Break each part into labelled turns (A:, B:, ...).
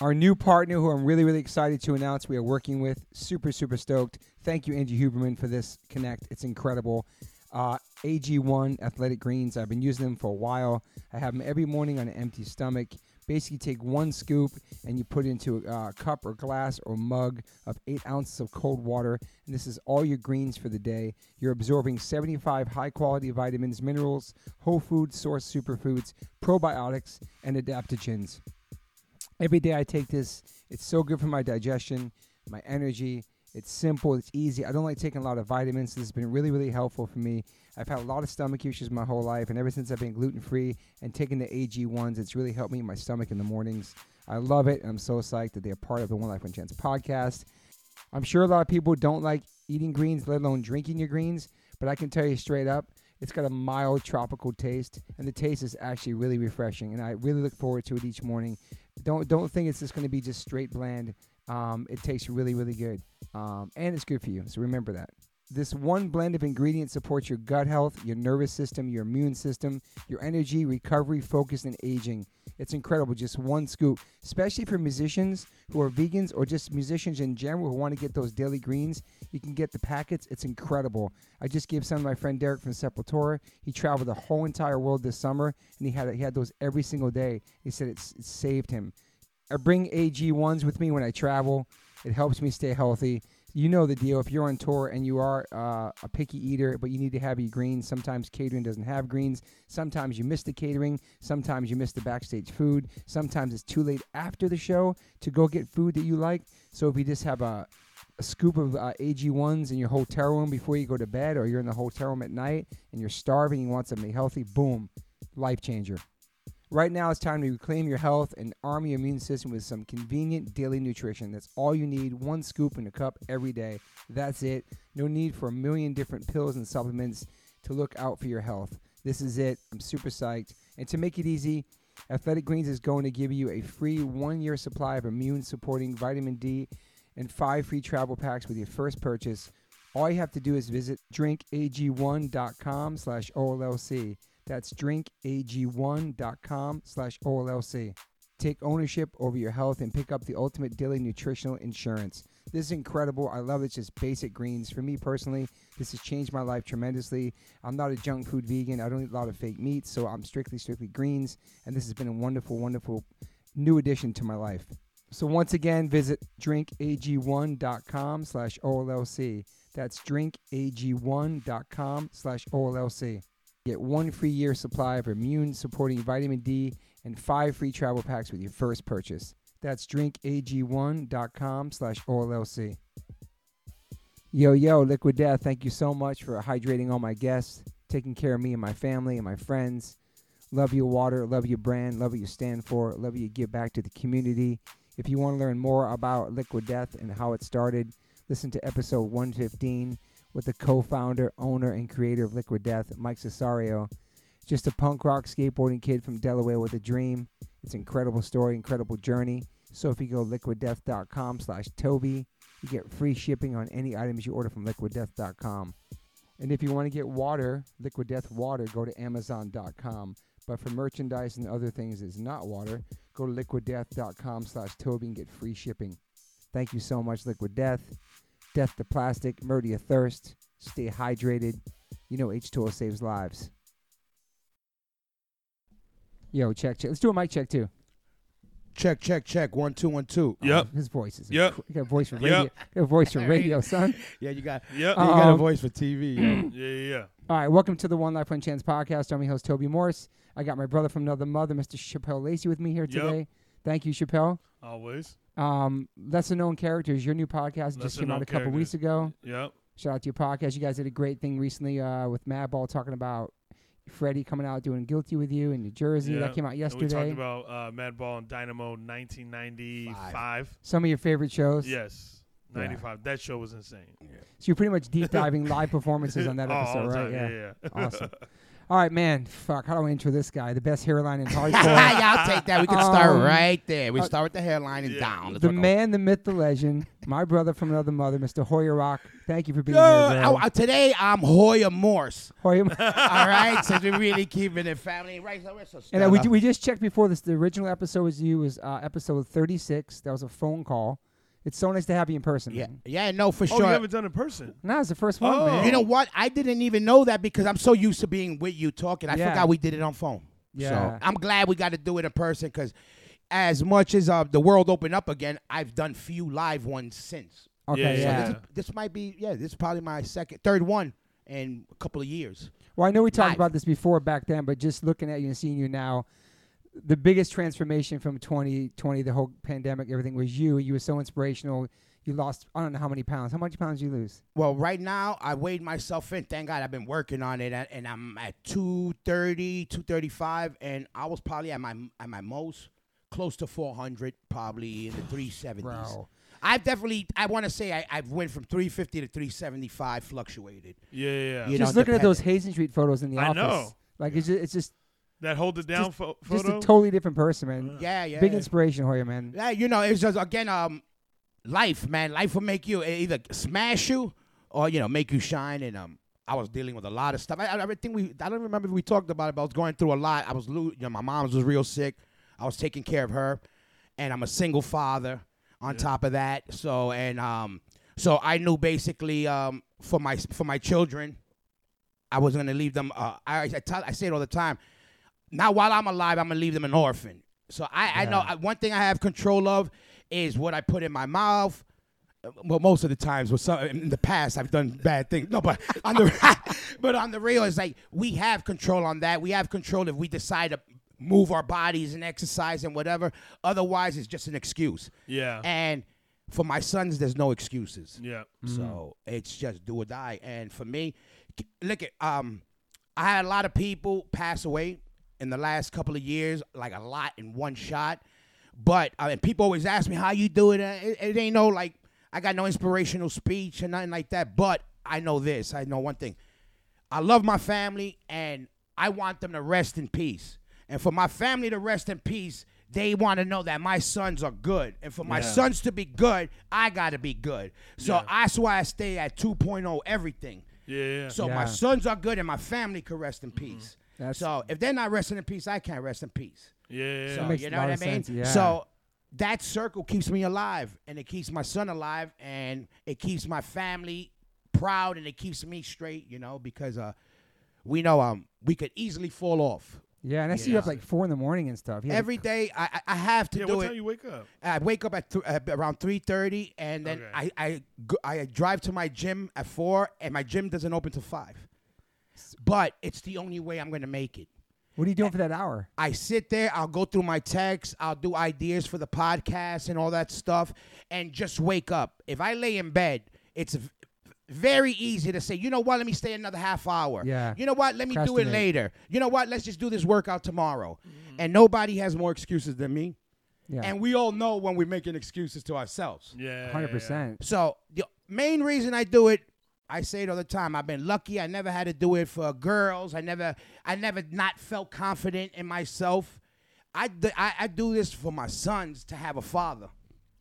A: our new partner who I'm really, really excited to announce we are working with. Super, super stoked. Thank you, Angie Huberman, for this connect. It's incredible. Uh, AG1 Athletic Greens, I've been using them for a while. I have them every morning on an empty stomach. Basically, take one scoop and you put it into a uh, cup or glass or mug of eight ounces of cold water. And this is all your greens for the day. You're absorbing 75 high quality vitamins, minerals, whole food source superfoods, probiotics, and adaptogens. Every day I take this. It's so good for my digestion, my energy. It's simple, it's easy. I don't like taking a lot of vitamins. This has been really, really helpful for me. I've had a lot of stomach issues my whole life, and ever since I've been gluten free and taking the AG1s, it's really helped me in my stomach in the mornings. I love it, and I'm so psyched that they're part of the One Life One Chance podcast. I'm sure a lot of people don't like eating greens, let alone drinking your greens, but I can tell you straight up, it's got a mild tropical taste, and the taste is actually really refreshing. And I really look forward to it each morning. Don't don't think it's just going to be just straight bland. Um, it tastes really really good, um, and it's good for you. So remember that. This one blend of ingredients supports your gut health, your nervous system, your immune system, your energy, recovery, focus, and aging. It's incredible, just one scoop, especially for musicians who are vegans or just musicians in general who want to get those daily greens. You can get the packets, it's incredible. I just gave some to my friend Derek from Sepultura. He traveled the whole entire world this summer and he had, he had those every single day. He said it's, it saved him. I bring AG1s with me when I travel, it helps me stay healthy you know the deal. If you're on tour and you are uh, a picky eater, but you need to have your greens, sometimes catering doesn't have greens. Sometimes you miss the catering. Sometimes you miss the backstage food. Sometimes it's too late after the show to go get food that you like. So if you just have a, a scoop of uh, AG1s in your hotel room before you go to bed, or you're in the hotel room at night and you're starving, you want something healthy, boom, life changer. Right now, it's time to reclaim your health and arm your immune system with some convenient daily nutrition. That's all you need one scoop in a cup every day. That's it. No need for a million different pills and supplements to look out for your health. This is it. I'm super psyched. And to make it easy, Athletic Greens is going to give you a free one year supply of immune supporting vitamin D and five free travel packs with your first purchase. All you have to do is visit drinkag1.com slash OLLC. That's drinkag1.com slash OLLC. Take ownership over your health and pick up the ultimate daily nutritional insurance. This is incredible. I love it. It's just basic greens. For me personally, this has changed my life tremendously. I'm not a junk food vegan. I don't eat a lot of fake meats, so I'm strictly, strictly greens. And this has been a wonderful, wonderful new addition to my life. So once again, visit drinkag1.com slash OLLC. That's drinkag1.com slash OLLC. Get one free year supply of immune supporting vitamin D and five free travel packs with your first purchase. That's drinkag1.com slash OLLC. Yo, yo, Liquid Death, thank you so much for hydrating all my guests, taking care of me and my family and my friends. Love your water, love your brand, love what you stand for, love what you give back to the community. If you want to learn more about Liquid Death and how it started, listen to episode 115 with the co-founder, owner, and creator of Liquid Death, Mike Cesario. Just a punk rock skateboarding kid from Delaware with a dream. It's an incredible story, incredible journey. So if you go liquiddeath.com slash Toby, you get free shipping on any items you order from liquiddeath.com. And if you want to get water, Liquid Death water, go to amazon.com. But for merchandise and other things that's not water, go to liquiddeath.com slash Toby and get free shipping. Thank you so much, Liquid Death death to plastic, murder your thirst, stay hydrated. You know H2O saves lives. Yo, check, check. Let's do a mic check too.
B: Check, check, check. One, two, one, two.
C: Yep.
A: His voice is
C: Yep.
A: you got a voice for
C: Yep.
A: radio. You got a voice for radio, son.
B: Yeah, you got.
C: Yep.
A: Uh,
B: you got a
A: Um,
B: voice for TV. yo.
C: yeah, yeah, yeah.
A: All right, welcome to the One Life One Chance podcast. I'm your host Toby Morse. I got my brother from another mother, Mr. Chappelle Lacey, with me here
C: Yep.
A: today. Thank you, Chappelle.
C: Always.
A: Um, Lesser Known Characters, your new podcast It just
C: Lesser
A: came out
C: Known
A: a couple weeks
C: Characters.
A: ago.
C: Yep.
A: Shout out to your podcast. You guys did a great thing recently uh, with Madball talking about Freddie coming out doing Guilty with You in New Jersey.
C: Yeah.
A: That came out
C: And we
A: yesterday.
C: talked about uh, Madball and Dynamo 1995.
A: Some of your favorite shows.
C: Yes. 95. That show was insane.
A: So you're pretty much deep diving live performances on that
C: Oh, all
A: episode,
C: the
A: right?
C: time. Yeah, yeah.
A: awesome. All right, man. Fuck. How do I intro this guy? The best hairline in Hollywood.
B: yeah, I'll take that. We can start
A: Um,
B: right there. We
A: uh,
B: start with the hairline and
C: yeah.
B: down. Let's
A: the
B: work on-
A: man, the myth, the legend. My brother from another mother, Mr. Hoyer Rock. Thank you for being
B: Yo,
A: here, bro.
B: I- I- today I'm Hoya Morse.
A: Hoyer.
B: All right, since we're really keeping it family right. So we're so
A: And uh, we,
B: stellar.
A: ju- we just checked before this. The original episode was you was uh, episode 36. That was a phone call. It's so nice to have you in person.
B: yeah,
A: man.
B: yeah, no, for
C: Oh,
B: sure.
C: you haven't done it in person.
A: Nah, it's the first one,
C: Oh.
A: man.
B: You know what? I didn't even know that because I'm so used to being with you talking. I
A: Yeah.
B: forgot we did it on phone.
A: Yeah.
B: So I'm glad we got to do it in person because as much as uh, the world opened up again, I've done few live ones since.
A: okay,
C: Yeah,
A: yeah.
C: yeah,
B: So this, is- this might be, yeah, this is probably my second, third one in a couple of years.
A: Well, I know we talked
B: Live.
A: about this before back then, but just looking at you and seeing you now, the biggest transformation from 2020, the whole pandemic, everything was you. You were so inspirational. You lost, I don't know how many pounds. How much pounds did you lose?
B: Well, right now, I weighed myself in. Thank God I've been working on it, and- and I'm at 230, 235, and I was probably at my at my most close to 400, probably in the 370s.
A: Bro.
B: I've definitely, I want to say I, I've went from 350 to 375, fluctuated.
C: Yeah, yeah. yeah.
B: You
A: just
B: know,
A: looking at those Hazen Street photos in the
C: I
A: office.
C: know.
A: Like, it's just, it's just,
C: That hold it down pho-
A: just a
C: photo.
A: totally different person, man.
B: Yeah, Uh, yeah.
A: Big inspiration, Hoyer, man.
B: yeah, you know, it's just, again, um, life, man. Life will make you it either smash you or, you know, make you shine. And um, I was dealing with a lot of stuff. I, I, I think we, I don't remember if we talked about it, but I was going through a lot. I was, lo- you know, my mom's was real sick. I was taking care of her. And I'm a single father on top of that. So, and, um, so I knew basically, um, for my, for my children, I was gonna leave them. Uh, I I, tell, I say it all the time. Now while I'm alive, I'm gonna leave them an orphan. So I, I know I, one thing I have control of is what I put in my mouth. Uh, Well, most of the times, with some in the past, I've done bad things. No, but on the but on the real, it's like we have control on that. We have control if we decide to move our bodies and exercise and whatever. Otherwise, it's just an excuse.
C: Yeah.
B: And for my sons, there's no excuses.
C: yeah.
B: So it's just do or die. And for me, k- look at um, I had a lot of people pass away in the last couple of years, like a lot in one shot. But uh, and people always ask me how you do it. Uh, It, it ain't no like I got no inspirational speech or nothing like that. But I know this. I know one thing. I love my family and I want them to rest in peace. And for my family to rest in peace, they want to know that my sons are good. And for my sons to be good, I got to be good. So that's why I stay at 2.0 everything.
C: Yeah. yeah.
B: So my
A: Yeah.
B: sons are good and my family can rest in peace.
A: That's-
B: so if they're not resting in peace, I can't rest in peace.
C: yeah. yeah.
B: So
A: makes
B: you
A: a
B: know
A: lot
B: what I
A: of
B: mean?
A: sense, yeah.
B: So that circle keeps me alive and it keeps my son alive and it keeps my family proud and it keeps me straight, you know, because uh we know um we could easily fall off.
A: Yeah, and I see you up like four in the morning and stuff. Yeah,
B: Every day I I I have to
C: yeah.
B: do
C: What
B: it.
C: time you wake up?
B: I wake up at th- uh, around three thirty, and then
C: Okay.
B: I I go, I drive to my gym at four, and my gym doesn't open till five. But it's the only way I'm gonna make it.
A: what are you doing for that hour?
B: I sit there, I'll go through my texts, I'll do ideas for the podcast and all that stuff, and just wake up. If I lay in bed, it's v- very easy to say, you know what, let me stay another half hour.
A: Yeah.
B: You know what, let me do it
A: Procrastinate.
B: later. You know what, let's just do this workout tomorrow. And nobody has more excuses than me.
A: Yeah,
B: And we all know when we're making excuses to ourselves.
C: Yeah.
A: hundred
C: yeah,
A: percent.
B: So the main reason I do it, I say it all the time. I've been lucky. I never had to do it for girls. I never, I never not felt confident in myself. I, d- I, I do this for my sons to have a father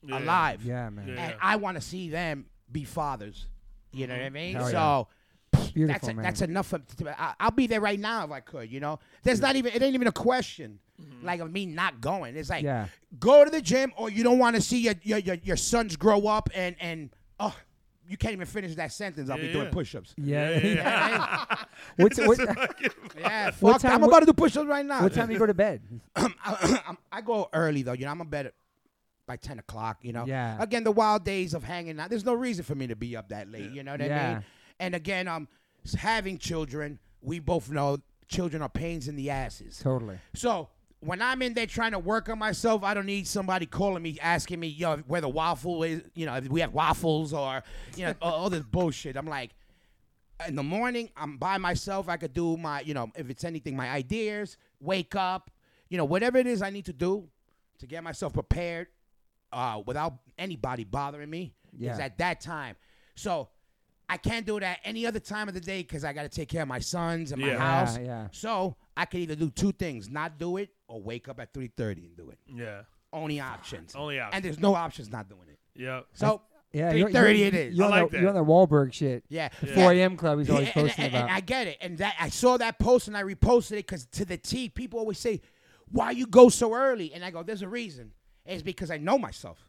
C: Yeah.
B: alive,
A: Yeah, man,
C: Yeah.
B: and I want to see them be fathers. You know what I mean?
A: Mm-hmm. Hell
B: so
A: beautiful
B: that's
A: man.
B: that's enough. Of, I, I'll be there right now if I could. You know, there's not even it ain't even a question
C: Mm-hmm.
B: like of me not going. It's like
A: Yeah.
B: go to the gym or you don't want to see your your, your your sons grow up and and oh you can't even finish that sentence. I'll be
C: Yeah,
B: doing
C: yeah.
B: push-ups.
A: yeah.
C: Yeah. yeah, yeah.
A: What's, what,
B: Yeah, fuck.
A: What time-
B: I'm about to do push-ups right now.
A: what time do you go to bed?
B: I, I'm- I go early though. You know, I'm in bed by ten o'clock. You know.
A: Yeah.
B: Again, the wild days of hanging out. There's no reason for me to be up that late. You know what I
A: Yeah.
B: mean? And again, um, s- having children, we both know children are pains in the asses.
A: Totally.
B: So when I'm in there trying to work on myself, I don't need somebody calling me asking me, yo, where the waffle is. You know, if we have waffles or you know all- all this bullshit. I'm like in the morning i'm by myself i could do my you know if it's anything my ideas wake up you know whatever it is i need to do to get myself prepared uh, without anybody bothering me
A: Yeah.
B: is at that time so I can't do that any other time of the day because I got to take care of my sons and my
C: Yeah.
A: Yeah,
B: house.
A: yeah.
B: So I could either do two things: not do it or wake up at three thirty and do it.
C: Yeah.
B: Only options.
C: Only option.
B: And there's no options not doing it.
C: Yep.
B: So
A: Yeah,
B: three
A: you're-
B: thirty
A: you're-
B: it is.
A: You're
C: I
A: on
C: like
A: the,
C: that.
A: You're on the Wahlberg shit.
B: yeah.
A: The
B: Yeah.
A: 4 a.m. club he's
B: Yeah,
A: always
B: and-
A: posting
B: and,
A: about.
B: and I get it, and that I saw that post and I reposted it because to the T, people always say, "Why you go so early?" And I go, "There's a reason. It's because I know myself.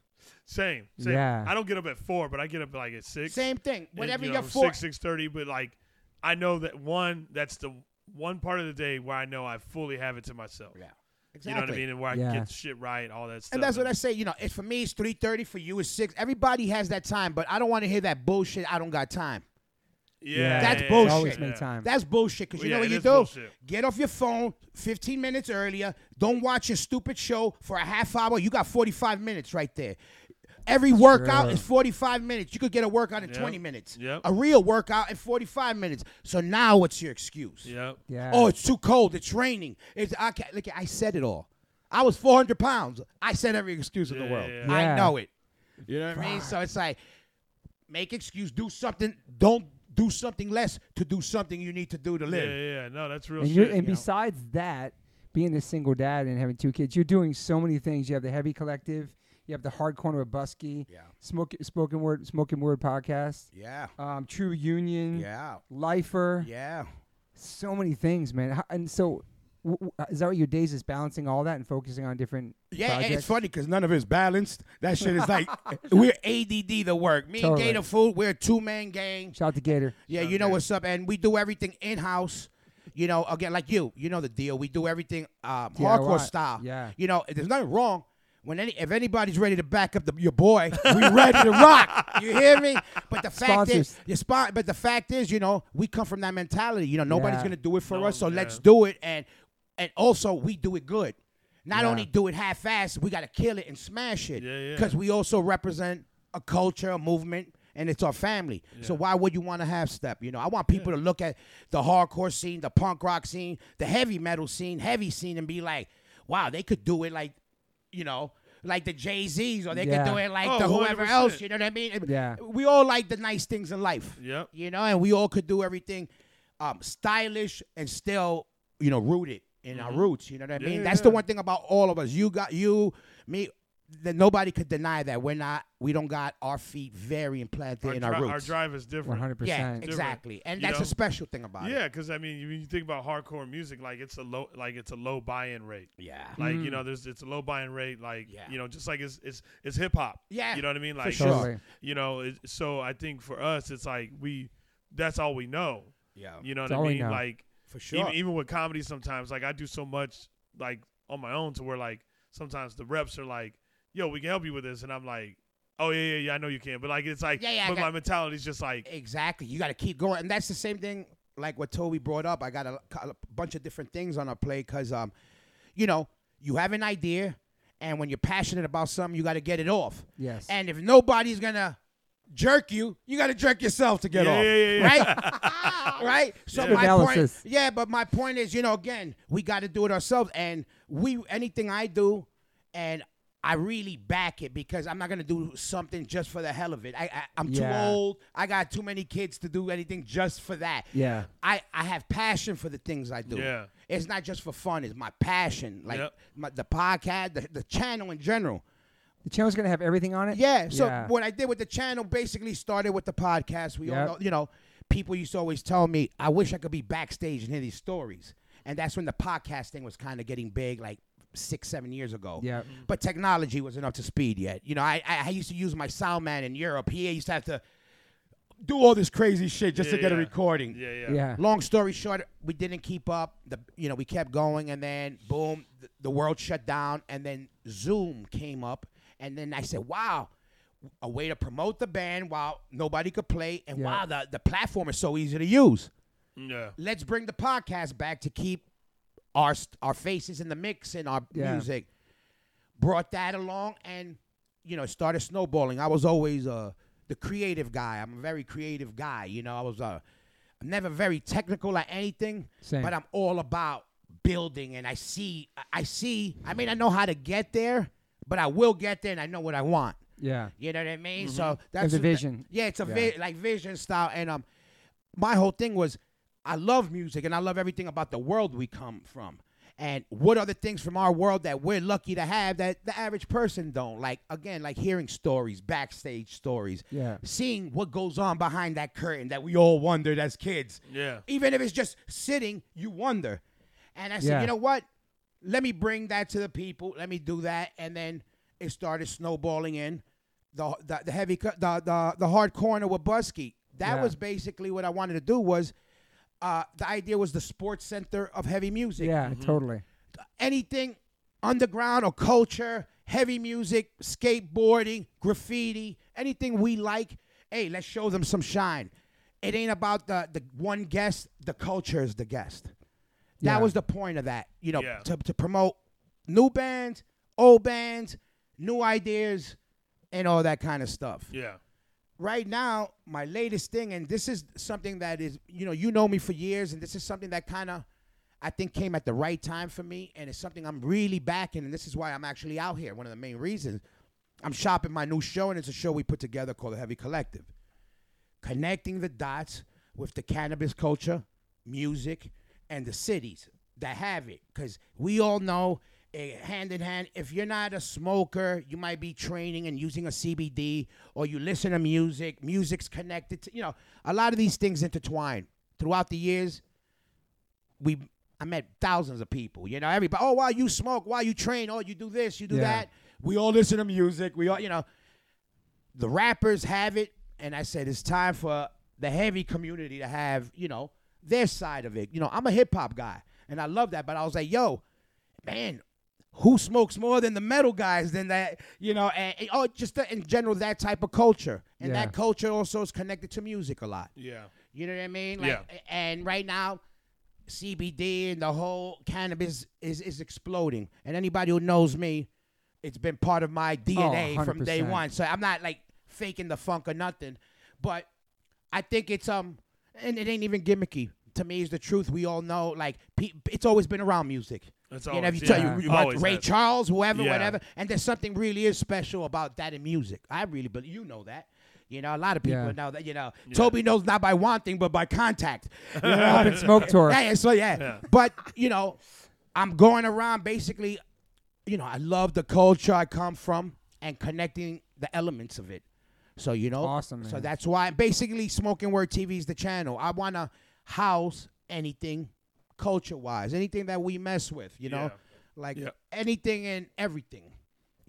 C: Same. Same.
A: Yeah.
C: I don't get up at four, but I get up like at six.
B: Same thing.
C: and,
B: Whatever
C: you
B: you
C: know,
B: are for,
C: six six thirty. But like, I know that one. That's the one part of the day where I know I fully have it to myself.
B: yeah,
C: You
B: exactly.
C: know what I mean? And where I
A: Yeah.
C: get shit right, all that stuff.
B: And that's what I say. You know, it's for me. It's three thirty. For you, it's six. Everybody has that time, but I don't want to hear that bullshit. I don't got time.
C: Yeah.
B: That's
C: yeah,
A: It's
B: bullshit.
A: always
C: yeah.
A: made time.
B: That's bullshit. Because you
C: Well, yeah,
B: know what
C: it
B: you do?
C: is bullshit.
B: Get off your phone 15 minutes earlier. Don't watch your stupid show for a half hour. You got 45 minutes right there. Every workout
A: Sure.
B: is 45 minutes. You could get a workout in
C: Yep.
B: 20 minutes.
C: Yep.
B: A real workout in 45 minutes. So now what's your excuse?
C: Yep.
A: yeah.
B: Oh, it's too cold. It's raining. It's I can't, look. I said it all. I was 400 pounds. I said every excuse in the
C: Yeah,
B: world.
C: yeah, yeah.
A: Yeah.
B: I know it. You know what I mean? So it's like, make excuse, do something. Don't do something less to do something you need to do to
C: Yeah,
B: live.
C: yeah, yeah. No, that's real
A: and
C: shit.
A: you're, and
C: you know?
A: besides that, being a single dad and having two kids, you're doing so many things. You have the heavy collective. You have the hard corner of Busky.
B: Yeah.
A: Smoke, spoken word, spoken word podcast.
B: Yeah.
A: Um, True Union.
B: Yeah.
A: Lifer.
B: Yeah.
A: So many things, man. How, and so, w- w- is that what your days is balancing all that and focusing on different?
B: Yeah, and
A: projects?
B: it's funny because none of it's balanced. That shit is like we're ADD the work. Me
A: Totally.
B: and Gator Food, we're a two man gang.
A: Shout out to Gator.
B: Yeah, you know what's up, and we do everything in house. You know, again, like you, you know the deal. We do everything um,
A: DIY.
B: hardcore style.
A: Yeah.
B: You know, there's nothing wrong when any if anybody's ready to back up the, your boy, we ready to rock. You hear me? But the fact
A: Sponsors.
B: is, your spot. But the fact is, you know, we come from that mentality. You know, nobody's
A: Yeah.
B: gonna do it for
C: No,
B: us, so
C: yeah.
B: let's do it. And and also, we do it good. Not
A: Yeah.
B: only do it half-assed, we gotta kill it and smash it.
C: Yeah, yeah.
B: Because we also represent a culture, a movement, and it's our family. So why would you want to half step? You know, I want people to look at the hardcore scene, the punk rock scene, the heavy metal scene, heavy scene, and be like, wow, they could do it like, you know, like the Jay Z's, or they
A: Yeah.
B: could do it like
C: Oh,
B: the whoever
C: 100%.
B: else. You know what I mean?
A: Yeah.
B: We all like the nice things in life.
C: Yep.
B: You know, and we all could do everything um, stylish and still, you know, rooted in our roots. You know what I
C: Mm-hmm. Yeah,
B: mean?
C: yeah,
B: That's the
C: yeah.
B: one thing about all of us. You got you, me. That nobody could deny that we're not. We don't got our feet very implanted
C: Our,
B: in our
C: dri-
B: roots.
C: our drive is different.
A: One hundred
B: yeah,
A: percent.
B: exactly. And
C: You
B: that's
C: know?
B: a special thing about it.
C: Yeah, because I mean, you- when you think about hardcore music, like it's a low, like it's a low buy-in rate.
B: Yeah.
C: Like
A: Mm.
C: you know, there's it's a low buy-in rate. Like
B: Yeah.
C: you know, just like it's it's it's hip hop.
B: Yeah,
C: you know what I mean. Like
B: sure.
C: it's-
A: Totally.
C: you know, it, so I think for us, it's like we that's all we know.
B: Yeah.
C: You know
A: It's
C: what I
A: all we
C: mean?
A: know.
C: Like
B: For sure.
C: even, even with comedy, sometimes like I do so much like on my own to where like sometimes the reps are like, "Yo, we can help you with this," and I'm like, "Oh yeah, yeah, yeah, I know you can," but like it's like,
B: Yeah, yeah, I
C: but
B: got-
C: my mentality's just like,
B: Exactly. You got to keep going, and that's the same thing like what Toby brought up. I got a, a bunch of different things on our plate because, um, you know, you have an idea, and when you're passionate about something, you got to get it off.
A: Yes.
B: And if nobody's gonna jerk you, you got to jerk yourself to get
C: Yeah,
B: off.
C: yeah, yeah, yeah.
B: Right. right. So
A: Yeah.
B: my
A: Analysis.
B: point. Yeah, but my point is, you know, again, we got to do it ourselves, and we anything I do, and. I really back it because I'm not gonna do something just for the hell of it. I, I I'm
A: Yeah.
B: too old old. I got too many kids to do anything just for that.
A: Yeah.
B: I, I have passion for the things I do.
C: Yeah.
B: It's not just for fun, it's my passion. Like
C: Yep.
B: my, the podcast, the, the channel in general.
A: The channel's gonna have everything on it.
B: Yeah. So
A: Yeah.
B: what I did with the channel basically started with the podcast. We
A: Yep.
B: all know, you know, people used to always tell me, I wish I could be backstage and hear these stories. And that's when the podcast thing was kind of getting big, like six, seven years ago.
A: Yep.
B: But technology wasn't up to speed yet. You know, I, I, I used to use my sound man in Europe. He used to have to do all this crazy shit just to
C: Yeah,
B: get a
C: yeah.
B: recording.
C: yeah, yeah,
A: Yeah.
B: Long story short, we didn't keep up. The you know we kept going, and then boom, the, the world shut down, and then Zoom came up, and then I said, "Wow, a way to promote the band while nobody could play, and
A: Yeah.
B: wow, the the platform is so easy to use.
C: yeah.
B: Let's bring the podcast back to keep our st- our faces in the mix and our
A: Yeah.
B: music." Brought that along, and you know, it started snowballing. I was always uh the creative guy. I'm a very creative guy. You know, I was uh I'm never very technical at anything,
A: Same.
B: but I'm all about building and I see I see I mean I know how to get there, but I will get there and I know what I want.
A: Yeah.
B: You know what I mean? So that's
A: a vision.
B: yeah, it's a
A: Yeah.
B: Vi- like vision style. And um, my whole thing was, I love music and I love everything about the world we come from. And what are the things from our world that we're lucky to have that the average person don't? Like again, like hearing stories, backstage stories,
A: Yeah.
B: seeing what goes on behind that curtain that we all wondered as kids.
C: Yeah.
B: Even if it's just sitting, you wonder. And I said,
A: Yeah.
B: you know what? Let me bring that to the people. Let me do that, and then it started snowballing in the the, the heavy co- the, the the hard corner with Busky. That
A: Yeah.
B: was basically what I wanted to do. Was uh, the idea was the sports center of heavy music.
A: Yeah, totally.
B: Anything underground or culture, heavy music, skateboarding, graffiti, anything we like. Hey, let's show them some shine. It ain't about the the one guest. The culture is the guest. That
A: Yeah.
B: was the point of that, you know,
C: Yeah.
B: to, to promote new bands, old bands, new ideas, and all that kind of stuff.
C: Yeah.
B: Right now, my latest thing, and this is something that is, you know, you know me for years, and this is something that kind of, I think, came at the right time for me, and it's something I'm really backing, and this is why I'm actually out here. One of the main reasons I'm shopping my new show, and it's a show we put together called The Heavy Collective connecting the dots with the cannabis culture, music, and the cities that have it. Because we all know, eh, hand in hand, if you're not a smoker, you might be training and using a CBD, or you listen to music. Music's connected to, you know, a lot of these things intertwine. Throughout the years, we I met thousands of people. You know, everybody. Oh, wow, you smoke. Wow, you train. Oh, you do this. You do
A: Yeah.
B: that. We all listen to music. We all, you know, the rappers have it, and I said it's time for the heavy community to have, you know, their side of it. You know, I'm a hip hop guy, and I love that, but I was like, yo, man, who smokes more than the metal guys than that? You know, and, and- oh, just the, in general that type of culture, and
A: Yeah.
B: that culture also is connected to music a lot.
C: Yeah.
B: You know what I mean? Like,
C: Yeah.
B: And right now, CBD and the whole cannabis is is exploding. And anybody who knows me, it's been part of my DNA from day
A: 100%.
B: one. So I'm not like faking the funk or nothing. But I think it's um, and it ain't even gimmicky. To me, is the truth. We all know. Like, pe- it's always been around music.
C: It's
B: you know, if
C: always-
B: you tell
A: yeah.
B: you, you want
C: Always
B: Ray
C: has.
B: Charles, whoever,
C: Yeah.
B: whatever, and there's something really is special about that in music. I really believe you know that. You know, a lot of people
A: Yeah.
B: know that. You know, Toby knows not by wanting, but by contact. You know?
A: Open smoke tour.
B: Yeah, yeah, so yeah. But you know, I'm going around basically. You know, I love the culture I come from and connecting the elements of it. So you know,
A: Awesome,
B: So
A: man.
B: that's why basically Smoking Word TV is the channel. I wanna house anything culture wise, anything that we mess with. You know,
C: Yeah.
B: like
C: Yeah.
B: anything and everything.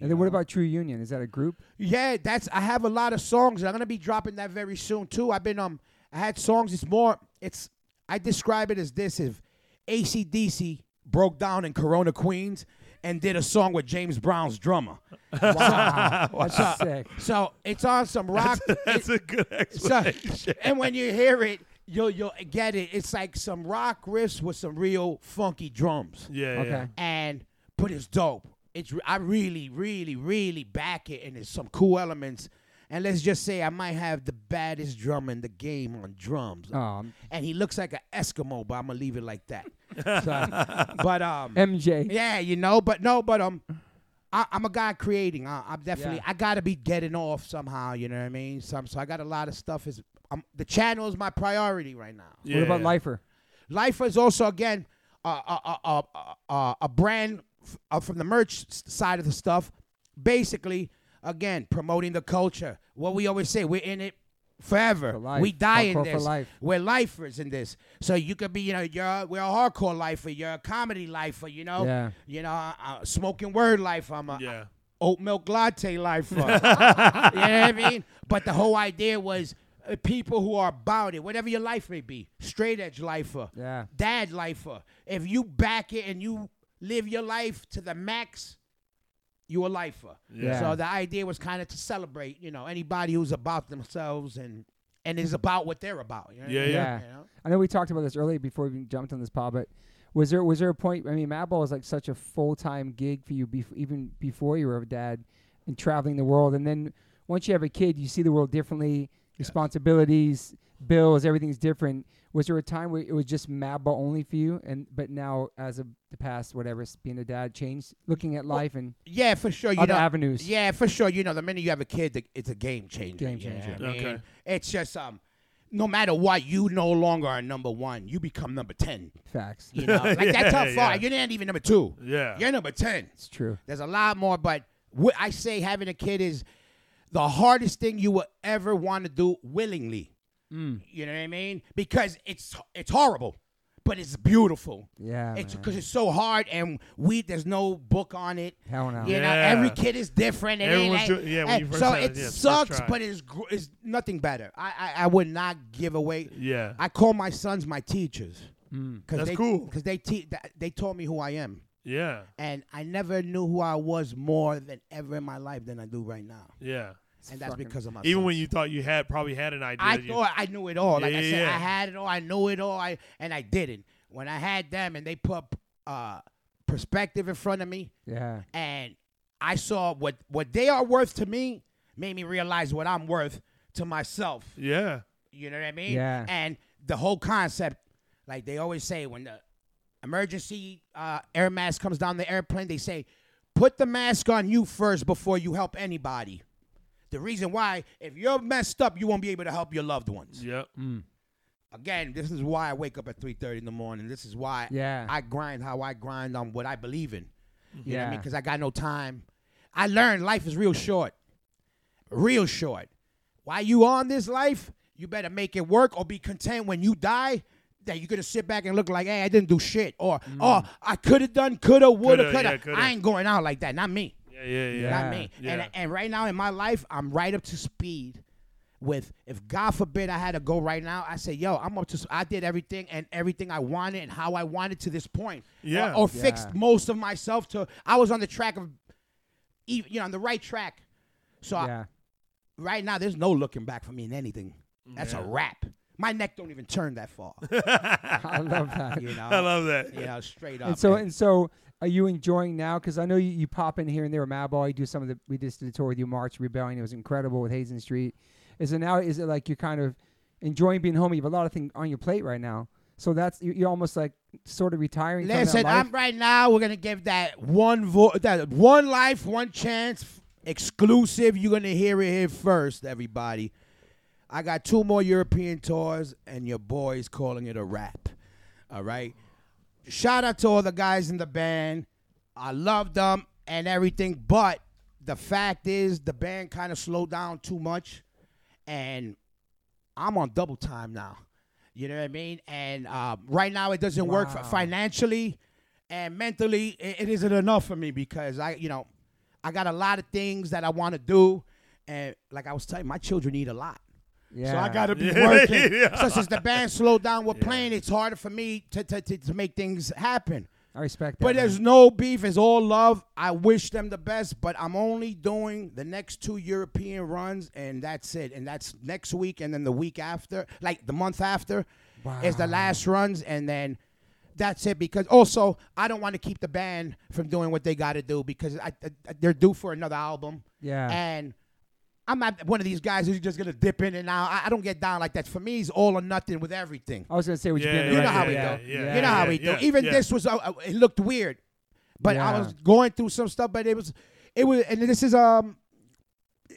A: And then what about True Union? Is that a group?
B: Yeah, that's I have a lot of songs. I'm gonna be dropping that very soon too. I've been um I had songs. It's more it's I describe it as this if ACDC broke down in Corona Queens and did a song with James Brown's drummer. Wow.
A: That's sick.
B: so it's on some rock
C: That's a good
B: so,
C: explanation.
B: and when you hear it, you'll you'll get it. It's like some rock riffs with some real funky drums
C: yeah.
A: Okay.
C: Yeah.
B: and but it's dope. It's re- I really, really, really back it, and it's some cool elements. And let's just say I might have the baddest drummer in the game on drums,
A: Um,
B: and he looks like an Eskimo, but I'm gonna leave it like that. So, but um,
A: MJ.
B: yeah, you know, but no, but um, I, I'm a guy creating. I, I'm definitely
A: Yeah.
B: I gotta be getting off somehow. You know what I mean? Some so I got a lot of stuff. Is um, the channel is my priority right now.
A: What about
C: yeah.
A: Lifer?
B: Life is also again a a a, a, a, a brand f- uh, from the merch s- side of the stuff. Basically, again promoting the culture. What we always say, we're in it forever.
A: For life.
B: We die
A: Hardcore
B: in
A: for
B: this.
A: life.
B: We're lifers in this. So you could be, you know, you're we're a hardcore lifer, you're a comedy lifer, you know,
A: Yeah.
B: you know, a, a smoking word lifer. I'm a
C: Yeah.
B: oat milk latte lifer. you know what I mean? But the whole idea was uh, people who are about it, whatever your life may be, straight edge lifer,
A: Yeah.
B: dad lifer. If you back it and you live your life to the max, you a lifer.
A: Yeah.
B: So the idea was kind of to celebrate, you know, anybody who's about themselves and and is about what they're about. You know what I
C: Yeah,
B: mean?
A: yeah.
B: You know?
A: I know we talked about this earlier before we jumped on this pod, but was there was there a point? I mean, Madball was like such a full time gig for you, bef- even before you were a dad, and traveling the world. And then once you have a kid, you see the world differently. Responsibilities, bills, everything's different. Was there a time where it was just Madball only for you, and but now as of the past, whatever, s- being a dad changed, looking at life and
B: Yeah, for sure. You
A: other
B: know,
A: avenues?
B: Yeah, for sure. You know, the minute you have a kid, the- it's a game changer.
A: Game
B: you know
A: changer.
B: what I mean?
C: Okay.
B: It's just um, no matter what, you no longer are number one. You become number ten.
A: Facts.
B: You know, like
C: Yeah,
B: that's how far
C: yeah.
B: you're not even number two.
C: Yeah.
B: you're number ten.
A: It's true.
B: There's a lot more, but what I say having a kid is the hardest thing you will ever want to do willingly.
A: Mm.
B: You know what I mean? Because it's it's horrible, but it's beautiful.
A: Yeah,
B: it's
A: man.
B: because it's so hard, and we there's no book on it.
A: Hell no.
B: You know,
C: Yeah.
B: every kid is different. It ain't
C: Everyone's
B: like-
C: do- yeah, when you
B: eh,
C: first
B: so
C: have it,
B: it
C: yeah, it's first
B: sucks,
C: try.
B: but it's gr- it's nothing better. I, I I would not give away.
C: Yeah. Mm.
B: I call my sons my teachers. Cause
C: That's
B: they,
C: cool.
B: Because they te- that- they taught me who I am
C: yeah.
B: and I never knew who I was more than ever in my life than I do right now,
C: Yeah.
B: and that's
A: fucking-
B: because of my.
C: Even
B: son.
C: when you thought you had probably had an idea.
B: I
C: you-
B: thought I knew it all, like
C: Yeah,
B: I
C: yeah,
B: said,
C: yeah.
B: I had it all, I knew it all, I and I didn't. When I had them, and they put uh, perspective in front of me,
A: Yeah.
B: and I saw what what they are worth to me, made me realize what I'm worth to myself.
C: yeah.
B: You know what I mean?
A: Yeah.
B: And the whole concept, like they always say, when the emergency uh, air mask comes down the airplane, they say, put the mask on you first before you help anybody. The reason why, if you're messed up, you won't be able to help your loved ones.
C: Yep.
B: Again, this is why I wake up at 3.30 in the morning. This is why
A: Yeah.
B: I grind how I grind on what I believe in. You know what I
A: yeah.
B: mean? Because I got no time. I learned life is real short. Real short. While you on this life, you better make it work or be content when you die that you're gonna sit back and look like, hey, I didn't do shit. Or oh, I could have done, coulda, woulda,
C: Mm. Coulda,
B: coulda.
C: yeah, coulda.
B: I ain't going out like that. Not me.
C: Yeah. Yeah. Yeah.
A: Yeah.
B: Not me.
C: Yeah.
B: And and right now in my life, I'm right up to speed with if God forbid I had to go right now, I say, yo, I'm up to s- I did everything and everything I wanted and how I wanted to this point.
C: Yeah.
B: Or, or fixed
A: Yeah.
B: most of myself to I was on the track of ev- you know, on the right track. So I-
A: yeah.
B: right now there's no looking back for me in anything. That's a
C: Yeah.
B: wrap. My neck don't even turn that far.
A: I love that.
B: You know.
C: I love that.
B: you know, straight up.
A: And so
B: man.
A: and so, are you enjoying now? Because I know you, you pop in here and there with Madball. You do some of the we just did a tour with you, March Rebellion. It was incredible with Hazen Street. Is it now? Is it like you're kind of enjoying being home? You have a lot of things on your plate right now. So that's you- you're almost like sort of retiring. from that
B: Listen,
A: life?
B: I'm right now. We're gonna give that one vo- that one life, one chance, f- exclusive. You're gonna hear it here first, everybody. I got two more European tours, and your boy's calling it a wrap. All right. Shout out to all the guys in the band. I love them and everything, but the fact is, the band kind of slowed down too much, and I'm on double time now. You know what I mean? And um, right now, it doesn't work
A: Wow.
B: f- financially and mentally. It, it isn't enough for me because I, you know, I got a lot of things that I want to do, and like I was telling, you, my children need a lot.
A: yeah.
B: So I gotta be
C: Yeah.
B: working.
C: Yeah.
B: So since the band slowed down with playing, it's harder for me to, to, to, to make things happen.
A: I respect that. man.
B: But there's no beef. It's all love. I wish them the best, but I'm only doing the next two European runs, and that's it. And that's next week, and then the week after, like the month after, is the
A: Wow.
B: last runs, and then that's it. Because also, I don't want to keep the band from doing what they got to do because I, I- they're due for another album.
A: Yeah.
B: And I'm not one of these guys who's just gonna dip in and out. I, I don't get down like that. For me, it's all or nothing with everything.
A: I was gonna say, would you
C: Yeah,
A: be in
B: You
A: the
B: know
A: right
B: how we
A: place?
B: go.
A: yeah,
C: yeah,
B: you know how we
C: yeah,
B: do. Even
C: yeah.
B: this was uh, uh, it looked weird, but I
A: Yeah.
B: was going through some stuff. But it was it was and this is um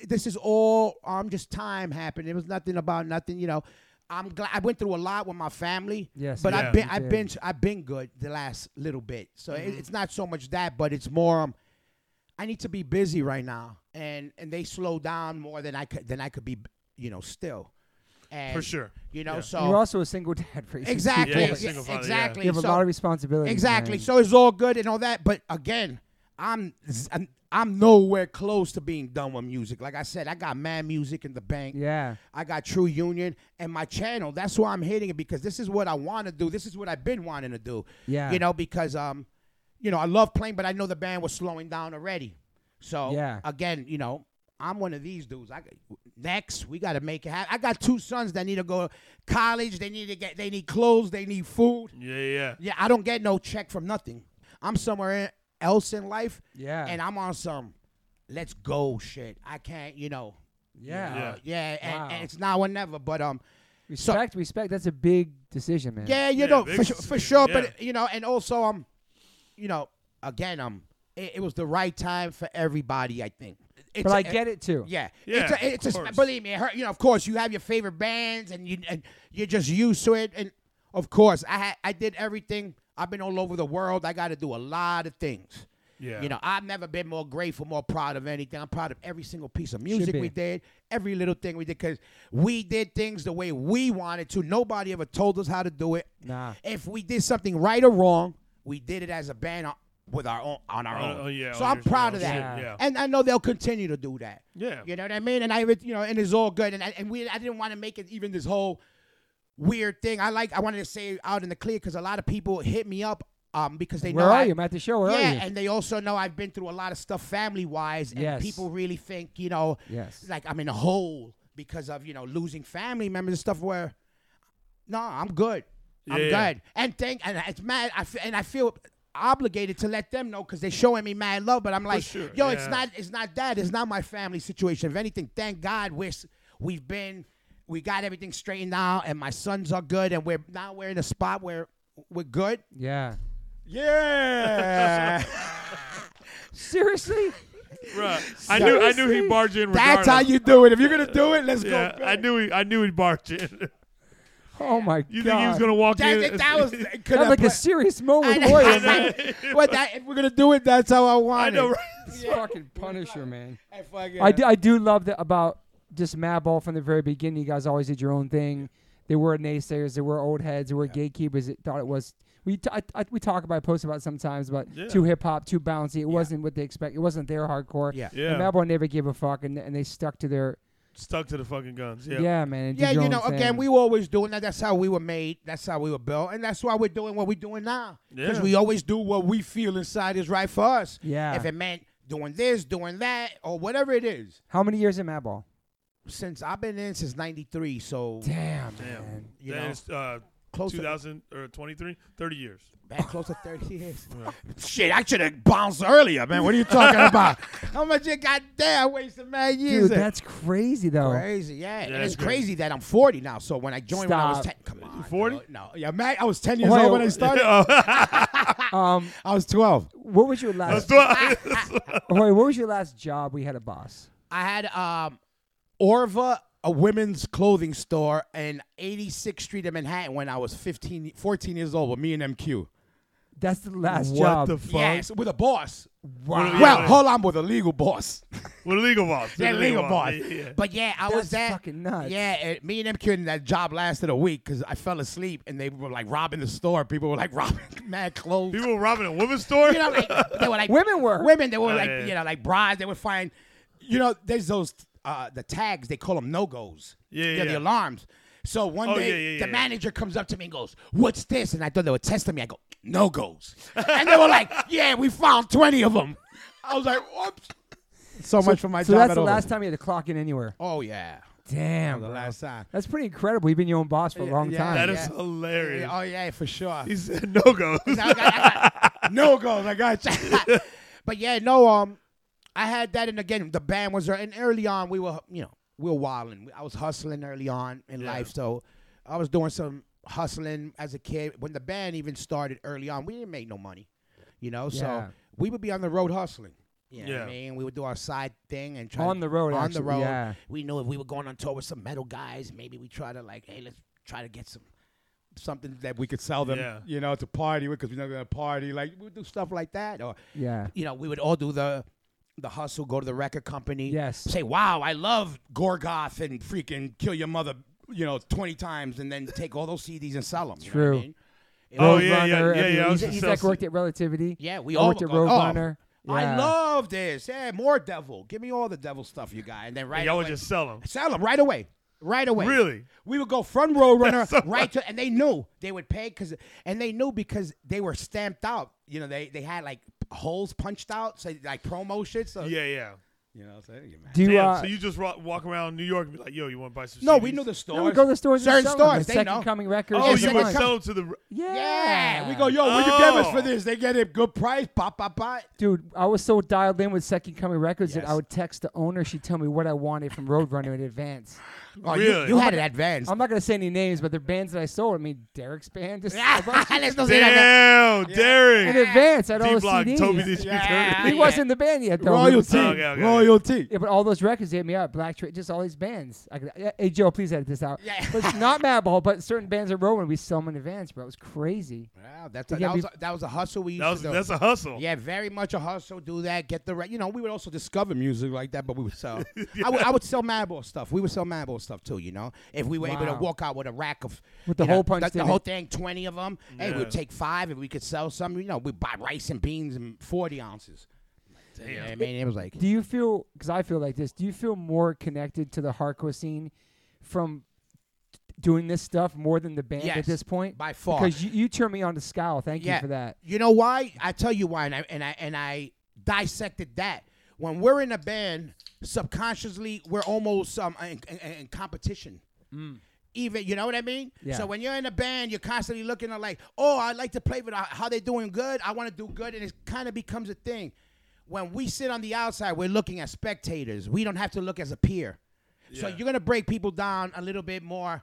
B: this is all um just time happened. It was nothing about nothing. You know, I'm glad I went through a lot with my family.
A: Yes,
B: but
C: Yeah.
B: I've been
A: you
B: I've
A: did. Mm-hmm.
B: been I've been good the last little bit. So it, it's not so much that, but it's more. Um, I need to be busy right now, and and they slow down more than I could than I could be. You know, still. And,
C: For sure.
B: You know,
C: Yeah.
B: so
A: And You're also a single dad. For
B: Exactly.
C: Yeah,
B: Yeah,
C: yeah, single father, yeah.
B: exactly.
A: You have a
B: So-
A: lot of responsibility.
B: exactly. So it's all good and all that, but again, I'm z- I'm, I'm nowhere close to being done with music. Like I said, I got mad music in the bank.
A: yeah.
B: I got True Union and my channel. That's why I'm hitting it because this is what I want to do. This is what I've been wanting to do.
A: Yeah.
B: You know, because um, you know, I love playing, but I know the band was slowing down already. So
A: Yeah.
B: again, you know, I'm one of these dudes. I next we got to make it happen. I got two sons that need to go to college. They need to get. They need clothes. They need food.
C: Yeah. Yeah.
B: Yeah, I don't get no check from nothing. I'm somewhere in- else in life,
A: Yeah.
B: and I'm on some let's go shit. I can't, you know.
A: yeah.
B: uh, yeah, and,
A: Wow.
B: and it's now or never. But um,
A: Respect, respect. That's a big decision, man.
B: Yeah, you
C: Yeah,
B: know,
C: big
B: for, su- for
C: decision.
B: sure.
C: Yeah.
B: But you know, and also, um, you know, again, um, it, it was the right time for everybody. I think. It's
A: but I
B: a-
A: get it too.
B: Yeah, It's
C: Yeah,
B: a, it's
C: of
B: a,
C: course.
B: believe me, it hurt, you know, of course, you have your favorite bands, and you and you're just used to it. And of course, I had I did everything. I've been all over the world. I got to do a lot of things.
C: Yeah.
B: You know, I've never been more grateful, more proud of anything. I'm proud of every single piece of music
A: be.
B: we did, every little thing we did, because we did things the way we wanted to. Nobody ever told us how to do it.
A: Nah.
B: If we did something right or wrong, we did it as a band on, with our own on our
C: Oh,
B: own.
C: oh, yeah,
B: so
C: on
B: I'm
C: your-
B: proud of
C: your
B: that,
C: own
A: shit,
C: yeah.
B: and I know they'll continue to do that.
C: Yeah.
B: You know what I mean? And I, you know, and it's all good. And I, and we, I didn't want to make it even this whole weird thing. I like, I wanted to say it out in the clear because a lot of people hit me up, um, because they
A: Where
B: know
A: are
B: I,
A: you? I'm at the show. Where
B: yeah,
A: are you?
B: and they also know I've been through a lot of stuff family wise, and
A: Yes.
B: people really think you know,
A: Yes.
B: like I'm in a hole because of you know losing family members and stuff. Where, no, I'm good, I'm
C: Yeah.
B: good, and thank and it's mad. I f- and I feel obligated to let them know because they're showing me mad love, but I'm like,
C: sure,
B: yo, it's
C: yeah.
B: not, it's not that, it's not my family situation. If anything, thank God we're s- we've been. We got everything straightened out, and my sons are good, and we're now we're in a spot where we're good.
A: yeah.
B: Yeah.
A: Seriously?
C: Bruh, I knew I knew
A: Seriously?
C: he barged in.
B: That's how
C: regardless.
B: you do it. If you're gonna do it, let's
C: Yeah,
B: go.
C: I knew he I knew he barged in.
A: Oh my
C: You
A: god.
C: think he was gonna walk
B: That,
C: in?
B: that, that was could
A: That's
B: I
A: like
B: play-
A: a serious moment
B: I
A: with
B: know.
A: Hoyer,
C: I know.
A: man.
B: But that, if we're gonna do it, that's how I
C: I
B: want it.
C: know. Right?
A: It's fucking Punisher, man.
B: I fucking-
A: I do, I do love that about just Madball from the very beginning. You guys always did your own thing. There were naysayers. There were old heads. There were gatekeepers that thought it was. We t- I, I, we talk about post about it sometimes, but
C: Yeah.
A: too hip hop, too bouncy. It wasn't what they expect. It wasn't their hardcore.
B: Yeah.
C: Yeah.
A: And Madball never gave a fuck, and, and they stuck to their
C: Stuck to the fucking guns.
A: yeah,
C: Yeah.
A: man. and did
B: Yeah,
A: your
B: you
A: own
B: know,
A: thing.
B: again, we were always doing that. That's how we were made. That's how we were built, and that's why we're doing what we're doing now. Because
C: Yeah.
B: we always do what we feel inside is right for us.
A: Yeah.
B: If it meant doing this, doing that, or whatever it is.
A: How many years in Madball?
B: Since I've been in since '93, so
A: Damn,
C: Damn.
A: man.
B: you
C: That
B: know,
C: is, uh,
B: close to
C: 2000 or 23, 30 years.
B: Man, close to 30 years. Shit, I should have bounced earlier, man. What are you talking about? How much you got there? I wasted mad years.
A: Dude, that's crazy though.
B: crazy, yeah.
C: Yeah,
B: and it's
C: that's
B: crazy that I'm 40 now. So when I joined when I was
A: Stop.
B: 10, come on.
C: 40?
B: bro. No, yeah, man, I was 10 years
A: Wait,
B: old when I
A: wait.
B: started.
C: Oh.
A: Um,
B: I was 12.
A: what was your last? Hoyer, what was your last job? We had a boss.
B: I had um, Orva, a women's clothing store in 86th Street in Manhattan when I was 15, 14 years old with me and MQ.
A: That's the last
C: what
A: job.
C: the fuck?
B: Yes, with a boss.
C: Wow.
B: Well, hold on, with a legal boss.
C: With a legal boss.
B: Yeah,
C: With a
B: legal boss.
C: Yeah, yeah.
B: But yeah, I
A: That's
B: was that.
A: fucking nuts.
B: Yeah, and me and MQ and that job lasted a week because I fell asleep and they were like robbing the store. People were like robbing mad clothes.
C: People robbing a women's store?
B: you know, like they were like
A: Women were.
B: women. They were
C: Oh,
B: like
C: yeah, yeah.
B: you know like brides. They would find, you know, there's those uh, the tags. They call them no goes.
C: Yeah,
B: They're
C: yeah,
B: the
C: yeah.
B: alarms. So one
C: Oh,
B: day
C: yeah, yeah,
B: the
C: yeah.
B: manager comes up to me and goes, "What's this?" And I thought they were testing me. I go, "No goes," and they were like, "Yeah, we found twenty of them." I was like, "Whoops." So, much for my
A: so
B: job
A: that's
B: at
A: the
B: Oval.
A: last time you had to clock in anywhere.
B: Oh yeah,
A: Damn,
B: the
A: bro.
B: last time.
A: That's pretty incredible. You've been your own boss for a
B: Yeah,
A: long
B: yeah.
A: time.
C: That is
B: Yeah.
C: hilarious.
B: Oh yeah, for sure.
C: He said no goes.
B: I got- I got- no goals. I got you. but yeah, no. Um, I had that, and again, the band was there, and early on we were, you know, we were wilding. I was hustling early on in
C: Yeah.
B: life, so I was doing some hustling as a kid. When the band even started early on, we didn't make no money, you know.
A: Yeah.
B: So we would be on the road hustling. You know what I
C: Yeah.
B: mean? We would do our side thing and try
A: On
B: to-
A: the road,
B: On
A: actually,
B: the road,
A: yeah.
B: we knew if we were going on tour with some metal guys, maybe we try to like, hey, let's try to get some something that we could sell them,
C: Yeah.
B: you know, to party with because we're not gonna party. Like we would do stuff like that, or
A: yeah.
B: you know, we would all do the the hustle, go to the record company,
A: Yes.
B: say, wow, I love Gorgoth and freaking kill your mother, you know, twenty times, and then take all those CDs and sell them.
A: True.
C: Oh,
B: yeah.
C: yeah, yeah,
A: Roadrunner,
C: yeah,
A: every-
C: yeah, I was
A: He's,
C: just
A: he's
C: so-
A: like worked at Relativity.
B: Yeah, we
A: I
B: all
A: worked at
B: go- oh,
A: Roadrunner.
B: I
A: Yeah.
B: love this. Yeah, more devil. Give me all the devil stuff, you guys. And then right
C: Y'all would
B: away-
C: just sell them.
B: Sell them right away. Right away.
C: Really?
B: We would go front row runner right to, and they knew they would pay because, and they knew because they were stamped out. You know, they they had like holes punched out, so like promo shit. So
C: Yeah, yeah.
B: Uh, You know what I'm saying? Yeah, man.
A: Do you,
C: Damn,
A: uh,
C: so you just ro- walk around New York and be like, "Yo, you want to buy some?"
B: No,
C: CDs?
B: we knew the stores.
A: no, we go to the stores.
B: Certain
A: and sell them.
B: stores,
A: The
B: they
A: second
B: know.
A: coming records.
C: Oh,
A: is
C: you
A: mine.
C: would sell to the.
A: Yeah.
B: Yeah, we go. Yo, where
C: Oh.
B: you get us for this? They get it good price. Pop, pop, pop.
A: Dude, I was so dialed in with Second Coming Records that I
B: Yes.
A: would text the owner. She'd tell me what I wanted from Roadrunner in advance.
B: Oh,
C: Really?
B: You, you had it advanced.
A: I'm not gonna say any names, but they're bands that I sold. I mean, Derek's band. Just
B: Yeah,
A: a bunch of-
B: let's not say that.
C: Damn,
A: in
C: Derek.
A: advance, I had all
C: D
A: the
C: Block
A: CDs.
C: told me this.
B: Yeah.
A: He wasn't in the band yet, though. uh,
B: Royalty.
C: Oh, okay, okay.
B: Royalty.
A: Yeah, but all those records they hit me up. Black Trade, just all these bands. I could, yeah, hey Joe, please edit this out.
B: Yeah.
A: But it's not Madball, but certain bands are rolling. We sell them in advance, bro. It was crazy.
B: Wow, that's
A: You
B: a,
A: can't
B: that, was
A: be-
B: a, that was a hustle we used
C: That was
B: to do.
C: that's a
A: Oh.
C: hustle.
B: yeah, very much a hustle. Do that, get the right. You know, we would also discover music like that, but we would sell. I, would, I would sell Madball stuff. We would sell Madball stuff too. You know, if we were able to
A: Wow.
B: walk out with a rack of
A: With the
B: you know,
A: whole punch
B: the, the
A: in
B: whole
A: it.
B: thing, twenty of them. Hey,
C: Yeah.
B: we'd take five if we could sell some. You know, we would buy rice and beans and forty ounces. You know what I mean, it was like
A: Do you feel? Because I feel like this. Do you feel more connected to the hardcore scene from doing this stuff more than the band at
B: Yes,
A: this point?
B: by far.
A: Because you, you turned me on to Scowl. Thank you for that.
B: You know why? I tell you why, and I and I and I dissected that. When we're in a band, subconsciously we're almost um in, in, in competition. Even you know what I mean.
A: Mm. Yeah.
B: So when you're in a band, you're constantly looking at like, oh, I like to play with uh, how they doing good. I want to do good, and it kind of becomes a thing. When we sit on the outside, we're looking as spectators. We don't have to look as a peer. So
C: Yeah.
B: you're gonna break people down a little bit more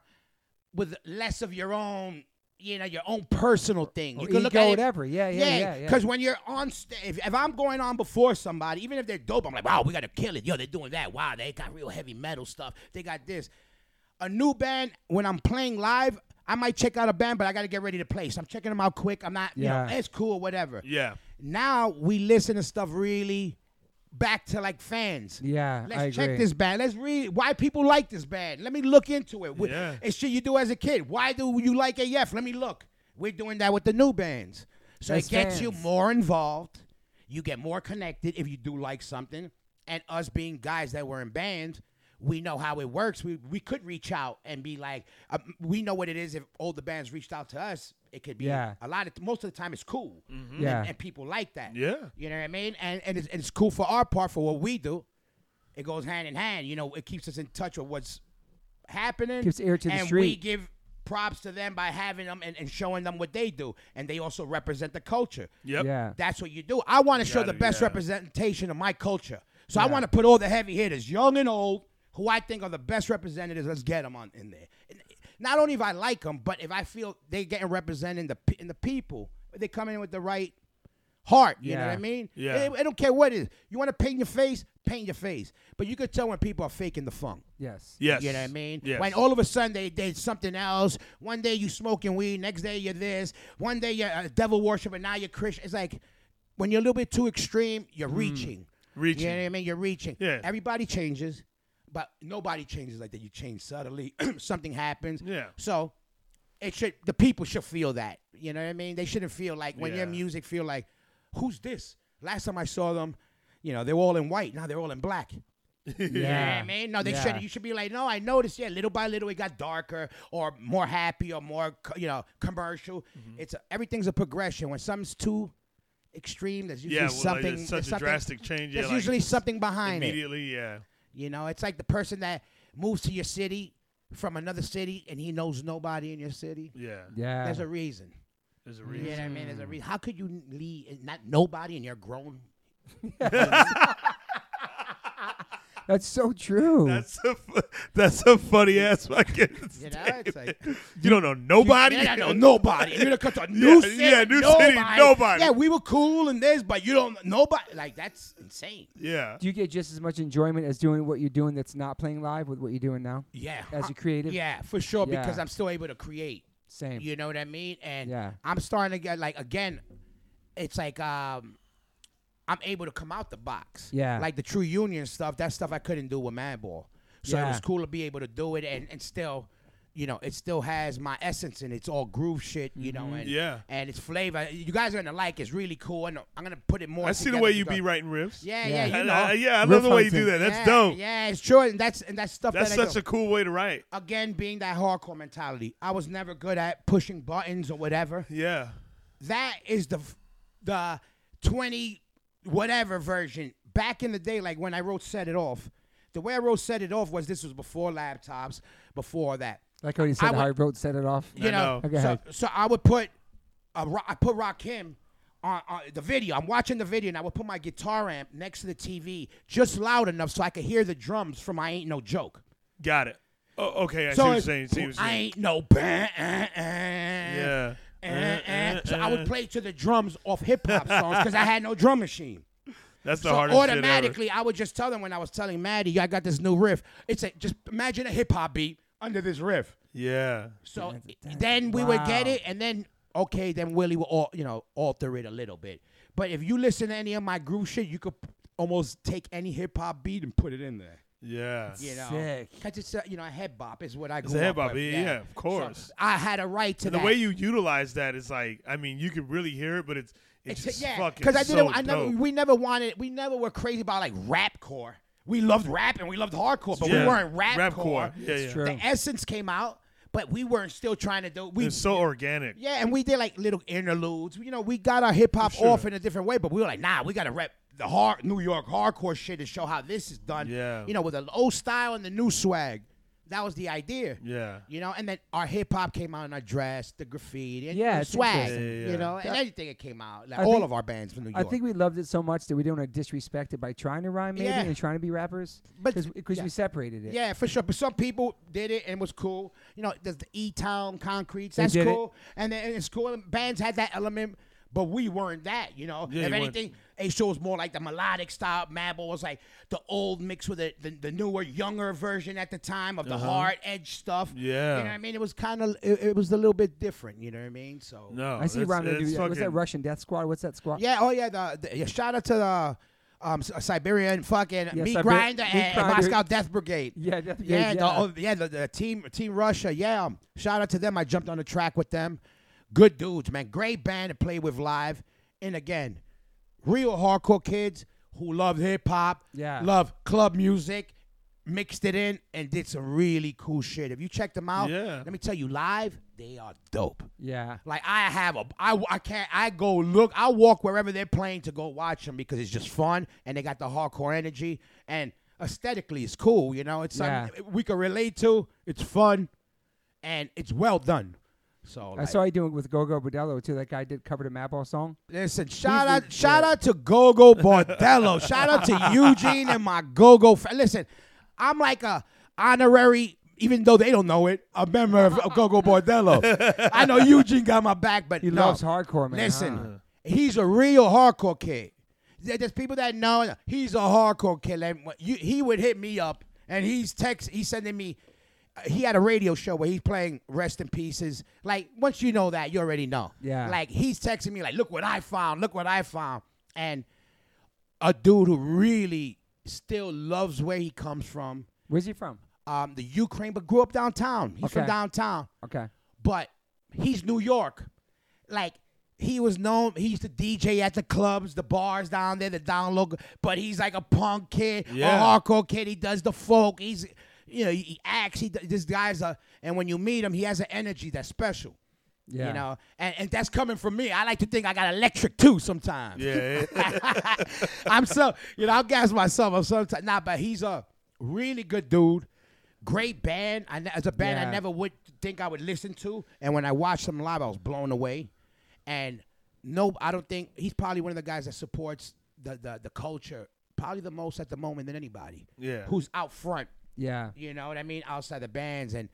B: with less of your own, you know, your own personal thing. You
A: Oh, ego,
B: can look at it-
A: whatever. Yeah, yeah, yeah, yeah.
B: Because when you're on stage, if, if I'm going on before somebody, even if they're dope, I'm like, wow, we gotta kill it. Yo, they're doing that. Wow, they got real heavy metal stuff. They got this. A new band. When I'm playing live, I might check out a band, but I gotta get ready to play. So I'm checking them out quick. I'm not, you
A: Yeah.
B: know, it's cool, whatever.
C: Yeah.
B: Now we listen to stuff really back to like fans.
A: Yeah,
B: Let's
A: I
B: check
A: agree.
B: this band. Let's read why people like this band. Let me look into it. What-
C: Yeah.
B: It's shit you do as a kid. Why do you like AF? Let me look. We're doing that with the new bands. So
A: That's
B: it gets you
A: fans.
B: more involved. You get more connected if you do like something. And us being guys that were in bands, we know how it works. We we could reach out and be like, uh, we know what it is. If older bands reached out to us, it could be
A: Yeah.
B: a lot of most of the time it's cool. And-
A: Yeah.
B: and people like that.
C: Mm-hmm. Yeah.
B: You know what I mean? And and it's, and it's cool for our part for what we do. It goes hand in hand. You know, it keeps us in touch with what's happening.
A: Keeps ear to the
B: and we
A: street.
B: give props to them by having them and, and showing them what they do. And they also represent the culture.
C: Yep.
A: Yeah.
B: That's what you do. I want to show
C: gotta-
B: the best
C: yeah.
B: representation of my culture. So I
A: Yeah.
B: want to put all the heavy hitters, young and old, who I think are the best representatives. Let's get them on in there. And not only if I like them, but if I feel they getting represented in the pe- in the people, they coming in with the right heart. You know what
A: Yeah.
B: I mean?
C: Yeah.
B: I, I don't care what it is. You want to paint your face, paint your face. But you could tell when people are faking the funk.
A: Yes.
C: Yes.
B: You know what I mean?
C: Yes.
B: When all of a sudden they did something else. One day you smoking weed, next day you're this. One day you're a devil worshiper, now you're Christian. It's like when you're a little bit too extreme, you're reaching.
C: Mm. Reaching.
B: You know what I mean? You're reaching.
C: Yeah.
B: Everybody changes, but nobody changes like that. You change subtly. something happens.
C: Yeah.
B: So it should the people should feel that. You know what I mean? They shouldn't feel like when your
C: Yeah.
B: music feel like, who's this? Last time I saw them, you know, they were all in white. Now they're all in black. You know what I mean? No, they
A: Yeah.
B: should. You should be like, no, I noticed. Yeah, little by little, it got darker or more happy or more, co- you know, commercial. It's a, everything's a progression. When something's too extreme, there's usually
C: Yeah, well, like,
B: something.
C: it's such
B: there's
C: a
B: something-
C: drastic change. Yeah,
B: There's
C: like,
B: usually something behind it.
C: Immediately, yeah.
B: You know, it's like the person that moves to your city from another city and he knows nobody in your city.
C: Yeah.
A: Yeah.
B: There's a reason. Mm.
C: There's a
B: You know
C: reason.
B: what I mean? There's a reason. How could you leave and not nobody and you're grown?
A: That's so true.
C: That's a fu- that's a funny ass fucking.
B: You know, it's like.
C: You don't know nobody.
B: Yeah, I know nobody. You're gonna come to a new
C: Yeah,
B: city.
C: yeah, new
B: nobody.
C: city, nobody.
B: Yeah, we were cool and this, but you don't nobody. Like that's insane.
C: Yeah.
A: Do you get just as much enjoyment as doing what you're doing that's not playing live with what you're doing now?
B: Yeah,
A: As a creative?
B: Yeah, for sure.
A: Yeah.
B: Because I'm still able to create.
A: Same.
B: You know what I mean? And
A: Yeah.
B: I'm starting to get like again. It's like um, I'm able to come out the box.
A: Yeah.
B: Like the True Union stuff. That stuff I couldn't do with Madball. So it
A: Yeah.
B: was cool to be able to do it and and still. You know, it still has my essence and it's all groove shit, you
A: Mm-hmm.
B: know, and
C: Yeah.
B: and it's flavor. You guys are gonna like. It's really cool. And I'm gonna put it more.
C: I see the
B: together
C: way you
B: because-
C: be writing riffs.
B: Yeah,
A: Yeah.
B: yeah,
C: I-
B: you know.
C: I, yeah, I love the way you do
A: Riff
C: that. That's
B: Yeah,
C: dope.
B: Yeah, it's true. And that's and that's stuff
C: That's
B: that I
C: such
B: do.
C: a cool way to write.
B: Again, being that hardcore mentality, I was never good at pushing buttons or whatever.
C: Yeah.
B: That is the f- the twenty whatever version back in the day, like when I wrote "Set It Off," the way I wrote "Set It Off" was this was before laptops, before that.
A: Like I already said,
B: I
A: how I
B: would-
A: wrote set it off.
B: You
C: I
B: know,
C: know.
A: Okay,
B: so,
A: ahead.
B: so I would put, a Ro- I put Rakim on, on the video. I'm watching the video, and I would put my guitar amp next to the TV, just loud enough so I could hear the drums from "I Ain't No Joke."
C: Got it. Oh, okay, I see
B: so
C: what you're
B: it's,
C: saying. See what you're
B: I
C: saying.
B: ain't no. Yeah.
C: Yeah. Uh,
B: Eh, eh. So I would play to the drums off hip hop songs because I had no drum machine.
C: That's the
B: So
C: hardest shit ever.
B: automatically, I would just tell them when I was telling Maddie, "Yo, I got this new riff. It's a just imagine a hip hop beat under this riff.
C: Yeah.
B: So
A: Dun, dun,
B: then we would get
A: wow.
B: it, and then okay, then Willie will all you know alter it a little bit. But if you listen to any of my groove shit, you could almost take any hip hop beat and put it in there.
C: Yeah.
B: You know,
A: Sick.
B: Cause it's a, you know a head bop is what I.
C: It's
B: grew
C: a hip
B: up
C: hop.
B: with,
C: Yeah, yeah, of course.
B: So I had a right to
C: And the
B: that.
C: way you utilize that is like, I mean, you could really hear it, but it's it's,
B: It's-
C: just
B: yeah,
C: fucking
B: because I
C: so
B: didn't. I never.
C: dope.
B: We never wanted. We never were crazy about like rap core. We loved rap and we loved hardcore, but we
C: Yeah.
B: weren't rap,
C: Rapcore.
B: core.
C: Yeah, It's yeah.
A: true.
B: The essence came out, but we weren't still trying to do. We
C: It's so organic.
B: yeah, and we did like little interludes. You know, we got our hip hop
C: For sure.
B: off in a different way, but we were like, nah, we gotta rep the hard New York hardcore shit to show how this is done.
C: Yeah.
B: you know, with the old style and the new swag. That was the idea.
C: Yeah.
B: You know, and then our hip hop came out in our dress, the graffiti, and
A: Yeah,
B: the
A: it's
B: swag.
A: interesting.
C: Yeah, yeah, yeah.
B: You know, and anything that came out, like
A: I
B: all
A: think-
B: of our bands from New
A: I
B: York.
A: think we loved it so much that we didn't want to disrespect it by trying to rhyme, maybe,
B: Yeah.
A: and trying to be rappers.
B: But-
A: because
B: yeah.
A: we separated it.
B: yeah, for sure. But some people did it and was cool. You know, there's the E Town Concrete.
A: They
B: That's
A: did it.
B: cool, and then and it's cool. And bands had that element, but we weren't that. You know,
C: Yeah,
B: if
C: you weren't.
B: anything, A Show was more like the melodic style. Mabel was like the old mix with the, the, the newer, younger version at the time of the hard edge stuff.
C: Uh-huh. Yeah.
B: you know what I mean. It was kind of it, it was a little bit different. You know what I mean? So
C: No.
A: I see
C: it's,
A: Ron.
C: it's
A: do that. What's that
C: fucking-
A: Russian Death Squad? What's that squad?
B: Yeah, oh yeah, the, the yeah, shout out to the um, S- Siberian fucking
A: Yeah,
B: meat
A: Siber-
B: grinder
A: Meat
B: and, and
A: Grinder.
B: Moscow Death Brigade.
A: Yeah, Death Brigade,
B: yeah, the,
A: yeah.
B: oh, yeah, the, the team Team Russia. Yeah, um, shout out to them. I jumped on the track with them. Good dudes, man. Great band to play with live. And again, real hardcore kids who love hip hop,
A: Yeah.
B: love club music, mixed it in and did some really cool shit. If you check them out,
C: Yeah.
B: let me tell you, live they are dope.
A: Yeah.
B: Like I have a, I, I can't, I go look, I walk wherever they're playing to go watch them because it's just fun and they got the hardcore energy and aesthetically it's cool, you know. It's something we can relate to. It's fun, and it's well done. So
A: I
B: like,
A: saw you doing it with Gogo Bordello too. That guy did cover the Madball song.
B: listen, shout
A: the
B: out, shout out to Gogo Bordello, shout out to Eugene and my Gogo. fa- Listen, I'm like a honorary. Even though they don't know it, a member of Gogo Bordello. I know Eugene got my back, but
A: He
B: no.
A: loves hardcore, man.
B: Listen,
A: huh?
B: he's a real hardcore kid. There- There's people that know he's a hardcore kid. And what- you- he would hit me up, and he's text. He's sending me. uh, He had a radio show where he's playing "Rest in Pieces." Like once you know that, you already know.
A: Yeah.
B: Like he's texting me, like, "Look what I found! Look what I found!" And a dude who really still loves where he comes from,
A: Where's he from?
B: um, the Ukraine, but grew up downtown. He's from
A: Okay.
B: downtown
A: Okay.
B: but he's New York. Like he was known, he used to DJ at the clubs, the bars down there, the down low. But he's like a punk kid,
C: Yeah.
B: a hardcore kid. He does the folk. He's, you know, he, he acts. He d- this guy's a, and when you meet him, he has an energy that's special.
A: Yeah.
B: You know, and, and that's coming from me. I like to think I got electric too sometimes.
C: Yeah.
B: I'm so you know I'll gas myself. I'm sometimes nah, but he's a really good dude. Great band. I ne- as a band
A: Yeah.
B: I never would think I would listen to, and when I watched them live, I was blown away. And no, I don't think he's probably one of the guys that supports the the, the culture probably the most at the moment than anybody.
C: Yeah.
B: who's out front.
A: Yeah.
B: You know what I mean? Outside the bands and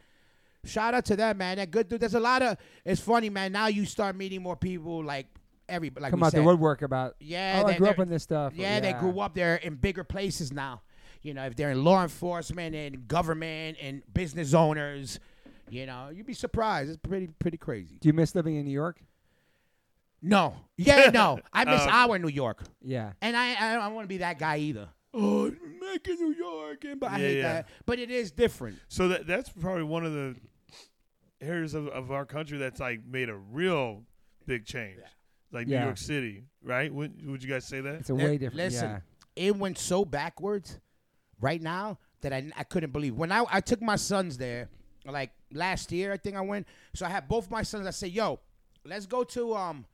B: shout out to that man. That good dude. There's a lot of. It's funny, man. Now you start meeting more people like every like
A: Come
B: we
A: out the
B: said.
A: woodwork about.
B: Yeah,
A: Oh, I
B: they-
A: grew up
B: they're-
A: on this stuff. or-
B: Yeah, they grew up there in bigger places now. You know, if they're in law enforcement and government and business owners, you know, you'd be surprised. It's pretty pretty crazy.
A: Do you miss living in New York?
B: No, yeah, no, I miss
C: Oh.
B: our New York,
A: Yeah.
B: and I I don't want to be that guy either. Oh, make it New York, and but I
C: Yeah,
B: hate
C: yeah.
B: that. But it is different.
C: So that that's probably one of the areas of, of our country that's like made a real big change. Like
A: Yeah.
C: New York City, right? Would would you guys say that?
A: It's a way
B: Li-
A: different.
B: Eh, Listen,
A: yeah.
B: it went so backwards right now that I, I couldn't believe. When I, I took my sons there, like last year, I think I went. So I had both my sons. I said, yo, let's go to um,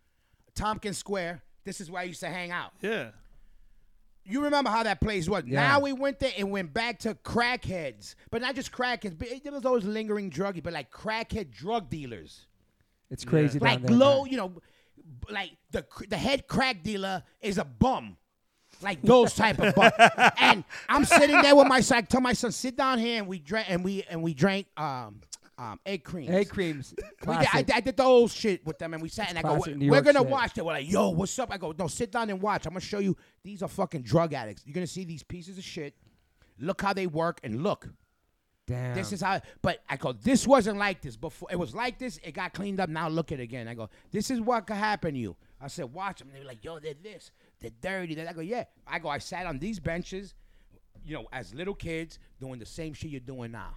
B: Tompkins Square. This is where I used to hang out.
C: Yeah.
B: You remember how that place was.
A: Yeah.
B: Now we went there and went back to crackheads, but not just crackheads. But it- there was always lingering druggy, but like crackhead drug dealers,
A: It's crazy. down
B: like
A: there, man.
B: low, you know, b- like the cr- the head crack dealer is a bum, like those type of bum. And I'm sitting there with my son. I tell my son, sit down here, and we drank and we and we drank um um egg cream.
A: Hey, creams.
B: We did, I,
A: Classic.
B: I did the old shit with them, and we sat and I go,
A: Classic New
B: "We're
A: York
B: gonna
A: shit."
B: watch." They were like, "Yo, what's up?" I go, "No, sit down and watch. I'm gonna show you. These are fucking drug addicts. You're gonna see these pieces of shit. Look how they work, and look.
A: Damn.
B: This is how." But I go, "This wasn't like this before. It was like this. It got cleaned up. Now look at it again." I go, "This is what could happen to you." I said, "Watch them." They were like, "Yo, they're this. They're dirty." That I go, "Yeah." I go, "I sat on these benches, you know, as little kids doing the same shit you're doing now."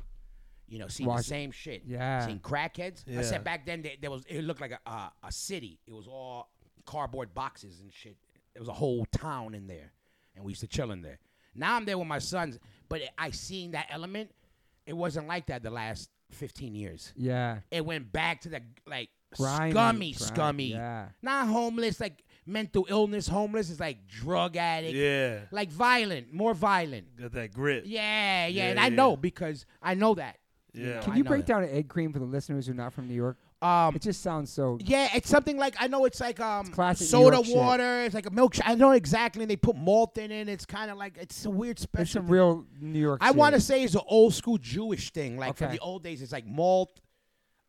B: You know, seeing the
A: Watch-
B: same shit.
A: Yeah.
B: Seeing crackheads. I
C: Yeah.
B: said back then there, there was it looked like a uh, a city. It was all cardboard boxes and shit. There was a whole town in there, and we used to chill in there. Now I'm there with my sons, but I seen that element. It wasn't like that the last 15 years.
A: yeah.
B: It went back to the like
A: Grimy,
B: scummy,
A: grimy,
B: scummy.
A: yeah.
B: Not homeless, like mental illness. Homeless is like drug addict.
C: Yeah.
B: Like violent, more violent.
C: Got that grit.
B: Yeah, yeah,
C: Yeah,
B: and I
C: yeah.
B: know because I know that.
C: Yeah.
B: know,
A: Can
B: I
A: you
B: know
A: break
B: that.
A: down an egg cream for the listeners who are not from New York?
B: Um,
A: It just sounds so.
B: Yeah, it's something like I know it's like um
A: classic New
B: soda
A: York shit.
B: water. It's like a milkshake. I know exactly. And they put malt in it. It's kind of like it's a weird special.
A: It's some
B: thing.
A: real New York.
B: I
A: shit.
B: want to say it's an old school Jewish thing. Like from
A: Okay.
B: the old days, it's like malt.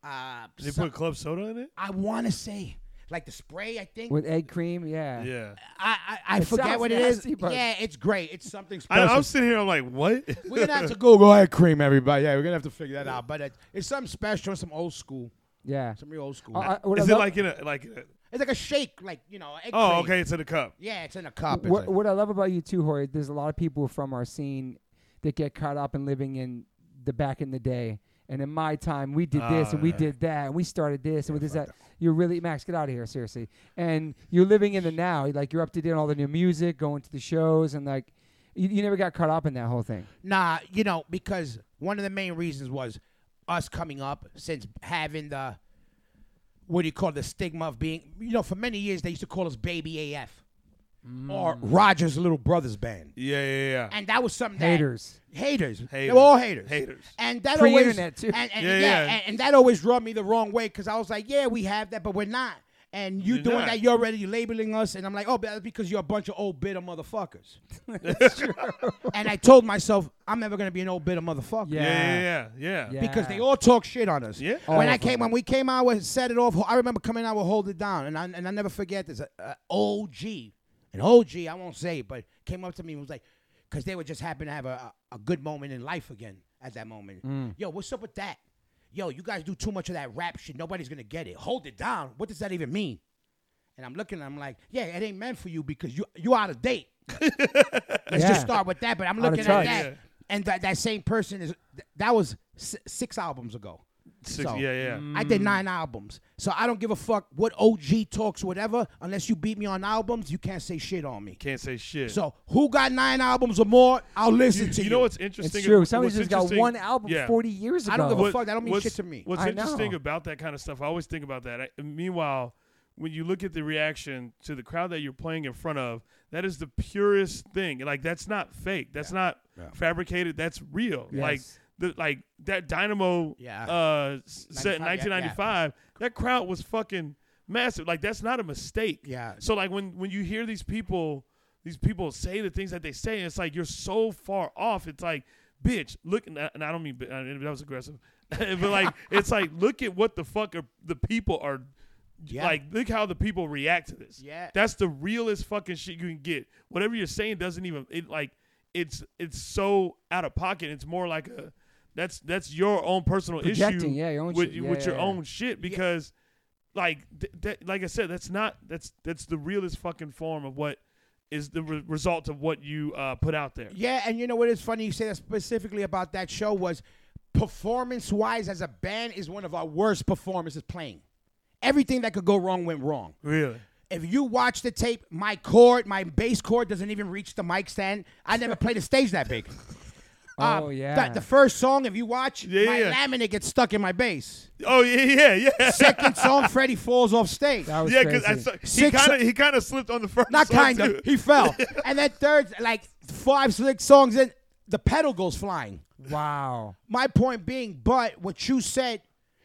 B: Uh,
C: Did they
B: some-
C: put club soda in it?
B: I want to say like the spray. I think
A: with egg cream. Yeah.
C: Yeah.
B: I I, I
A: It
B: forget
A: sounds
B: what it is.
A: nasty, but-
B: yeah, it's great. It's something
C: I,
B: special.
C: I'm sitting here. I'm like, what?
B: we're gonna have to Google that cream, everybody. Yeah, we're gonna have to figure that out. But it, it's something special, some old school,
A: Yeah.
B: some real old school.
A: Uh, uh, what I
C: Is it
A: love-
C: like in a like? in a-
B: it's like a shake, like you know. Egg
C: oh,
B: cream.
C: okay. It's in a cup.
B: Yeah, it's in a cup. It's
A: what,
B: like-
A: what I love about you too, Jorge, there's a lot of people from our scene that get caught up in living in the back in the day. And in my time, we did this and we
C: Ah.
A: did that and we started this and we did that. You're really Max, get out of here, seriously. And you're living in the now, like you're up to date on all the new music, going to the shows, and like you, you never got caught up in that whole thing.
B: Nah, you know, because one of the main reasons was us coming up since having the what do you call it, the stigma of being you know, for many years they used to call us baby AF or Roger's little brother's band.
C: Yeah, yeah, yeah.
B: And that was something that-
A: Haters.
B: haters. They
C: Haters.
B: were all haters.
C: Haters.
B: And that
A: Pre-internet,
B: always
A: too.
B: And, and-
C: Yeah,
B: yeah,
C: yeah.
B: And, and that always rubbed me the wrong way because I was like, yeah, we have that, but we're not. And you
C: You're
B: doing
C: not.
B: that, you're already labeling us, and I'm like, oh, but that's because you're a bunch of old bitter motherfuckers. and I told myself, I'm never gonna be an old bitter motherfucker.
A: Yeah.
C: yeah, yeah, yeah, yeah.
A: Yeah.
B: Because they all talk shit on us.
C: Yeah.
A: All
B: When I
A: of them.
B: came, when we came out with set it off, I remember coming out with hold it down, and I and I never forget this. Uh, uh, OG, an OG, I won't say, it, but came up to me and was like, because they would just happen to have a, a a good moment in life again at that moment. Yo, what's up with that? Yo, you guys do too much of that rap shit. Nobody's gonna get it. Hold it down. What does that even mean? And I'm looking, I'm like, yeah, it ain't meant for you because you you out of date. Let's
A: Yeah.
B: just start with that. But I'm
A: Out of
B: looking at
A: touch.
B: that,
C: Yeah.
B: and that, that same person is th- that was s- six albums ago.
C: Six,
B: So,
C: yeah, yeah.
B: I did nine albums, so I don't give a fuck what OG talks, whatever. Unless you beat me on albums, you can't say shit on me.
C: Can't say shit.
B: So who got nine albums or more? I'll listen
C: you,
B: to you.
C: you know what's
A: It's
C: interesting?
A: true.
C: what's
A: Somebody's just got
C: interesting-
A: one album
C: yeah.
A: 40 years ago.
B: I don't give a
C: What-
B: fuck, that don't mean
C: what's-
B: shit to me.
C: What's
A: I
C: interesting
A: know.
C: about that kind of stuff, I always think about that. I, meanwhile, when you look at the reaction to the crowd that you're playing in front of, that is the purest thing. Like that's not fake. That's not
B: Yeah.
C: fabricated. That's real. Like
A: Yes.
C: the like that Dynamo
B: Yeah.
C: uh, s- set in
B: 95, yeah, yeah.
C: 1995. That crowd was fucking massive. Like that's not a mistake.
B: Yeah.
C: So like when when you hear these people these people say the things that they say, it's like you're so far off. It's like, bitch, look, and I, and I don't mean bi- I mean, that was aggressive, but like it's like look at what the fuck are the people are.
B: Yeah.
C: Like, look how the people react to this.
B: Yeah.
C: that's the realest fucking shit you can get. Whatever you're saying doesn't even it like it's it's so out of pocket. It's more like a that's that's your own personal issue
A: Projecting, yeah, your own
C: with
A: shit. Yeah,
C: with your
A: yeah, yeah.
C: own shit because like th- that, like I said, that's not that's that's the realest fucking form of what is the re- result of what you uh, put out there.
B: Yeah, and you know what is funny? You say that specifically about that show was performance-wise as a band is one of our worst performances playing. Everything that could go wrong went wrong.
C: Really?
B: If you watch the tape, my chord, my bass chord doesn't even reach the mic stand. I never played a stage uh, that big.
A: Oh,
B: th-
A: yeah.
B: the first song, if you watch,
C: Yeah,
B: my
C: yeah.
B: laminate gets stuck in my bass.
C: Oh yeah, yeah, yeah.
B: Second song, Freddie falls off stage.
A: That was
C: Yeah,
A: crazy.
C: because I saw, he
B: Six-
C: kind of he kind of slipped on the first.
B: Not
C: one,
B: kind
C: too.
B: of. He fell. and then third, like five, six songs in, the pedal goes flying.
A: wow.
B: My point being, but what you said,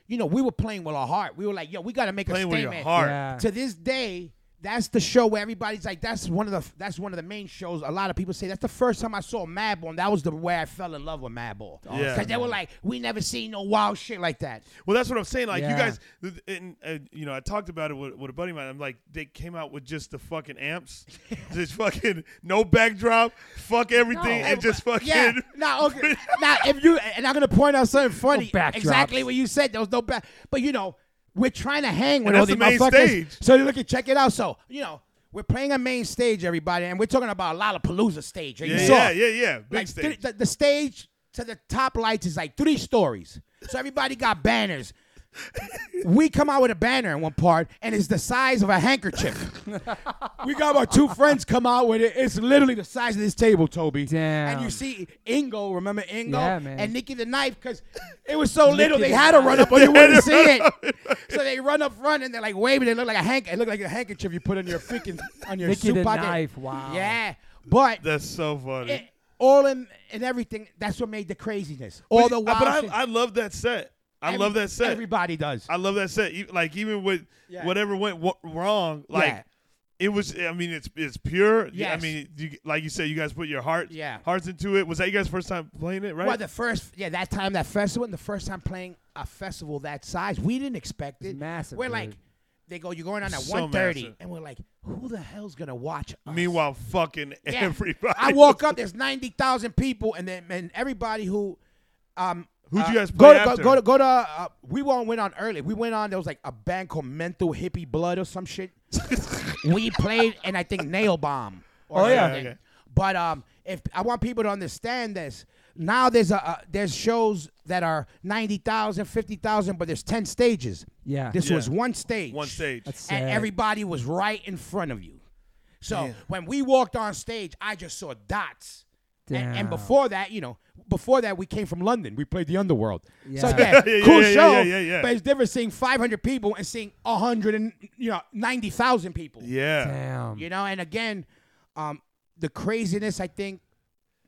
B: you know, we were playing with our heart. We were like, yo, we got to make
C: Playing
B: a
C: with your
B: statement.
C: heart.
A: Yeah.
B: To this day, that's the show where everybody's like, that's one of the that's one of the main shows. A lot of people say that's the first time I saw Madball, and that was the way I fell in love with Madball.
C: Yeah.
B: Because they were like, we never seen no wild shit like that.
C: Well, that's what I'm saying. Like
A: Yeah.
C: you guys, th- and, uh, you know, I talked about it with, with a buddy of mine. I'm like, they came out with just the fucking amps, just fucking no backdrop, fuck everything, and just fucking.
B: Oh, Yeah. Now, okay. now, if you and I'm gonna point out something funny.
A: backdrops.
B: exactly what you said. There was no back, but you know, we're trying to hang with
C: And
B: all
C: that's
B: these
C: the main
B: motherfuckers.
C: stage.
B: So you look at check it out. So you know, we're playing a main stage, everybody, and we're talking about a Lollapalooza stage. right?
C: yeah,
B: you saw.
C: yeah, yeah, yeah. Big
B: Like
C: stage.
B: th- the, the stage to the top lights is like three stories. So everybody got banners. we come out with a banner in one part, and it's the size of a handkerchief. we got our two friends come out with it. It's literally the size of this table, Toby.
A: Damn.
B: And you see Ingo, remember Ingo?
A: Yeah, man.
B: And Nikki the Knife, because it was so little,
A: Nicky
B: they
A: the
B: had to run up, but
C: They
B: you wouldn't
C: had
B: see
C: to run
B: it.
C: up.
B: So they run up front, and they're like waving. It looked like a hank. It looked like a handkerchief you put on your freaking on your
A: Nicky
B: suit
A: the
B: pocket.
A: Knife, wow.
B: Yeah, but
C: that's so funny.
B: it- all in and everything. That's what made the craziness. All the
C: but
B: wild.
C: I,
B: shit.
C: I love that set. I
B: Every-
C: love that set.
B: Everybody does.
C: I love that set. E- Like even with
B: Yeah.
C: whatever went w- wrong, like
B: Yeah.
C: it was. I mean, it's it's pure. Yeah. I
B: Yes.
C: mean, you, like you said, you guys put your heart
B: Yeah.
C: hearts into it. Was that you guys first time playing it? Right.
B: Well, the first yeah, that time that festival, and the first time playing a festival that size, we didn't expect it.
A: It's massive,
B: We're
A: dude.
B: like, they go, you're going on at
C: So
B: 1:30,
C: massive.
B: and we're like, who the hell's gonna watch? Us?
C: Meanwhile, fucking
B: Yeah.
C: everybody.
B: I walk up. There's ninety thousand people, and then and everybody who, um,
C: Who'd you
B: uh,
C: guys
B: go
C: play
B: to, go,
C: after?
B: go to go to? Uh, we won't went on early. We went on. There was like a band called Mental Hippie Blood or some shit. we played, and I think Nail Bomb. or
A: Oh, yeah.
B: something.
C: Okay.
B: But um, if I want people to understand this, now there's a uh, there's shows that are 90,000, 50,000, but there's ten stages.
A: Yeah.
B: This
C: Yeah.
B: was one stage
C: one stage.
A: That's sad.
B: and everybody was right in front of you. So when we walked on stage, I just saw dots. And, and
A: Damn.
B: before that, you know, before that, we came from London. We played the Underworld. So
A: Yeah.
B: yeah,
C: Yeah, yeah,
B: cool
C: yeah, yeah,
B: show.
C: yeah, yeah, yeah.
B: But it's different seeing 500 people and seeing 100 and you know 90,000 people.
C: yeah.
A: Damn.
B: You know, and again, um, the craziness. I think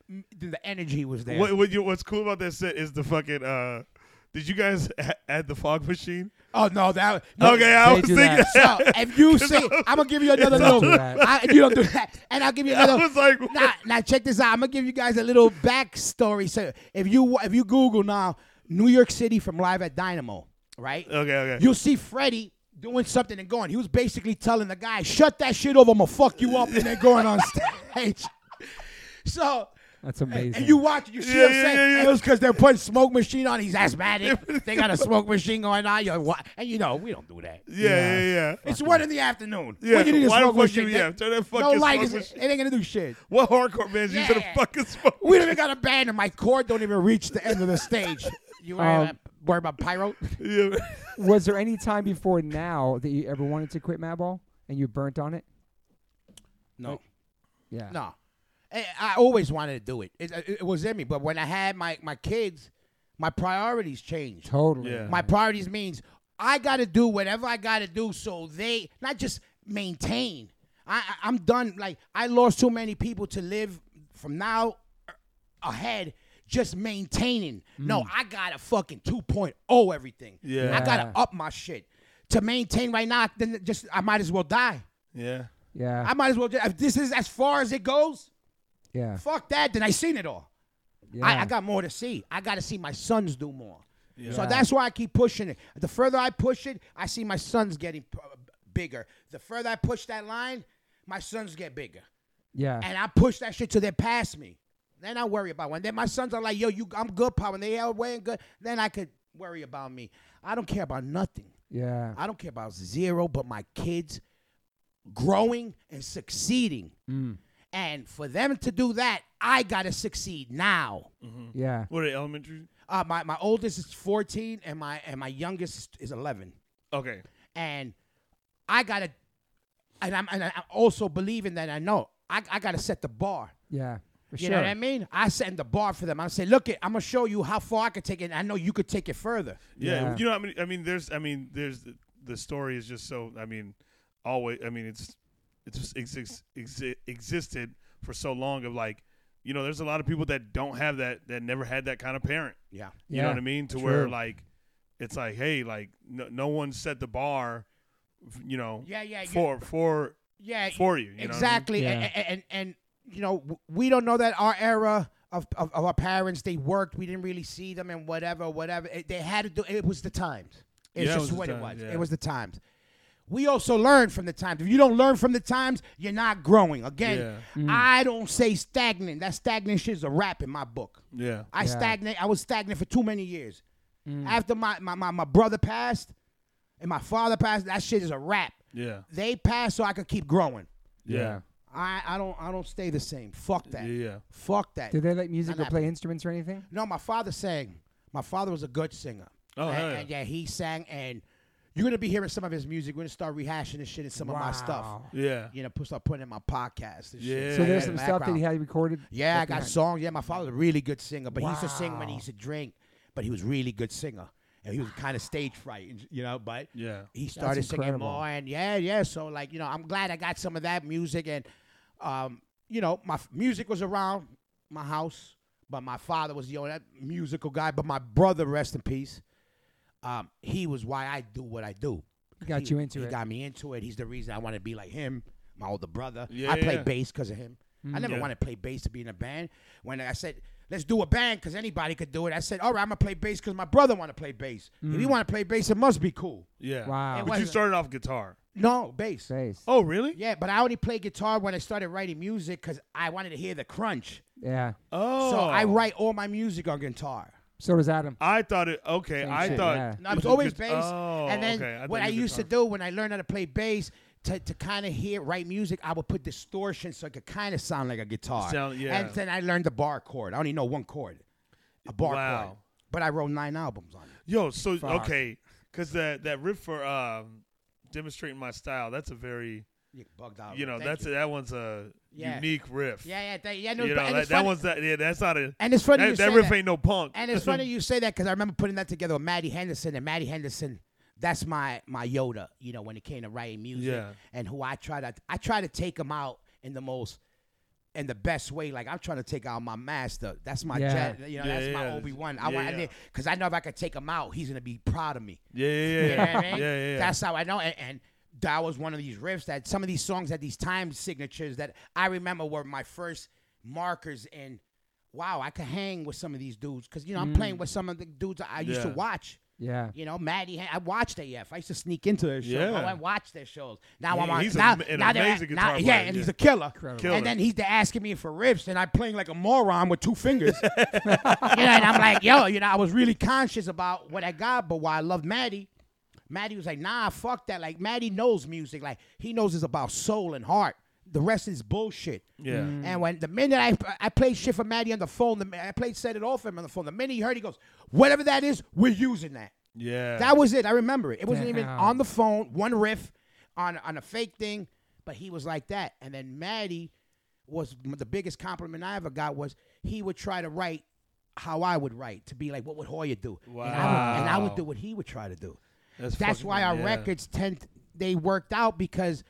B: m- the energy was there.
C: What, what you, what's cool about that set is the fucking. Uh, did you guys a- add the fog machine?
B: Oh no, that no,
C: Okay, I
A: they
C: was
A: do
C: thinking.
A: that.
B: So if you see, I'm gonna give you another
A: Don't
B: little.
A: do that.
B: I, you don't do that, and I'll give you
C: I
B: another.
C: was like,
B: now, now check this out. I'm gonna give you guys a little backstory. So if you if you Google now New York City from Live at Dynamo, right?
C: okay, okay.
B: You'll see Freddie doing something and going. He was basically telling the guy, "Shut that shit over. I'm gonna fuck you up," and then going on stage. So.
A: That's amazing.
B: And you watch, you see
C: Yeah,
B: what I'm
C: yeah,
B: saying?
C: yeah, yeah.
B: And It was because they're putting smoke machine on. He's asthmatic. they got a smoke machine going on. You're, wa- and you know, we don't do that.
C: yeah, yeah, yeah.
B: It's one in the afternoon.
C: Yeah,
B: When you need a
C: why the
B: smoke
C: fuck you-
B: machine,
C: yeah,
B: that-
C: turn that
B: no
C: fucking
B: light.
C: smoke
B: is-
C: machine-
B: It ain't gonna do shit.
C: What hardcore bands use
B: Yeah,
C: using
B: yeah.
C: a fucking smoke?
B: We don't even got a band, and my cord don't even reach the end of the stage. You worry,
A: Um,
B: about, worry about pyro?
C: Yeah.
A: Was there any time before now that you ever wanted to quit Madball and you burnt on it?
B: No,
A: Yeah.
B: no. I, I always wanted to do it. It, it. it was in me, but when I had my my kids, my priorities changed.
A: Totally.
C: Yeah.
B: My priorities means I got to do whatever I got to do so they not just maintain. I, I I'm done. Like I lost too many people to live from now ahead just maintaining. No, I got to fucking 2.0 everything.
C: Yeah.
B: I got to up my shit. To maintain right now, then just I might as well die.
C: yeah.
A: Yeah.
B: I might as well just, if this is as far as it goes,
A: yeah.
B: fuck that, then I seen it all.
A: yeah.
B: I, I got more to see. I got to see my sons do more. So
A: Yeah.
B: that's why I keep pushing it. The further I push it, I see my sons getting p- uh, bigger. The further I push that line, my sons get bigger.
A: Yeah.
B: And I push that shit till they pass me. Then I worry about when then my sons are like, "Yo, you, I'm good, pop." When they are way good, then I could worry about me. I don't care about nothing.
A: yeah.
B: I don't care about zero, but my kids growing and succeeding.
A: Mm.
B: And for them to do that, I gotta succeed now.
A: yeah.
C: What are they, elementary?
B: Uh, my my oldest is 14 and my and my youngest is 11.
C: Okay.
B: And I gotta, and I'm and I I also believe in that. I know I I gotta set the bar.
A: Yeah. For
B: You
A: sure.
B: know what I mean? I set the bar for them. I say, look, it, I'm gonna show you how far I could take it. And I know you could take it further.
C: Yeah,
A: Yeah.
C: you know, I mean, I mean, there's, I mean, there's the, the story is just so, I mean, always, I mean, it's, it's just ex- ex- existed for so long of like, you know, there's a lot of people that don't have that, that never had that kind of parent.
B: Yeah,
A: yeah.
C: You know what I mean? To where
A: true.
C: like, it's like, hey, like, no, no one set the bar, f- you know,
B: yeah, yeah, you-
C: for for
B: yeah,
C: for you. you know what I mean?
B: exactly.
A: Yeah.
B: And, and, and you know, w- we don't know that our era. Of, of, of our parents, they worked. We didn't really see them, and whatever, whatever. It- they had to do. It was the times. It's
C: Yeah, it
B: just
C: was the
B: what it was.
C: times, yeah.
B: It was the times. We also learn from the times. If you don't learn from the times, you're not growing. Again,
A: Mm.
C: Yeah.
B: I don't say stagnant. That stagnant shit is a rap in my book.
C: Yeah.
B: I
A: Yeah. Mm.
B: stagnate. I was stagnant for too many years. After my, my, my, my brother passed and my father passed, that shit is a wrap.
C: Yeah.
B: They passed so I could keep growing.
C: Yeah.
B: I, I don't I don't stay the same. Fuck
C: Yeah.
B: that.
C: Yeah.
B: Fuck that.
A: Did they like music or
B: Not
A: play instruments or anything?
B: no, my father sang. My father was a good singer.
C: Oh,
B: and,
C: hell yeah.
B: and yeah, he sang and you're gonna be hearing some of his music. We're gonna start rehashing this shit and some of my stuff.
A: Wow.
C: Yeah.
B: You know, pu- start putting in my podcast and
C: Yeah.
B: shit.
A: So there's
B: in
A: some
B: the
A: stuff that
B: background.
A: he had recorded.
B: Yeah, I
A: that-
B: got songs. Yeah, my father's a really good singer, but he used to sing when he
A: Wow.
B: used to drink. But he was really good singer, and he was kind of stage frightened, you know. But
C: Yeah.
B: he started singing
A: incredible.
B: more, and yeah, yeah. So like, you know, I'm glad I got some of that music, and um, you know, my f- music was around my house, but my father was the only musical guy. But my brother, rest in peace, um, he was why I do what I do.
A: got
B: He-
A: you into
B: he
A: it.
B: got me into it. He's the reason I want to be like him, my older brother.
C: Yeah,
B: I play
C: yeah. Mm.
B: bass because of him. I never
C: Yeah.
B: wanted to play bass to be in a band. When I said, let's do a band because anybody could do it, I said, all right, I'm going to play bass because my brother want to play bass. If
A: Mm.
B: you want to play bass, it must be cool.
C: Yeah.
A: Wow.
B: It
C: But you
B: wasn't-
C: started off guitar.
B: No, bass.
A: Bass.
C: Oh, really?
B: Yeah, but I only played guitar when I started writing music because I wanted to hear the crunch.
A: Yeah.
C: Oh.
B: So I write all my music on guitar.
A: So does Adam.
C: I thought it. Okay,
A: Same
C: I
A: shit,
C: thought.
A: yeah.
B: No, it was
C: you
B: always
C: could-
B: bass.
C: Oh,
B: and then
C: okay.
B: what
C: thought
B: I
C: you
B: used to
C: guitar.
B: do when I learned how to play bass to, to kind of hear write music, I would put distortion so it could kind of sound like a guitar.
C: Sound- yeah.
B: And then I learned the bar chord. I only know one chord, a bar
C: Wow.
B: chord. But I wrote nine albums on it.
C: Yo, so
A: Fuck.
C: okay, because that that riff for um, demonstrating my style. That's a very
B: You bugged out.
C: you know
B: Oh, Thank
C: that's A, that one's a
B: Yeah.
C: unique riff.
B: yeah, yeah, thank- yeah. No,
C: You
B: but-
C: know
B: and,
C: that,
B: it's
C: that
B: funny,
C: one's that yeah that's not a
B: and it's funny you
C: that,
B: say
C: that riff
B: that.
C: ain't no punk.
B: And it's funny you say that because I remember putting that together with Maddie Henderson, and Maddie Henderson, that's my my Yoda, you know, when it came to writing music
C: Yeah.
B: and who I try to I try to take him out in the most in the best way. Like I'm trying to take out my master. That's my
A: Yeah.
B: jet, you know,
C: Yeah,
B: that's my
C: yeah.
B: Obi Wan. I
C: Yeah,
B: want
C: yeah.
B: because I know if I could take him out, he's gonna be proud of me.
C: yeah yeah yeah
B: You know what
C: yeah,
B: I
C: yeah,
B: mean?
C: yeah.
B: That's how I know. And, and that was one of these riffs that some of these songs had these time signatures that I remember were my first markers in. Wow, I could hang with some of these dudes because you know I'm playing with some of the dudes I used to
C: Mm. Yeah.
B: watch.
A: Yeah.
B: You know, Maddie, I watched AF. I used to sneak into their shows.
C: Yeah.
B: I watched their shows. Now I'm
C: Yeah,
B: on.
C: he's
B: now,
C: am- an
B: now they're-
C: amazing
B: now-
C: guitar
B: Yeah,
C: player,
B: and
C: yeah.
B: he's a killer.
A: Incredible.
C: Killer.
B: And then he's asking me for riffs, and I'm playing like a moron with two fingers. you know, and I'm like, yo, you know, I was really conscious about what I got, but while I loved Maddie, Maddie was like, nah, fuck that. Like, Maddie knows music. Like, he knows it's about soul and heart. The rest is bullshit.
C: Yeah. Mm.
B: And when the minute I I played shit for Maddie on the phone, the, mi- I played set it off for him on the phone. The minute he heard, he goes, whatever that is, we're using that.
C: yeah.
B: That was it. I remember it. It wasn't even
A: Damn.
B: on the phone, one riff on on a fake thing, but he was like that. And then Maddie was the biggest compliment I ever got was he would try to write how I would write to be like, what would Hoya do? And, I would, and I would
C: Wow.
B: do what he would try to do.
C: that's,
B: That's
C: fucking-
B: why our
C: yeah.
B: records tend they worked out because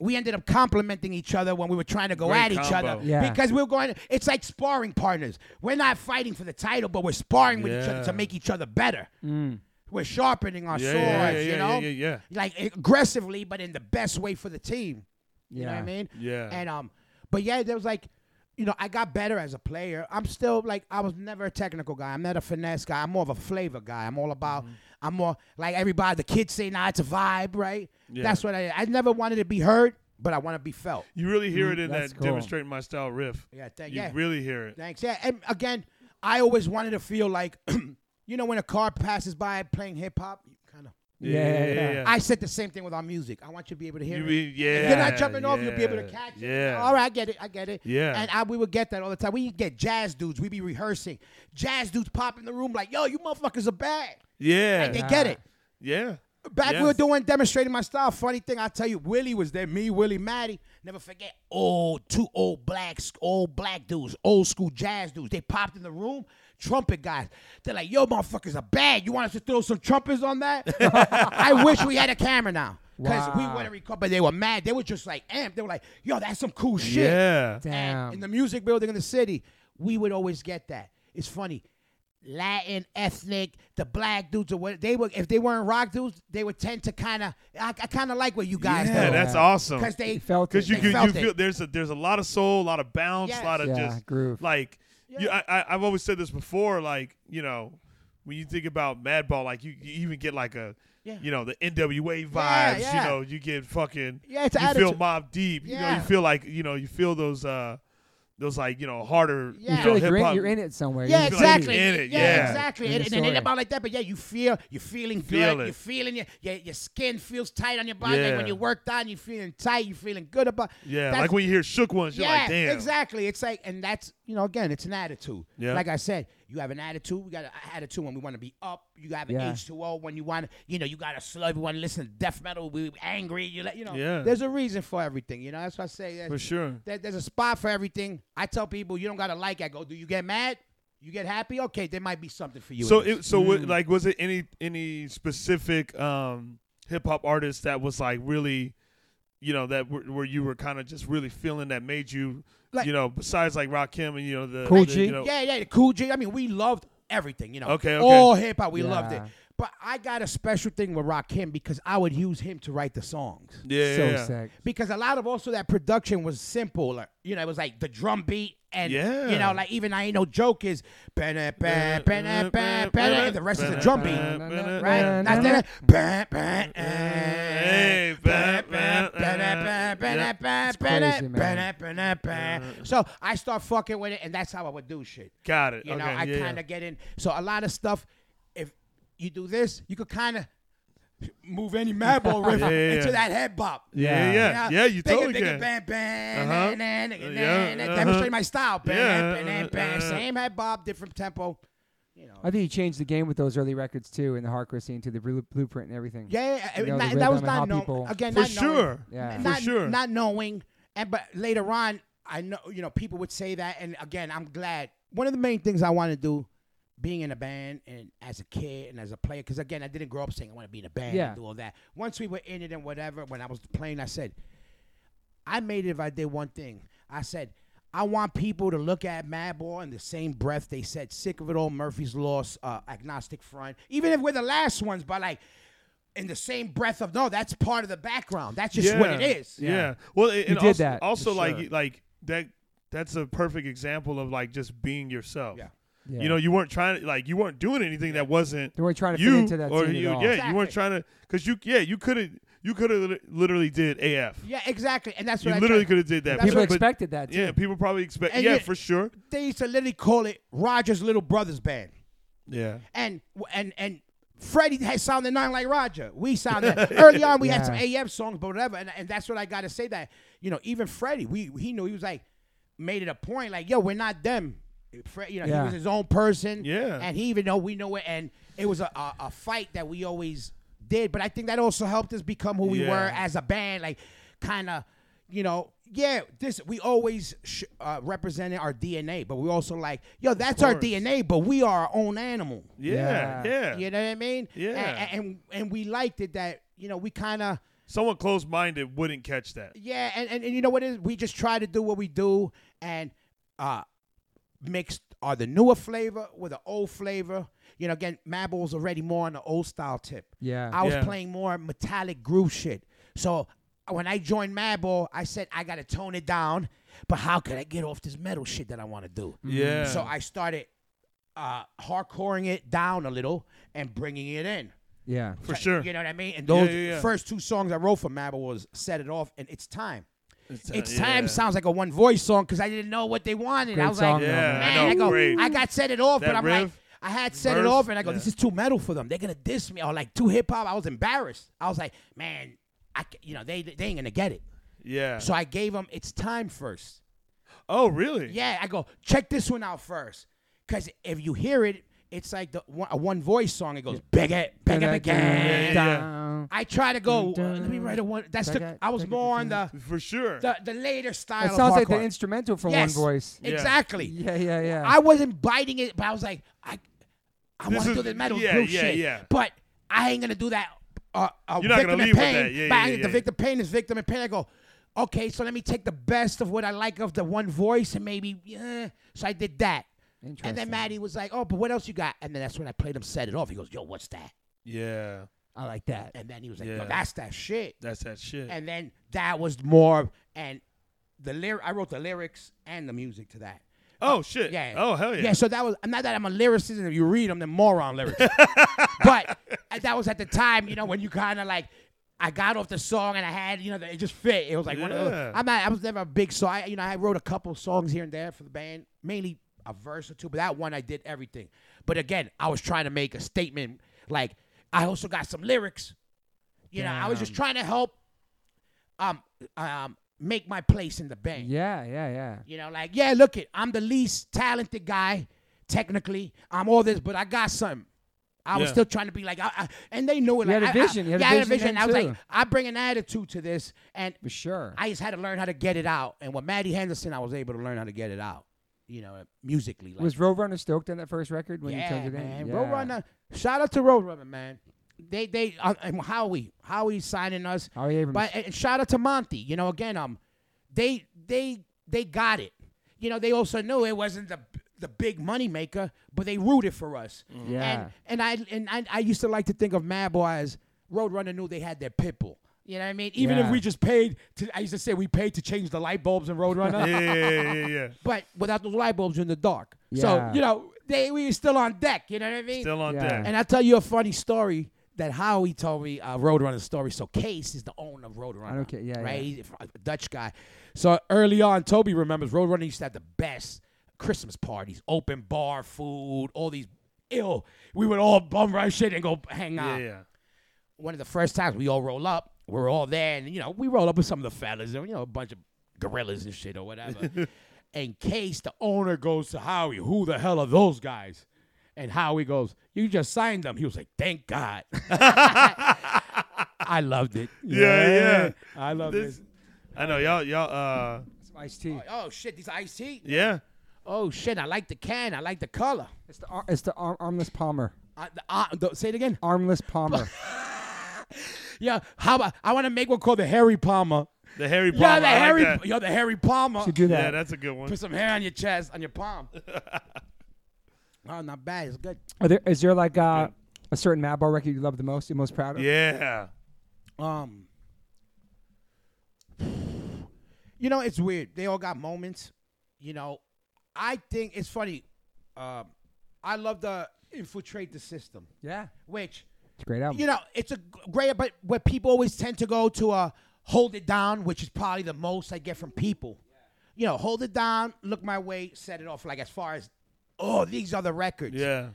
B: we ended up complimenting each other when we were trying to go
C: Great
B: at each
C: combo.
B: other
A: Yeah.
B: because we were going. It's like sparring partners. We're not fighting for the title, but we're sparring with each other
C: Yeah.
B: to make each other better.
A: Mm.
B: We're sharpening our
C: Yeah,
B: swords,
C: yeah, yeah,
B: you
C: yeah,
B: know,
C: yeah, yeah,
B: like aggressively, but in the best way for the team. You know what I
A: Yeah.
B: mean?
C: Yeah.
B: And um, but yeah, there was like, you know, I got better as a player. I'm still like, I was never a technical guy. I'm not a finesse guy. I'm more of a flavor guy. I'm all about.
C: Mm-hmm.
B: I'm more like everybody. The kids say, "Nah, it's a vibe, right?"
C: Yeah.
B: That's what I. I never wanted to be heard, but I want to be felt.
C: You really hear it in
A: Mm, that's
C: that
A: cool.
C: demonstrating my style riff.
B: Yeah, thank-
C: you
B: yeah.
C: really hear it.
B: Thanks. Yeah, and again, I always wanted to feel like, you know, when a car passes by playing hip hop, you kind of.
A: Yeah, yeah.
B: I said the same thing with our music. I want you to be able to hear.
C: You
B: it.
C: be- yeah,
B: If you're not jumping off, you'll be able to
C: yeah,
B: catch it.
C: yeah.
B: All right, I get it. I get it.
C: Yeah.
B: And I, we would get that all the time. We get jazz dudes. We be rehearsing. Jazz dudes pop in the room like, yo, you motherfuckers are bad.
C: yeah,
B: Like, they get it.
C: yeah.
B: Back we were
C: Yes.
B: doing demonstrating my style. Funny thing, I tell you, Willie was there. Me, Willie, Maddie. Never forget. Oh, two old blacks, old black dudes, old school jazz dudes. They popped in the room. Trumpet guys. They're like, yo, motherfuckers are bad. You want us to throw some trumpets on that? I wish we had a camera now. Because we
A: Wow.
B: wouldn't record, but they were mad. They were just like amped. They were like, yo, that's some cool shit.
C: Yeah.
A: Damn.
B: And in the music building in the city, we would always get that. It's funny. Latin, ethnic, the black dudes or what they were if they weren't rock dudes, they would tend to kind of I, I kind of like what you guys
C: Yeah,
B: do.
C: that's awesome.
B: Cuz they
A: He felt
C: Because
A: it.
C: you
B: They
C: could, you
B: felt it.
C: feel there's a there's a lot of soul, a lot of bounce,
B: Yes.
C: a lot of
A: Yeah,
C: just
A: groove.
C: Like you,
B: Yeah.
C: I, I I've always said this before. Like you know, when you think about Madball, like you, you even get like a
B: Yeah.
C: you know the NWA vibes.
B: Yeah, yeah.
C: You know, you get fucking
B: Yeah, it's
C: you feel
B: attitude.
C: Mob Deep. You know,
B: Yeah.
C: you feel like you know you feel those uh those like you know harder.
A: You
B: Yeah.
C: You
A: feel
C: know,
A: like you're
C: hip-hop-
A: in, you're in it somewhere.
B: yeah,
A: You're
C: feel like
B: exactly.
C: you're in it,
B: yeah,
C: yeah.
B: exactly.
A: In the
B: And, and it ain't
A: story.
B: about like that, but yeah, you feel you're feeling
C: Feel
B: good.
C: it.
B: You're feeling your, your your skin feels tight on your body. Like
C: Yeah.
B: when you worked out, you're feeling tight. You're feeling good about.
C: Yeah,
B: That's-
C: like when you hear shook ones, you're
B: yeah,
C: like, damn.
B: exactly. It's like, and that's you know, again, it's an attitude.
C: Yeah.
B: Like I said, you have an attitude. We got an attitude when we want to be up. You have an
A: Yeah.
B: H two O when you want, to you know, you got a slow. If you want to listen to death metal, we angry. You let, you know,
C: Yeah.
B: There's a reason for everything. You know, that's why I say.
C: For
B: That,
C: sure.
B: that there's a spot for everything. I tell people, you don't gotta like. it. I go, do you get mad? You get happy? Okay, there might be something for you.
C: So
B: in this.
C: it, so what, like was it any any specific um hip hop artist that was like really you know that were, where you were kind of just really feeling that made you
B: Like-
C: you know besides like Rakim and you know the,
A: Cool
C: the-
A: G?
C: you know,
B: Yeah, yeah, the Cool J. I mean, we loved everything, you know.
C: Okay, okay.
B: All hip hop, we loved it.
A: Yeah.
B: But I got a special thing with Rakim because I would use him to write the songs.
C: yeah,
A: So
C: yeah, yeah.
A: sick.
B: Because a lot of also that production was simple. Like, you know, it was like the drum beat and
C: Yeah.
B: you know, like even I ain't no joke is ben ben ben ben and the rest is the drum beat. Right? Not that eh, ben ben
C: Hey, eh.
B: ben ben ben ben ben
A: crazy, man.
B: ben ben ben So I start fucking with it and that's how I would do shit.
C: Got it.
B: You
C: okay,
B: know, I
C: yeah,
B: kind of get in. So a lot of stuff, if you do this, you could kind of move any madball riff
C: Yeah, yeah, yeah.
B: into that head bop.
C: yeah, yeah, yeah, yeah. You
B: They
C: totally
B: they
C: can.
B: Bam, bam, nah,
C: Uh-huh.
B: nah, nah, nah,
C: Yeah,
B: nah,
C: uh-huh.
B: Demonstrate my style. Bam,
C: Yeah,
B: bam,
C: uh,
B: bam,
C: uh,
B: Same head bob, different tempo. You know.
A: I think he changed the game with those early records too, in the hardcore scene, to the blu- blueprint and everything.
B: Yeah, yeah,
A: You know,
B: not-
A: the
B: that was
A: rhythm and how
B: not known.
A: people-
B: Again,
C: For
B: not knowing-
C: sure.
A: Yeah.
B: not,
C: sure.
B: Not knowing, and but later on, I know you know people would say that, and again, I'm glad. One of the main things I want to do, being in a band and as a kid and as a player, because again, I didn't grow up saying I want to be in a band
A: Yeah.
B: and do all that. Once we were in it and whatever, when I was playing, I said, I made it if I did one thing. I said, I want people to look at Madball in the same breath they said Sick of It All, Murphy's Law, uh, Agnostic Front, even if we're the last ones, but like in the same breath of, no, that's part of the background. That's just what it is.
C: Yeah. Well, it, and
A: did
C: also,
A: that, for
C: also like
A: sure.
C: like that. That's a perfect example of like just being yourself.
B: Yeah.
A: Yeah.
C: You know, you weren't trying to like you weren't doing anything that wasn't
A: they weren't trying to fit
C: you
A: into that
C: or
A: scene
C: you.
A: at all.
C: Yeah, you weren't
B: Exactly.
C: trying to because you. Yeah, you could have. You could have literally did AF.
B: Yeah, exactly. And that's what
C: you
B: I
C: literally
B: tried-
C: could have did that.
B: That's
A: People
C: but-
A: expected that too.
C: Yeah, people probably expect.
B: And
C: yeah,
B: you-
C: for sure.
B: They used to literally call it Roger's Little Brother's Band.
C: Yeah.
B: and and and Freddie had sounded nothing like Roger. We sounded early on. We had some AM songs, but whatever. And, and that's what I gotta say that you know even Freddie, we he knew he was like made it a point like yo, we're not them. Fred, you know
A: Yeah.
B: he was his own person.
C: Yeah.
B: and he even though we know it, and it was a, a a fight that we always did. But I think that also helped us become who we
C: Yeah.
B: were as a band, like kind of. You know, yeah, this we always sh- uh, represented our DNA, but we also like, yo, that's our
C: course.
B: DNA, but we are our own animal.
C: Yeah. Yeah.
A: Yeah.
B: You know what I mean? A-
C: Yeah.
B: a- And and, we liked it that you know we kind of
C: Someone close minded wouldn't catch
A: Mm-hmm.
C: that.
B: yeah and, and and you know what it is we just try to do what we do and uh mixed are the newer flavor with the old flavor. You know, again, Mabel was already more on the old style tip.
A: Yeah.
B: I was
C: Yeah.
B: playing more metallic groove shit. So when I joined Madball, I said I gotta tone it down, but how could I get off this metal shit that I want to do?
C: Yeah.
B: So I started uh, hardcoring it down a little and bringing it in.
A: yeah.
C: for sure.
B: You know what I mean? And those
C: Yeah, yeah, yeah.
B: first two songs I wrote for Mabel was Set It Off and It's Time.
C: It's,
B: It's Time sounds like a one voice song because I didn't know what they wanted.
A: Great
B: I was
A: song,
B: like,
A: though,
C: Yeah,
A: man.
C: I
B: man,
C: know,
B: I, go,
C: great.
B: I got Set It Off,
C: That
B: but I'm like,
C: riff,
B: I had Set It
C: verse,
B: Off and I go,
C: yeah.
B: this is too metal for them. They're going to diss me. Or like too hip hop. I was embarrassed. I was like, man, I, ca- you know, they, they ain't going to get it.
C: yeah.
B: So I gave them It's Time first.
C: oh, really?
B: Yeah, I go check this one out first, cause if you hear it, it's like the one, a one voice song. It goes big it, big it
A: Yeah,
B: again.
C: yeah, yeah.
A: Down. dun.
B: I try to go. uh,
A: Dun,
B: let me write a one. That's the.
A: dun,
B: I was
A: dun,
B: more on
A: dun,
B: the
C: for sure.
B: the, the later style.
A: It sounds
B: of
A: like the
B: hardcore.
A: instrumental for
B: Yes.
A: one voice.
C: Yeah.
B: Exactly.
A: Yeah, yeah, yeah.
B: I wasn't biting it, but I was like, I, I
C: This
B: want to
C: is-
B: do the metal
C: yeah,
B: groove
C: yeah,
B: shit.
C: yeah.
B: But I ain't gonna do that. Uh, uh,
C: You're
B: victim
C: not gonna
B: and
C: lead with
B: pain.
C: that. Yeah,
B: but
C: yeah,
B: I-
C: yeah,
B: the
C: yeah.
B: victim pain is victim and pain. I go, okay, so let me take the best of what I like of the one voice and maybe, yeah. So I did that. And
A: Interesting.
B: then Maddie was like, oh, but what else you got? And then that's when I played him set it off. He goes, yo, what's that?
C: yeah,
A: I like that.
B: And then he was like, yo,
C: Yeah.
B: that's that shit.
C: that's that shit.
B: And then that was more, and the lyric, I wrote the lyrics and the music to that.
C: oh shit.
B: Yeah.
C: Oh hell yeah.
B: Yeah. So that was not that I'm a lyricist. If you read them, they're moron lyrics. but uh, that was at the time, you know, when you kind of like, I got off the song and I had, you know, it just fit. It was like one of
C: Yeah.
B: those. I'm not. I was never a big so I, you know, I wrote a couple songs here and there for the band, mainly a verse or two. But that one, I did everything. But again, I was trying to make a statement. Like I also got some lyrics. You know, I was just trying to help, um, um, make my place in the band.
A: Yeah, yeah, yeah.
B: You know, like, yeah, look it, I'm the least talented guy, technically. I'm all this, but I got something. I was
C: Yeah.
B: still trying to be like, I, I, and they knew it.
A: You had
B: like,
A: a
B: I- I-
A: vision. You had a
B: yeah, I had a
A: vision
B: vision.
A: then,
B: I was like,
A: too.
B: I bring an attitude to this, and
A: For sure.
B: I just had to learn how to get it out. And with Maddie Henderson, I was able to learn how to get it out. You know, musically. Like,
A: was Roadrunner stoked on that first record when you
B: yeah,
A: turned it in?
B: man. Roadrunner. Shout out to Roadrunner, man. They, they, uh, and Howie, Howie signing us.
A: Howie Abrams.
B: But and and shout out to Monty. You know, again, um, they they they got it. You know, they also knew it wasn't the the big money maker, but they rooted for us.
A: Mm-hmm. Yeah.
B: And and I and I, I used to like to think of Mad Boy as Roadrunner knew they had their pitbull. You know what I mean? Even
A: Yeah.
B: if we just paid to, I used to say we paid to change the light bulbs in Roadrunner,
C: yeah, yeah, yeah, yeah, yeah.
B: but without those light bulbs, you're in the dark.
A: Yeah.
B: So you know, they we were still on deck. You know what I mean?
C: Still on
A: Yeah.
C: deck.
B: And I tell you a funny story that Howie told me a Roadrunner story. So Case is the owner of Roadrunner.
A: I don't care. Yeah,
B: right.
A: yeah.
B: He's a Dutch guy. So early on, Toby remembers Roadrunner used to have the best Christmas parties, open bar food, all these. Ill. We would all bum rush shit and go hang
C: yeah,
B: out.
C: yeah.
B: One of the first times we all roll up, we're all there, and you know we roll up with some of the fellas and you know a bunch of gorillas and shit or whatever. and Case, the owner, goes to Howie, "Who the hell are those guys?" And Howie goes, "You just signed them." He was like, "Thank God." I loved it.
C: Yeah, yeah.
B: I loved
C: This-
B: it.
C: I know y'all, y'all. Uh,
A: Some iced tea.
B: Oh shit, these iced tea.
C: yeah.
B: Oh shit, I like the can. I like the color.
A: It's the, ar- it's the arm, armless Palmer.
B: I, the, uh, the- say it again.
A: Armless Palmer.
B: Yeah, how about I want to make one called the Harry Palmer.
C: The Harry Potter.
B: Yeah, the
C: I like
B: Harry.
C: that.
B: Yo, the Harry Palmer.
A: Should do
C: Yeah,
A: that.
C: that's a good one.
B: Put some hair on your chest, on your palm. oh, not bad. It's good.
A: Are there, is there like uh, a certain Mad Ball record you love the most? You're most proud of?
C: Yeah.
B: Um, you know, it's weird. They all got moments. You know, I think it's funny. Um, I love to infiltrate the system,
A: Yeah.
B: which
A: It's a great album.
B: you know it's a g- great. But where people always tend to go to uh, hold it down, which is probably the most I get from people. You know, hold it down, look my way, set it off. Like as far as, oh, these are the records.
C: Yeah.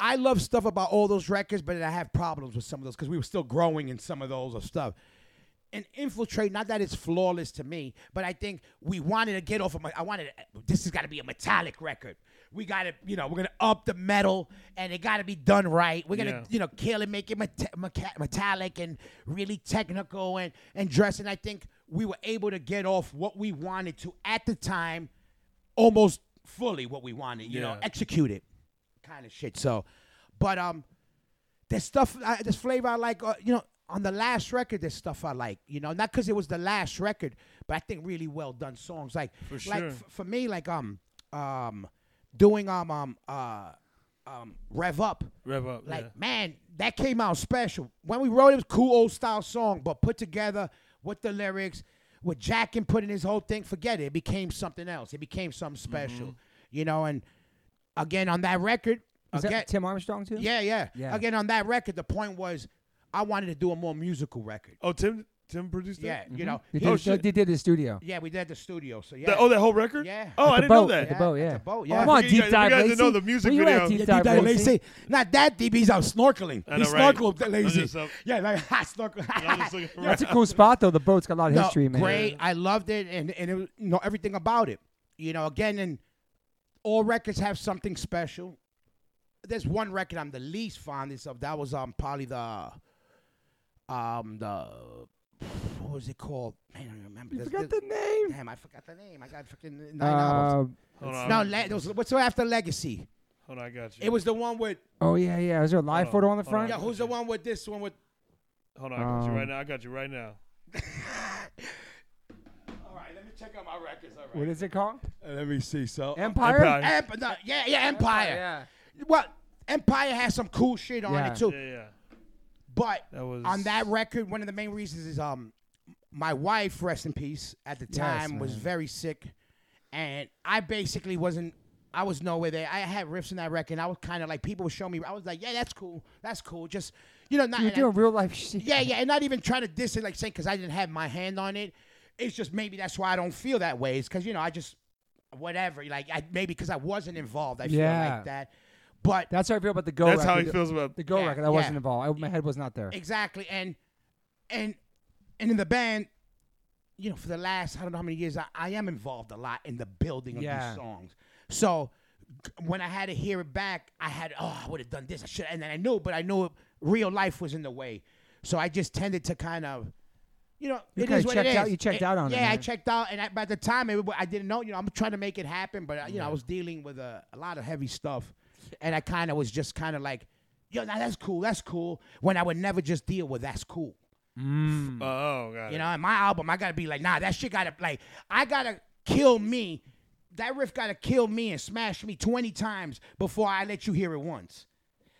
B: I love stuff about all those records, but I have problems with some of those because we were still growing in some of those of stuff. And infiltrate, not that it's flawless to me, but I think we wanted to get off of. My, I wanted this has got to be a metallic record. We got to, you know, we're gonna up the metal, and it got to be done right. We're gonna,
C: Yeah.
B: you know, kill and make it meta- meca- metallic and really technical and and dress. And I think we were able to get off what we wanted to at the time, almost fully what we wanted. You know,
C: Yeah.
B: execute it kind of shit. So, but um, there's stuff, I, there's flavor I like. Uh, you know, on the last record, there's stuff I like. You know, not because it was the last record, but I think really well done songs. Like,
C: For
B: like
C: sure.
B: f- for me, like um, um, doing um um uh um rev up.
C: Rev up.
B: Like
C: yeah.
B: man, that came out special. When we wrote it, it was a cool old style song, but put together with the lyrics, with Jack and putting his whole thing, forget it. It became something else. It became something special. You know, and again on that record,
A: Is
B: again,
A: that Tim Armstrong too?
B: yeah, yeah,
A: Yeah.
B: Again on that record, the point was I wanted to do a more musical record.
C: Oh, Tim. Tim produced that.
B: Yeah, you know.
A: They
B: he-
A: did,
C: Oh,
A: they
C: shit.
A: did the studio.
B: yeah, we did the studio. So yeah.
C: That- oh, that whole record.
B: Yeah.
A: At
C: Oh, I
A: the
C: didn't
A: boat.
C: know that.
A: At the boat,
B: at
A: yeah.
B: the boat,
A: Oh,
B: yeah.
A: Come on,
C: You
A: deep
C: guys- you
A: dive,
C: guys didn't know
A: Lacey.
C: the music
A: Where you at,
C: video.
A: deep
B: Yeah,
A: dive,
B: deep dive
A: Lacey?
B: lazy. Not that deep. He's out snorkeling.
C: I
B: He
C: know, right?
B: snorkeled lazy.
C: just up-
B: Yeah, like I snorkel.
C: I'm just looking
A: That's a
C: around.
A: cool spot though. The boat's got a lot of
B: No,
A: history, man.
B: Great. I loved it, and and it was, you know everything about it. You know, again, and all records have something special. There's one record I'm the least fondest of. That was um probably the um, the what was it called? Man, I don't remember.
A: You
B: There's-
A: forgot the
B: there's-
A: name.
B: Damn, I forgot the name. I got fucking nine albums.
A: Uh,
C: Hold on.
B: No, le- there was, what's after Legacy?
C: Hold on, I got you.
B: It was the one with
A: oh yeah, yeah. Is there a live
C: on,
A: photo on the
C: hold on.
A: front?
B: yeah. Who's the one with this one with?
C: Hold on, I got you right
A: Um,
C: now. I got you right now.
B: All right, let me check out my records. All
A: What is it called?
B: let me see. So
A: Empire.
C: Empire.
B: Emp- no, yeah, yeah, Empire. Well, Empire has some cool shit on
A: Yeah.
B: it too.
C: Yeah, yeah.
B: But
C: That was
B: on that record, one of the main reasons is um, my wife, rest in peace, at the
A: Yes,
B: time was
A: man.
B: very sick, and I basically wasn't. I was nowhere there. I had riffs in that record. And I was kind of like people would show me. I was like, yeah, that's cool. That's cool. Just you know, not
A: You're
B: and I-
A: doing real life shit.
B: yeah, yeah, and not even trying to diss it, like saying because I didn't have my hand on it. It's just maybe that's why I don't feel that way. It's because you know I just whatever. Like I maybe because I wasn't involved. I feel
A: Yeah.
B: like that. But
A: That's how I feel about the Go
C: That's
A: record.
C: how he feels about.
A: The Go
B: Yeah,
A: record. I
B: yeah.
A: wasn't involved. I, my head was not there.
B: exactly, and and and in the band, you know, for the last I don't know how many years, I, I am involved a lot in the building of
A: Yeah.
B: these songs. So g- when I had to hear it back, I had oh I would have done this. I should, and then I knew, but I knew real life was in the way. So I just tended to kind of. You know,
A: You
B: it
A: kinda
B: is what it
A: checked
B: is.
A: out- you checked out on it,
B: yeah, Yeah, I
A: man.
B: checked out, and I, by the time it, I didn't know. You know, I'm trying to make it happen, but uh, you know, I was dealing with a, a lot of heavy stuff, and I kind of was just kind of like, yo, now that's cool, that's cool. When I would never just deal with that's cool.
C: Oh, oh, got
B: You
C: it.
B: know, in my album, I gotta be like, nah, that shit gotta like, I gotta kill me. That riff gotta kill me and smash me twenty times before I let you hear it once.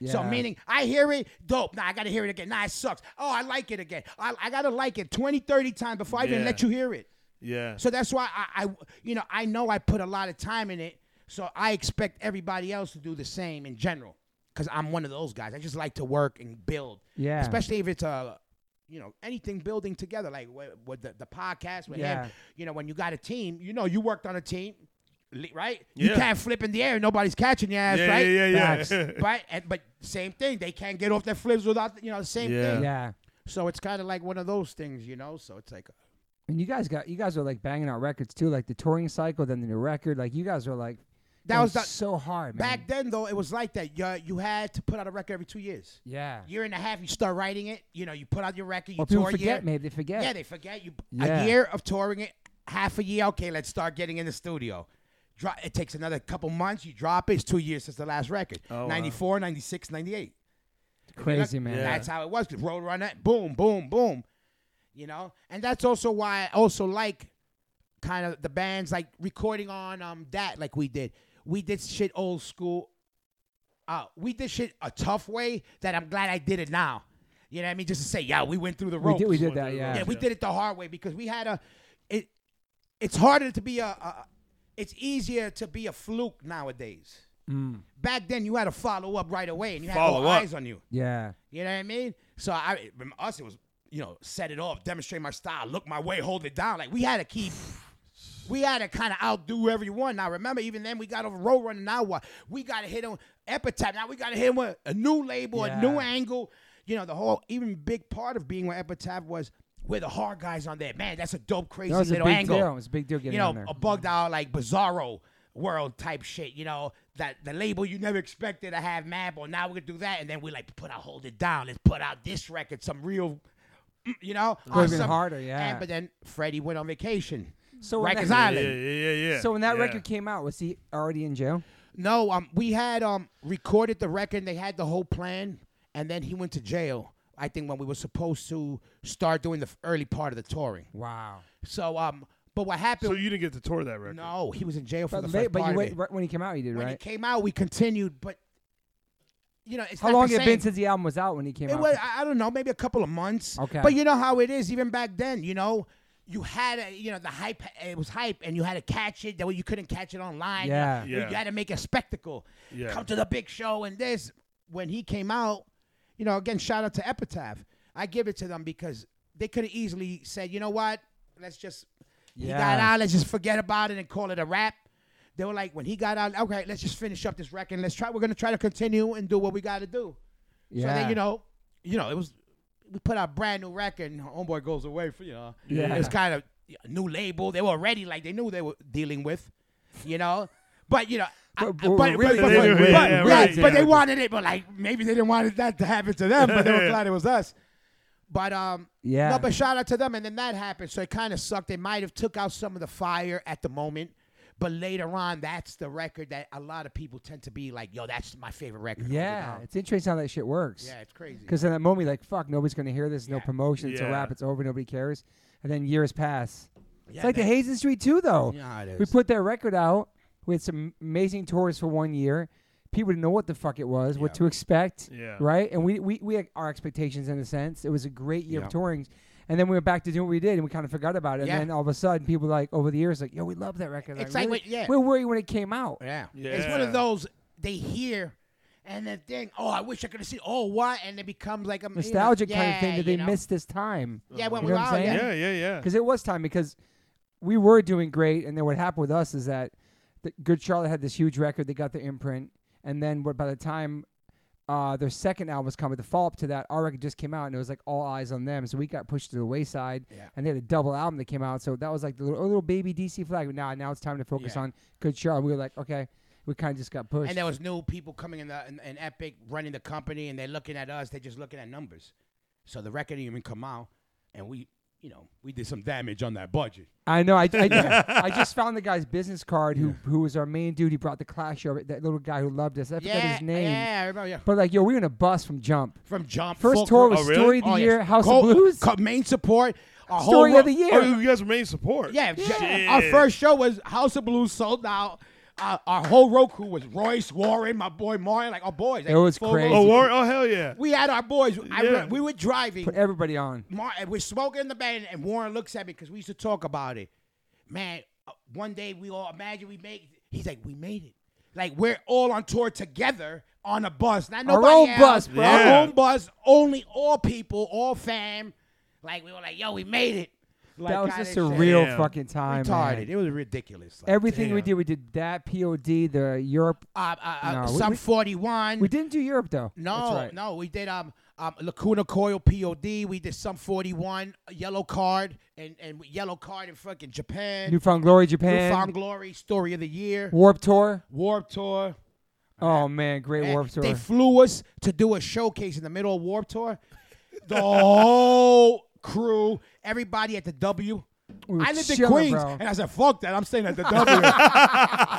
B: So
A: Yeah.
B: meaning, I hear it, dope. Nah, I gotta hear it again. Nah, it sucks. Oh, I like it again. I, I gotta like it 20, 30 times before I even
C: Yeah.
B: let you hear it.
C: Yeah.
B: So that's why I, I, you know, I know I put a lot of time in it. So I expect everybody else to do the same in general, because I'm one of those guys. I just like to work and build.
A: Yeah.
B: Especially if it's a, you know, anything building together, like wi- with the, the podcast with
A: Yeah.
B: him. You know, when you got a team, you know, you worked on a team, li- right? You
C: Yeah.
B: can't flip in the air. Nobody's catching your ass,
C: yeah,
B: right?
C: yeah, yeah, yeah.
B: Facts. right. And, but same thing. They can't get off their flips without, you know, the same
C: Yeah.
B: thing.
A: Yeah.
B: So it's kind of like one of those things, you know. So it's like,
A: And you guys got you guys are like banging out records too, like the touring cycle, then the new record. Like you guys were like
B: That
A: going
B: was the-
A: so hard, man.
B: Back then, though, it was like that. You, you had to put out a record every two years.
A: yeah.
B: Year and a half, you start writing it. You know, you put out your record. You
A: Well, people
B: tour a
A: forget,
B: year.
A: maybe they forget.
B: Yeah, they forget. You
A: Yeah.
B: a year of touring it, half a year. Okay, let's start getting in the studio. Dro- it takes another couple months. You drop it. It's two years since the last record.
A: Oh,
C: wow.
B: 94, 96, 98.
A: Crazy, man.
C: Yeah.
B: That's how it was. 'cause Roadrunner, boom, boom, boom. You know, and that's also why I also like kind of the bands like recording on um that like we did. We did shit old school. Uh, we did shit a tough way that I'm glad I did it now. You know what I mean? Just to say, yeah, we went through the
A: We
B: ropes.
A: did we did
C: Going through
A: that,
C: the
A: yeah.
B: yeah,
C: ropes.
B: we did it the hard way because we had a. It, it's harder to be a. a it's easier to be a fluke nowadays.
A: Mm.
B: Back then, you had to follow up right away, and you had
C: Follow
B: all
C: up.
B: eyes on you.
A: Yeah.
B: You know what I mean? So I rem- us it was you know set it off, demonstrate my style, look my way, hold it down. Like we had to keep. We had to kind of outdo everyone. Now remember, even then we got over road running. Now what? We got to hit on Epitaph. Now we got to hit 'em with a new label, a new
A: Yeah.
B: angle. You know, the whole even big part of being with Epitaph was we're the hard guys on there. Man, that's a dope, crazy
A: That was a
B: little
A: big
B: angle
A: deal. It was a big deal getting
B: you know,
A: on there.
B: a bugged out like bizarro world type shit. You know, that the label you never expected to have mad, but now we're gonna do that, and then we like put out hold it down. Let's put out this record, some real, mm, you know,
A: Go even
B: awesome-
A: harder, yeah.
B: And, but then Freddie went on vacation.
A: So when
B: Rikers
A: that-
C: yeah,
B: Island.
C: yeah, yeah, yeah.
A: So when that
C: yeah.
A: record came out, was he already in jail?
B: No, um, we had um recorded the record. They had the whole plan, and then he went to jail. I think when we were supposed to start doing the f- early part of the touring.
A: Wow.
B: So um, but what happened?
C: so you didn't get to tour that record.
B: no, he was in jail for
A: But,
B: the
A: la-
B: first
A: but
B: part
A: you
B: of
A: wait,
B: it.
A: right when he came out, he did,
B: when
A: right?
B: it came out, we continued, but you know, it's
A: How
B: not
A: long
B: the
A: had it been
B: same.
A: since the album was out when he came
B: It
A: out?
B: was, I I don't know, maybe a couple of months.
A: Okay.
B: But you know how it is, even back then, you know, you had a, you know, the hype, it was hype, and you had to catch it. That way you couldn't catch it online.
A: Yeah.
B: You, know,
C: Yeah.
B: you had to make a spectacle.
C: Yeah.
B: Come to the big show and this. When he came out, you know, again, shout out to Epitaph. I give it to them because they could have easily said, you know what, let's just, he got
A: Yeah.
B: out, let's just forget about it and call it a wrap. They were like, when he got out, okay, let's just finish up this record. Let's try. We're gonna try to continue and do what we got to do. So
A: yeah.
B: then you know, you know, it was we put out a brand new record and homeboy goes away for you know.
A: Yeah.
B: It's kind of a new label. They were already like they knew what they were dealing with, you know. But you know, I-
A: But-
B: but
A: but
B: but-
A: really
B: but-
C: they knew-
B: but-
C: yeah,
B: but-
C: yeah,
B: yeah,
C: right,
B: but they
C: yeah.
B: wanted it. But like maybe they didn't want it that to happen to them, but they were glad it was us. But um,
A: Yeah.
B: No, but shout out to them. And then that happened, so it kind of sucked. They might have took out some of the fire at the moment, but later on, that's the record that a lot of people tend to be like, "Yo, that's my favorite record." hold it
A: Yeah,
B: down.
A: it's interesting how that shit works.
B: yeah, it's crazy.
A: Because in that moment, you're like, fuck, nobody's going to hear this. No
B: Yeah.
A: promotion. It's a
C: Yeah.
A: wrap. It's over. Nobody cares. And then years pass.
B: Yeah,
A: it's like the
B: that-
A: Hazen Street, too, though.
B: Yeah, it
A: we
B: is.
A: put their record out. We had some amazing tours for one year. People didn't know what the fuck it was, what
B: Yeah.
A: to expect,
C: Yeah.
A: right? And we, we, we had our expectations in a sense. It was a great year
B: Yeah.
A: of touring. And then we went back to doing what we did, and we kind of forgot about it.
B: Yeah.
A: And then all of a sudden, people like over the years, like, "Yo, we love that record."
B: It's like
A: really?
B: what- yeah.
A: where were you when it came out?
B: Yeah. It's one
C: Yeah.
B: of those they hear and then think, oh, I wish I could have seen, oh, what? And it becomes like a
A: Nostalgic
B: you know,
A: kind of thing
B: yeah,
A: that they
B: you know.
A: missed this time.
B: Yeah, when
A: You
B: we
A: know
B: were
A: what I'm
B: out,
A: saying?
B: yeah.
C: Yeah, yeah, yeah.
A: because it was time because we were doing great, and then what happened with us is that the Good Charlotte had this huge record. They got their imprint, and then what? By the time uh, their second album was coming, the follow up to that, our record just came out, and it was like all eyes on them. So we got pushed to the wayside,
B: Yeah.
A: and they had a double album that came out. So that was like the little, little baby DC flag. Now, now it's time to focus
B: Yeah.
A: on Good Charlotte. We were like, okay, we kind of just got pushed.
B: And there was new people coming in the in, in Epic running the company, and they're looking at us. They're just looking at numbers. So the record didn't even come out, and we, you know, we did some damage on that budget.
A: I know. I, I, I just found the guy's business card who who was our main dude. He brought the Clash over. That little guy who loved us. I forget
B: yeah,
A: his name.
B: yeah, I remember. Yeah.
A: But like, yo, we were in a bus from Jump.
B: From Jump
A: First
B: Full
A: tour
B: Cro-
A: was
C: Oh, really?
A: Story of the
B: oh, yes.
A: Year, House
B: Co-
A: of Blues.
B: co- main support. Our
A: Story
B: whole
A: of the
B: ro-
A: Year.
C: Oh, you guys remain support.
B: Yeah, j-
C: Shit.
B: our first show was House of Blues sold out. Uh, our whole Roku was Royce Warren, my boy Mario, like our boys. like,
A: It was
B: full
A: crazy.
C: Oh,
B: Roku.
C: Warren? Oh, hell yeah.
B: We had our boys. I
C: Yeah.
B: re- we were driving.
A: Put everybody on.
B: Mar- and we're smoking in the bed, and Warren looks at me because we used to talk about it. Man, uh, one day we all imagine we make. He's like, we made it. Like we're all on tour together on a bus, not
A: Our
B: nobody
A: own
B: else,
A: bus, bro.
B: Our
C: Yeah.
B: own bus, only all people, all fam. Like we were like, yo, we made it. Like,
A: That was
B: kinda
A: just a
B: shit.
A: real
C: Damn.
A: fucking time.
B: retarded.
A: man.
B: It was ridiculous. Like,
A: Everything we
C: Damn.
A: did, we did that POD, the Europe.
B: uh, uh, uh,
A: No, we-
B: some
A: we-
B: forty one.
A: We didn't do Europe though.
B: No,
A: That's right.
B: no, we did um um Lacuna Coil POD. We did some forty one yellow card and and yellow card in fucking Japan.
A: Newfound Glory, Japan.
B: Newfound Glory Story of the Year
A: Warp Tour.
B: Warp Tour.
A: Oh man, great
B: Man,
A: Warp Tour.
B: They flew us to do a showcase in the middle of Warp Tour. The whole crew, everybody at the W.
A: We were
B: I lived in
A: chilling,
B: Queens,
A: bro.
B: and I said, "Fuck that! I'm staying at the W."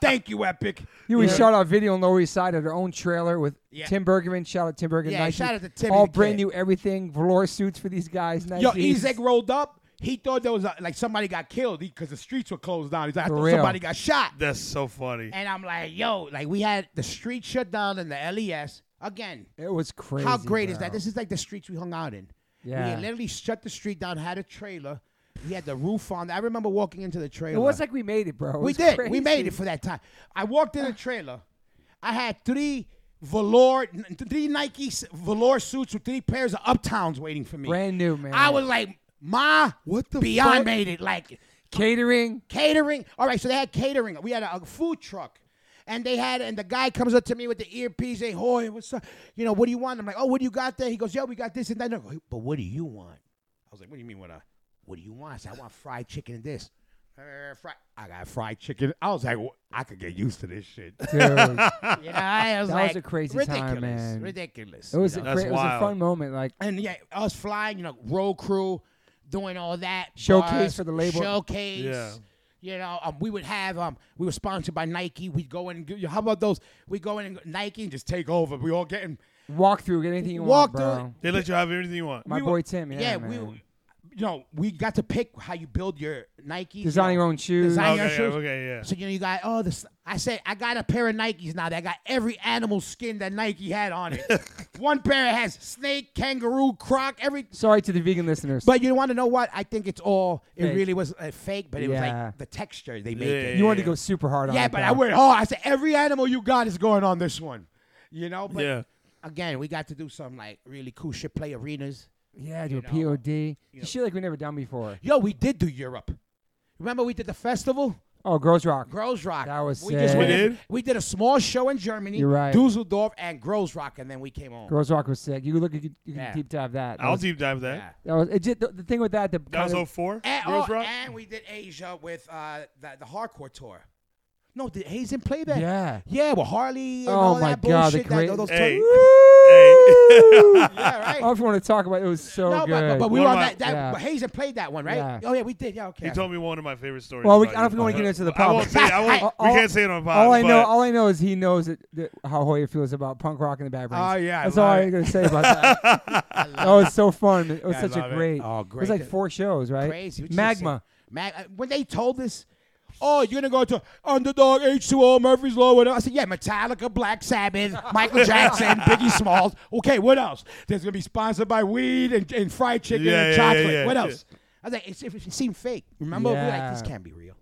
B: Thank you, Epic.
A: You we shot our video on Lower East Side at our own trailer with
B: Yeah.
A: Tim Bergman. Shout out Tim Bergman.
B: Yeah,
A: Nike.
B: shout out to Tim,
A: All
B: the
A: brand
B: kid.
A: new everything. Velour suits for these guys.
B: Yo,
A: Nikes.
B: Ezek rolled up. He thought there was a, like somebody got killed because the streets were closed down. He's like, I
A: For
B: thought
A: real.
B: somebody got shot.
C: That's so funny.
B: And I'm like, yo, like we had the street shut down in the LES again.
A: It was crazy.
B: how great is that?
A: bro.
B: This is like the streets we hung out in.
A: Yeah.
B: We literally shut the street down. Had a trailer. We had the roof on. I remember walking into the trailer.
A: It was like we made it, bro. It
B: we
A: was
B: did. We
A: crazy.
B: made it for that time. I walked in the trailer. I had three velour, n- three Nike s- velour suits with three pairs of Uptowns waiting for me.
A: Brand new, man.
B: I was like, Ma, what the Beyond
A: fuck?
B: made it like
A: catering.
B: catering. All right, so they had catering. We had a, a food truck. And they had, and the guy comes up to me with the earpiece, hey, hoy, what's up? You know, what do you want? I'm like, oh, what do you got there? He goes, yo, we got this and that. I go, but what do you want? I was like, what do you mean what I, what do you want? I said, I want fried chicken and this. Uh, fri- I got fried chicken. I was like, "Wha- I could get used to this shit.
A: Dude, it
B: You know, I
A: That
B: was
A: was
B: like,
A: a crazy time,
B: ridiculous,
A: man.
B: ridiculous.
A: was a
B: you know?
A: great, it was a
C: wild.
A: fun moment. Like
B: and yeah, us flying, you know, road crew, doing all that
A: Showcase
B: bars,
A: for the label.
B: showcase.
C: Yeah.
B: You know, um, we would have um, we were sponsored by Nike. We'd go in. And, g- how about those? We go in and Nike and just take over. We all getting
A: walk through, get anything you want,
B: Walk
A: bro.
B: through-
C: They let you have everything you want.
A: My
B: we
A: boy
B: were-
A: Tim, yeah,
B: yeah.
A: man.
B: we, you know, we got to pick how you build your Nike.
A: design your own shoes.
B: Design- your
C: Okay,
B: shoes.
C: okay, yeah.
B: So you know, you got oh this. I said I got a pair of Nikes now that got every animal skin that Nike had on it. One pair has snake, kangaroo, croc, every
A: Sorry to the vegan listeners,
B: But you want to know what? I think it's all. It
A: Fake.
B: really was uh, fake, but it was
A: Yeah.
B: like the texture they made.
C: Yeah.
B: it.
A: you wanted to go super hard on.
B: Yeah,
A: it,
B: but
A: bro.
B: I went hard. I said every animal you got is going on this one. You know, but
C: Yeah.
B: again, we got to do some like really cool shit. Play arenas.
A: Yeah, do a
B: know,
A: POD.
B: know.
A: Shit like we never done before.
B: Yo, we did do Europe. Remember we did the festival,
A: Oh, Girls Rock.
B: Grows Rock.
A: That was
B: we just
A: sick.
B: went
C: We
B: in-
C: did?
B: we did a small show in Germany,
A: You're right.
B: Dusseldorf and Grows Rock, and then we came home.
A: Girls Rock was sick. You look, you can, you can
B: Yeah.
A: deep dive that. That
C: I'll
A: was,
C: deep dive that.
B: Yeah.
A: that was it. Just, the, the thing with that, the
C: That
A: kind of-
C: was 04?
B: And,
C: Girls
B: oh,
C: Rock?
B: and we did Asia with uh, the, the hardcore tour. No, did Hazen play that?
A: yeah.
B: Yeah, with Harley. And
A: Oh
B: all
A: my
B: that
A: God, the
B: bullshit, that-
A: great-
B: those
C: Hey.
B: tur-
C: Hey.
B: yeah, right.
A: Oh, if you want to talk about it, it was so
B: no,
A: good.
B: But, but, but we
C: What
B: were on
C: about-
B: that. that
A: Yeah.
B: but Hayes had played that one, right?
A: Yeah.
B: Oh yeah, we did. Yeah, okay.
C: He told me one of my favorite stories.
A: Well, we-
C: about
A: I don't
C: you.
A: think we wanna get into the
C: I won't
A: podcast.
C: say. it. I won't,
A: All-
C: we can't say it on pod.
A: all I know,
C: but-
A: all I know is he knows that, that how Hoyer feels about punk rock and the Bad Brains.
B: Oh, yeah, I
A: that's all
B: love
A: I'm gonna say about that. that was so fun. It was
B: Yeah, I
A: such a
B: love it.
A: great.
B: Oh,
A: It was like
B: great.
A: four shows, right?
B: Crazy. What you just
A: Magma.
B: said. Mag- uh, when they told us, oh, you're gonna go to Underdog, H2O, Murphy's Law. What else? I said, yeah, Metallica, Black Sabbath, Michael Jackson, Biggie Smalls. Okay, what else? There's gonna be sponsored by weed and, and fried chicken
C: Yeah,
B: and
C: yeah, yeah,
B: chocolate.
C: yeah.
B: What
C: Yeah.
B: else? I was like, it's, it, it seemed fake. Remember, we were
A: Yeah.
B: like, this can't be real.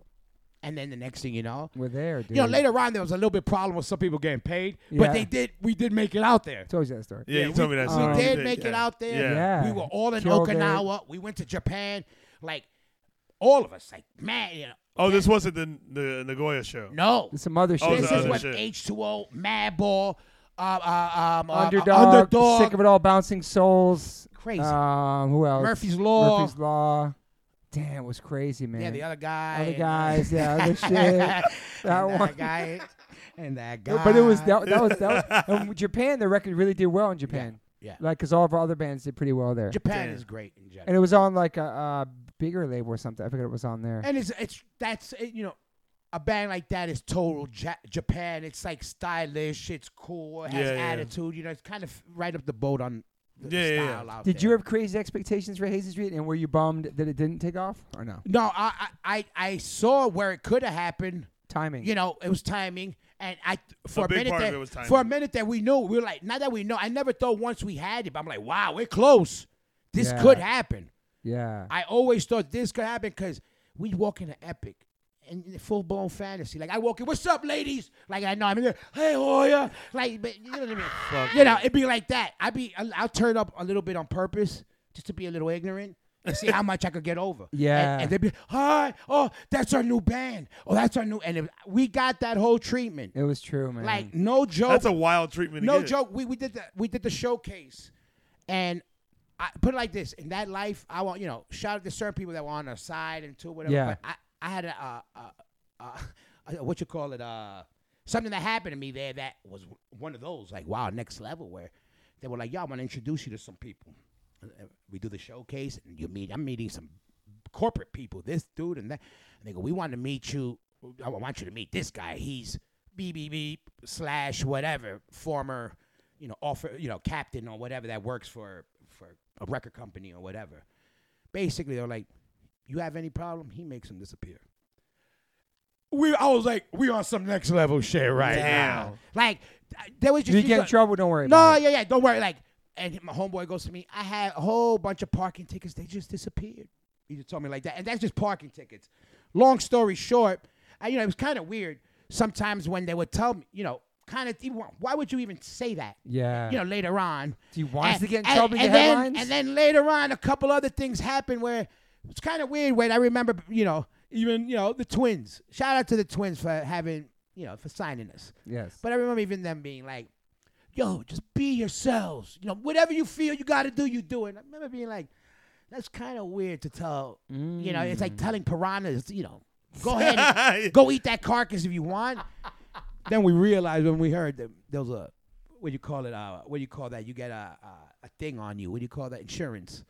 B: And then the next thing you know,
A: We're there, dude.
B: you know, later on there was a little bit problem with some people getting paid,
A: Yeah.
B: but they did. We did make it out there.
A: told you that story.
C: yeah,
B: Yeah,
C: you told me that.
A: we
C: story.
B: We
A: Um,
B: did make it
C: yeah.
B: out there.
C: Yeah.
A: Yeah.
B: We were all in
A: Killed it.
B: Okinawa. We went to Japan. Like all of us, like man, you know,
C: Oh, this wasn't the the Nagoya show.
B: no.
A: There's some other shit.
C: Oh,
B: This
C: no,
B: is
C: no,
B: what
C: no.
B: H2O, Madball, uh, uh, um, uh,
A: underdog,
B: underdog,
A: Sick of it all, bouncing souls.
B: Crazy.
A: Um, who else?
B: Murphy's Law.
A: Murphy's Law. Damn, it was crazy, man.
B: yeah, the other guy,
A: Other
B: and, uh,
A: guys, yeah, other shit. That
B: and
A: one.
B: that guy, and that guy.
A: But it was that, that was that. Was, and Japan, the record really did well in Japan.
B: yeah.
A: Like, cause all of our other bands did pretty well there.
B: Japan
C: Yeah.
B: is great in general.
A: and it was on like a, uh bigger label or something. I forget it was on there.
B: And it's it's that's it, you know, a band like that is total ja- Japan. It's like stylish. It's cool. It has
C: Yeah, yeah.
B: attitude. You know, it's kind of right up the boat on the
C: Yeah, yeah, yeah.
B: style out
A: Did
B: there.
A: you have crazy expectations for Hazy Street, and were you bummed that it didn't take off or no?
B: No, I I I- I saw where it could have happened.
A: Timing.
B: You know, it was timing, and I for a,
C: big
B: minute
C: part of
B: that
C: it was timing.
B: for a minute that we knew we were like, not that we know. I never thought once we had it, but I'm like, wow, we're close. This
A: Yeah.
B: could happen.
A: yeah.
B: I always thought this could happen because we walk in an epic and full blown fantasy. Like I walk in, what's up, ladies? Like I know I'm in there, hey Hoya. Like, but you know what I mean? you know, it'd be like that. I'd be, I'll, I'll turn up a little bit on purpose just to be a little ignorant. And see how much I could get over.
A: Yeah.
B: and, and they'd be, "Hi, oh, that's our new band. Oh, that's our new." And it, we got that whole treatment.
A: it was true, man.
B: Like no joke.
C: That's a wild treatment. to
B: No
C: get.
B: joke. We, we did the we did the showcase, and I put it like this: in that life, I want you know, shout out to certain people that were on our side and two whatever.
A: Yeah.
B: But I I had a, uh uh uh what you call it uh something that happened to me there that was one of those like wow next level where they were like y'all want to introduce you to some people. And uh, We do the showcase and you meet. I'm meeting some corporate people, this dude and that. And they go, we want to meet you. I want you to meet this guy. He's BBB slash whatever former, you know, offer, you know, captain or whatever that works for for a record company or whatever. Basically, they're like, you have any problem? He makes them disappear. We, I was like, we on some next level shit right
C: Damn.
B: now. Like, there was
A: if
B: just
A: you get in
B: go-
A: trouble, don't worry.
B: no,
A: about it.
B: yeah, yeah. Don't worry. Like, and my homeboy goes to me. I had a whole bunch of parking tickets. They just disappeared. He just told me like that, and that's just parking tickets. Long story short, I, you know, it was kind of weird. Sometimes when they would tell me, you know, kind of, why would you even say that?
A: Yeah.
B: You know, later on.
A: Do you want us
B: And-
A: to get in
B: and-
A: trouble in
B: and
A: the
B: then-
A: headlines?
B: And then later on, a couple other things happened where it's kind of weird. When I remember, you know, even you know the twins. Shout out to the twins for having, you know, for signing us.
A: yes.
B: But I remember even them being like, yo, just be yourselves. You know, whatever you feel you got to do, you do it. I remember being like, that's kind of weird to tell, you know, it's
A: Mm.
B: like telling piranhas, you know, go ahead, and go eat that carcass if you want. then we realized when we heard that there was a, what do you call it? Uh, what do you call that? You get a, a, a thing on you. What do you call that? Insurance.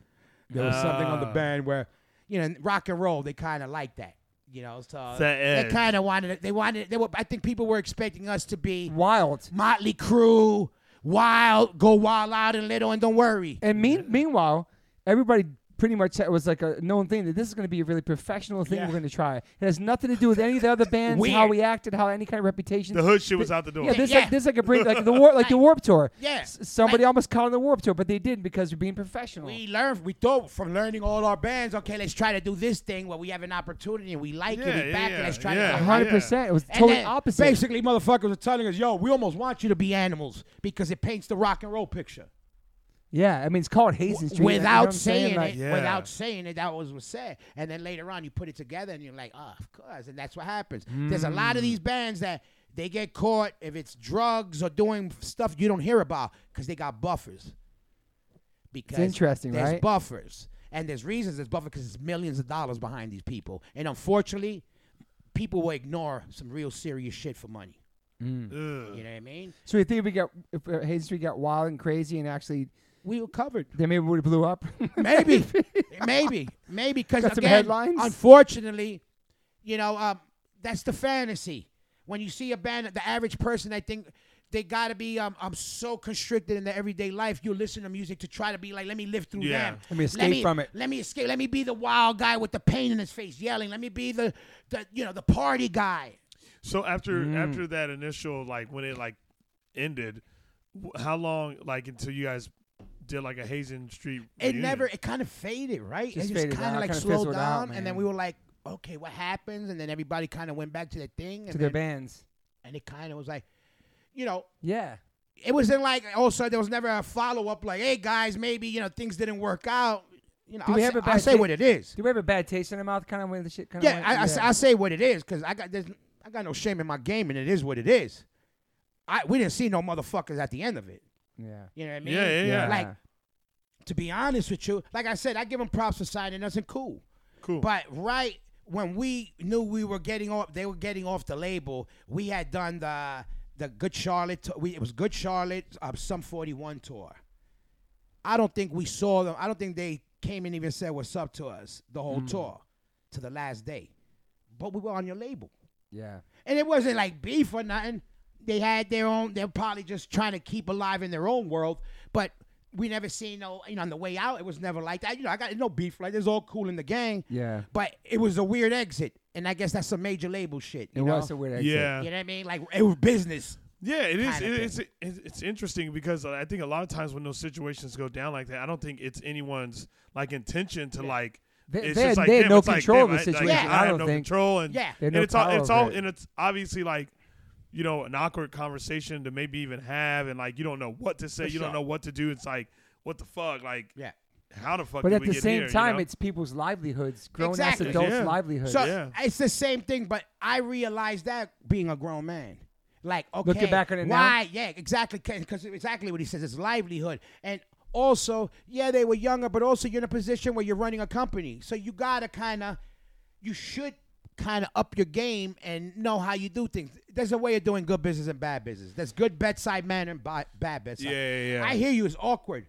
B: There was something on the
C: Ah.
B: band where, you know, in rock and roll, they kind of like that. You know, so
C: That
B: they
C: edge.
B: kind of wanted it. They wanted. They were. I think people were expecting us to be
A: Mm. Wild.
B: Motley Crue, wild, go wild, loud and little, and don't worry.
A: And mean, meanwhile, everybody pretty much it was like a known thing that this is going to be a really professional thing
B: Yeah.
A: we're going to try. It has nothing to do with any of the other bands, how
B: Weird.
A: we acted, how any kind of reputation.
C: The hood shit was out the door.
A: yeah, this
B: Yeah.
A: like this like a break, like the war, like the Warp Tour.
B: Yeah.
A: S- somebody
B: Like-
A: almost caught on the Warp Tour, but they didn't because you're being professional.
B: We learned, we thought from learning all our bands, okay, let's try to do this thing where we have an opportunity and we like
C: Yeah,
B: it, we
C: yeah,
B: back it,
C: yeah,
B: let's try
C: yeah.
B: to
A: A
B: get it.
A: hundred
C: Yeah.
A: percent. It was
B: And
A: totally
B: then
A: opposite.
B: Basically, motherfuckers were telling us, yo, we almost want you to be animals because it paints the rock and roll picture.
A: Yeah, I mean it's called Hazy Street. like, you know
B: without
A: what I'm
B: saying,
A: Like,
B: it,
C: Yeah.
B: without saying it, that was was said. And then later on, you put it together, and you're like, oh, of course. And that's what happens. There's a lot of these
A: Mm.
B: bands that they get caught if it's drugs or doing stuff you don't hear about because they got buffers. Because
A: interesting,
B: there's
A: right?
B: Buffers, and there's reasons there's buffers because it's millions of dollars behind these people, and unfortunately, people will ignore some real serious shit for money.
C: Ugh.
B: You know what I mean?
A: So you think we got if uh, Hayes Street got wild and crazy and actually
B: We were covered.
A: then maybe would have blew up?
B: Maybe, maybe, maybe. Because
A: Got some
B: again,
A: headlines?
B: unfortunately, you know, um, that's the fantasy. When you see a band, the average person, I think they got to be. Um, I'm so constricted in their everyday life. You listen to music to try to be like, let me live through
C: Yeah.
B: them.
A: Let me escape from it.
B: Let me escape. Let me be the wild guy with the pain in his face, yelling. Let me be the, the you know, the party guy.
C: So after after that initial like when it like ended, wh- how long like until you guys did like a Hazen Street?
B: It
C: reunion?
B: never. It kind of faded, right?
A: Just
B: it just
A: faded
B: kind
A: out,
B: of like
A: kinda
B: slowed
A: fizzled out,
B: down, and
A: man.
B: then we were like, okay, what happens? And then everybody kind of went back to their thing. And
A: to their
B: then-
A: bands.
B: and it kind of was like, you know,
A: Yeah.
B: it wasn't like also there was never a follow up like, hey guys, maybe you know things didn't work out. You know,
A: Do
B: I'll,
A: we
B: say,
A: have a
B: I'll
A: bad
B: say
A: taste?
B: what it is.
A: Do we have a bad taste in our mouth? Kind of when the shit kind
B: Yeah,
A: of.
B: I, I say- I say what it is because I got there's I got no shame in my game, and it is what it is. I we didn't see no motherfuckers at the end of it.
A: yeah.
B: You know what I mean?
C: Yeah, yeah, yeah.
B: Like to be honest with you, like I said, I give them props for signing us and cool.
C: cool.
B: But right when we knew we were getting off, they were getting off the label. We had done the the Good Charlotte. t- We, it was Good Charlotte, uh, some forty one tour. I don't think we saw them. I don't think they came and even said what's up to us the whole tour, to the last day. But we were on your label,
A: yeah.
B: and it wasn't like beef or nothing. They had their own. They're probably just trying to keep alive in their own world, but. We never seen no, you know, on the way out, it was never like that. You know, I got no beef like this. All cool in the gang.
A: Yeah.
B: But it was a weird exit, and I guess that's some major label shit.
A: It
B: You know?
A: was a weird e- exit.
C: yeah,
B: You know what I mean? Like it was business.
C: Yeah, it is.
B: kinda
C: It,
B: thing.
C: it's it's it's interesting because I think a lot of times when those situations go down like that, I don't think it's anyone's like intention to like.
A: They-
C: it's
A: they had-
C: just like,
A: they had
C: damn,
A: no
C: it's like,
A: control of
C: damn,
A: the
C: I- like,
A: situation,
C: I,
A: I
C: have
A: don't
C: no
A: think.
C: control, and
B: Yeah. They
A: had
C: and
A: no
C: it's all
A: power
C: it's
A: over
C: all
A: it.
C: and it's obviously like, you know, an awkward conversation to maybe even have, and like you don't know what to say,
B: For
C: you don't
B: sure.
C: know what to do. It's like, what the fuck, like,
B: Yeah.
C: how the fuck?
A: But
C: did
A: at
C: we
A: the
C: get
A: same
C: here, you
A: time,
C: know?
A: it's people's livelihoods, grown
B: Exactly.
A: ass adults'
C: Yeah.
A: livelihoods.
B: So
C: Yeah.
B: it's the same thing, but I realized that being a grown man. Like okay,
A: Looking back on it now?
B: why? Yeah, exactly, because exactly what he says is livelihood, and also yeah, they were younger, but also you're in a position where you're running a company, so you gotta kind of, you should kind of up your game and know how you do things. There's a way of doing good business and bad business. There's good bedside manner and bi- bad bedside.
C: Yeah, yeah, yeah.
B: I hear you. It's awkward,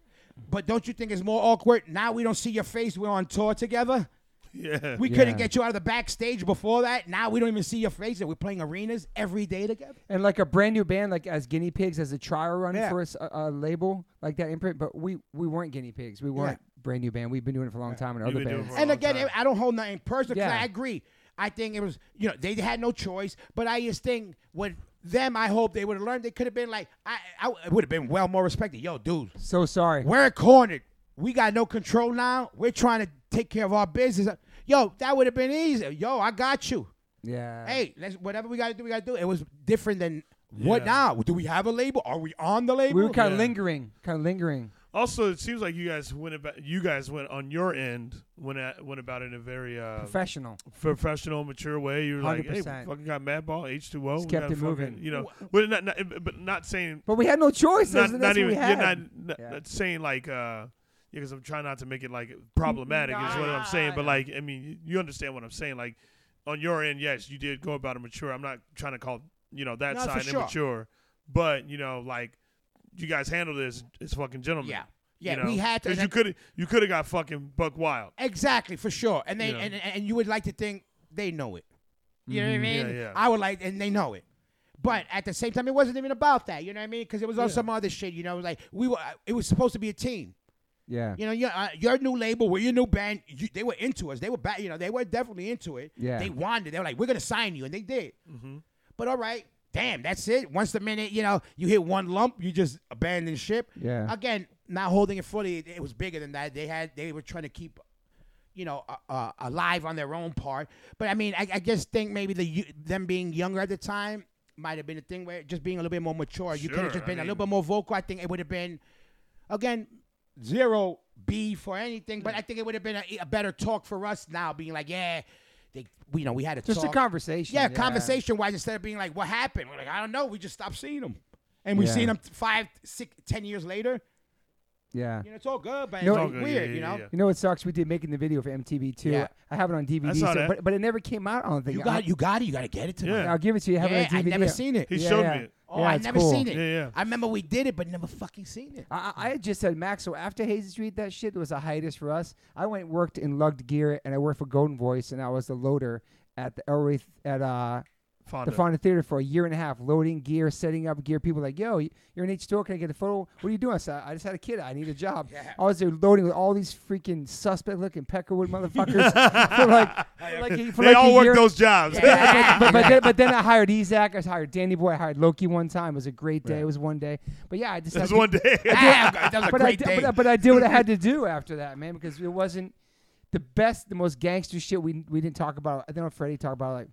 B: but don't you think it's more awkward now? We don't see your face. We're on tour together.
C: yeah,
B: We
A: Yeah.
B: couldn't get you out of the backstage before that. Now we don't even see your face, and we're playing arenas every day together.
A: and like a brand new band, like as guinea pigs, as a trial run
B: Yeah.
A: for us, a, a label like that imprint. But we we weren't guinea pigs. We weren't brand new band. We've been doing it for a long time in other
C: been doing it
A: bands.
C: for a
B: And
C: long
B: again,
C: time.
B: I don't hold nothing personal. 'cause
A: Yeah.
B: I agree. I think it was, you know, they had no choice. But I just think with them, I hope they would have learned. They could have been like, I, I it would have been well more respected. Yo, dude,
A: so sorry.
B: we're cornered. We got no control now. We're trying to take care of our business. Yo, that would have been easy. Yo, I got you.
A: Yeah.
B: hey, let's whatever we got to do, we got to do. It was different than what
C: Yeah.
B: now? Do we have a label? Are we on the label?
A: we were kind of
C: Yeah.
A: lingering, kind of lingering.
C: Also, it seems like you guys went about you guys went on your end went at, went about it in a very uh,
A: Professional.
C: professional, mature way. You're like, hey, we
A: 100%.
C: fucking got Madball, H two O.
A: Just kept it moving.
C: You know, but not, not- but not saying,
A: But we had no choice.
C: not,
A: That's- that's
C: not
A: what
C: even,
A: we
C: you're
A: had.
C: not, not,
A: Yeah.
C: not saying like, uh, yeah, because I'm trying not to make it like problematic is what I'm saying. But
B: Nah.
C: like, I mean, you- you understand what I'm saying. Like, on your end, yes, you did go about it mature. I'm not trying to call you know that
B: No, for
C: side
B: sure.
C: immature, but you know, like, you guys handled this as fucking gentlemen.
B: Yeah. Yeah,
C: you know?
B: we had to-
C: 'Cause you could you could have got fucking buck wild.
B: Exactly, for sure. And they
C: Yeah.
B: and, and you would like to think they know it. You know what I mean?
C: Mm-hmm. Yeah, yeah.
B: I would like, and they know it. But at the same time, it wasn't even about that. You know what I mean? Because it was on
C: Yeah.
B: some other shit. You know, it was like we were. It was supposed to be a team.
A: Yeah.
B: You know, your uh, your new label, we're your new band. You, they were into us. They were back. You know, they were definitely into it.
A: Yeah.
B: They wanted. They were like, we're gonna sign you, and they did.
C: Mm-hmm.
B: But all right, damn, that's it. Once the minute you know you hit one lump, you just abandon ship.
A: Yeah.
B: Again, not holding it fully. It, it was bigger than that. They had. They were trying to keep. You know, uh, uh, alive on their own part, but I mean, I, I just think maybe the you- them being younger at the time might have been a thing where just being a little bit more mature, you could
C: Sure,
B: have just
C: I
B: been a little
C: mean-
B: bit more vocal. I think it would have been again, zero beef or anything, but I think it would have been a, a better talk for us now, being like, yeah, they, we, you know, we had a
A: Just
B: talk.
A: a conversation.
B: Yeah, conversation wise, instead of being like, what happened? We're like, I don't know. We just stopped seeing them. And we've
A: Yeah.
B: seen them five, six, ten years later.
A: Yeah.
B: You know, it's all good, but
A: You
B: it's
A: know,
B: all
C: it-
B: weird,
C: yeah,
B: you
C: yeah,
B: know.
C: yeah.
A: You know what sucks? We did making the video for MTV too.
B: Yeah.
A: I have it on DVD,
C: saw
A: so-
C: that.
A: but but it never came out. I don't think.
B: You
A: I'll-
B: got you got it. You got to get it to
C: Yeah.
B: me.
A: I'll give it to you. I have
B: Yeah,
A: it on
B: I've
A: DVD.
B: never seen it.
C: He showed me it.
B: Oh,
A: Yeah,
B: I
A: it's
B: never
A: cool.
B: seen it.
C: Yeah, yeah.
B: I remember we did it, but never fucking seen it.
A: I, I I had just said Max. So after Hazy Street, that shit was a hiatus for us. I went and worked and lugged gear, and I worked for Golden Voice, and I was the loader at the Elroy th- at uh
C: Fonda.
A: the Fonda Theater for a year and a half, loading gear, setting up gear. People were like, yo, you're in H store. Can I get a photo? What are you doing? I said, I just had a kid. I need a job. I was there loading with all these freaking suspect looking peckerwood motherfuckers for like, for like, for
C: they
A: like
C: all
A: a
C: work
A: year.
C: those jobs.
A: Yeah, but, but, but, then, but then I hired Ezak. I hired Danny Boy. I hired Loki one time. It was a great day. It was one day. But yeah, I just
C: It was
A: I did-
C: one day.
B: Ah, that was a
A: but I
B: great
A: did,
B: day.
A: but, I- but I did what I had to do after that, man, because it wasn't the best, the most gangster shit. We we didn't talk about. I don't know if Freddie talked about like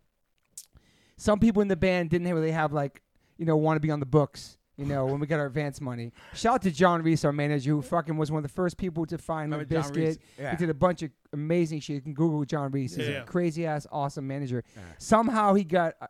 A: some people in the band didn't really have like you know want to be on the books. You know, when we got our advance money. Shout out to John Reese, our manager, who fucking was one of the first people to find Limp
B: Remember John
A: Biscuit.
B: Reese? Yeah.
A: He did a bunch of amazing shit. You can Google John Reese. He's
C: Yeah.
A: a crazy ass, awesome manager. Somehow he got uh,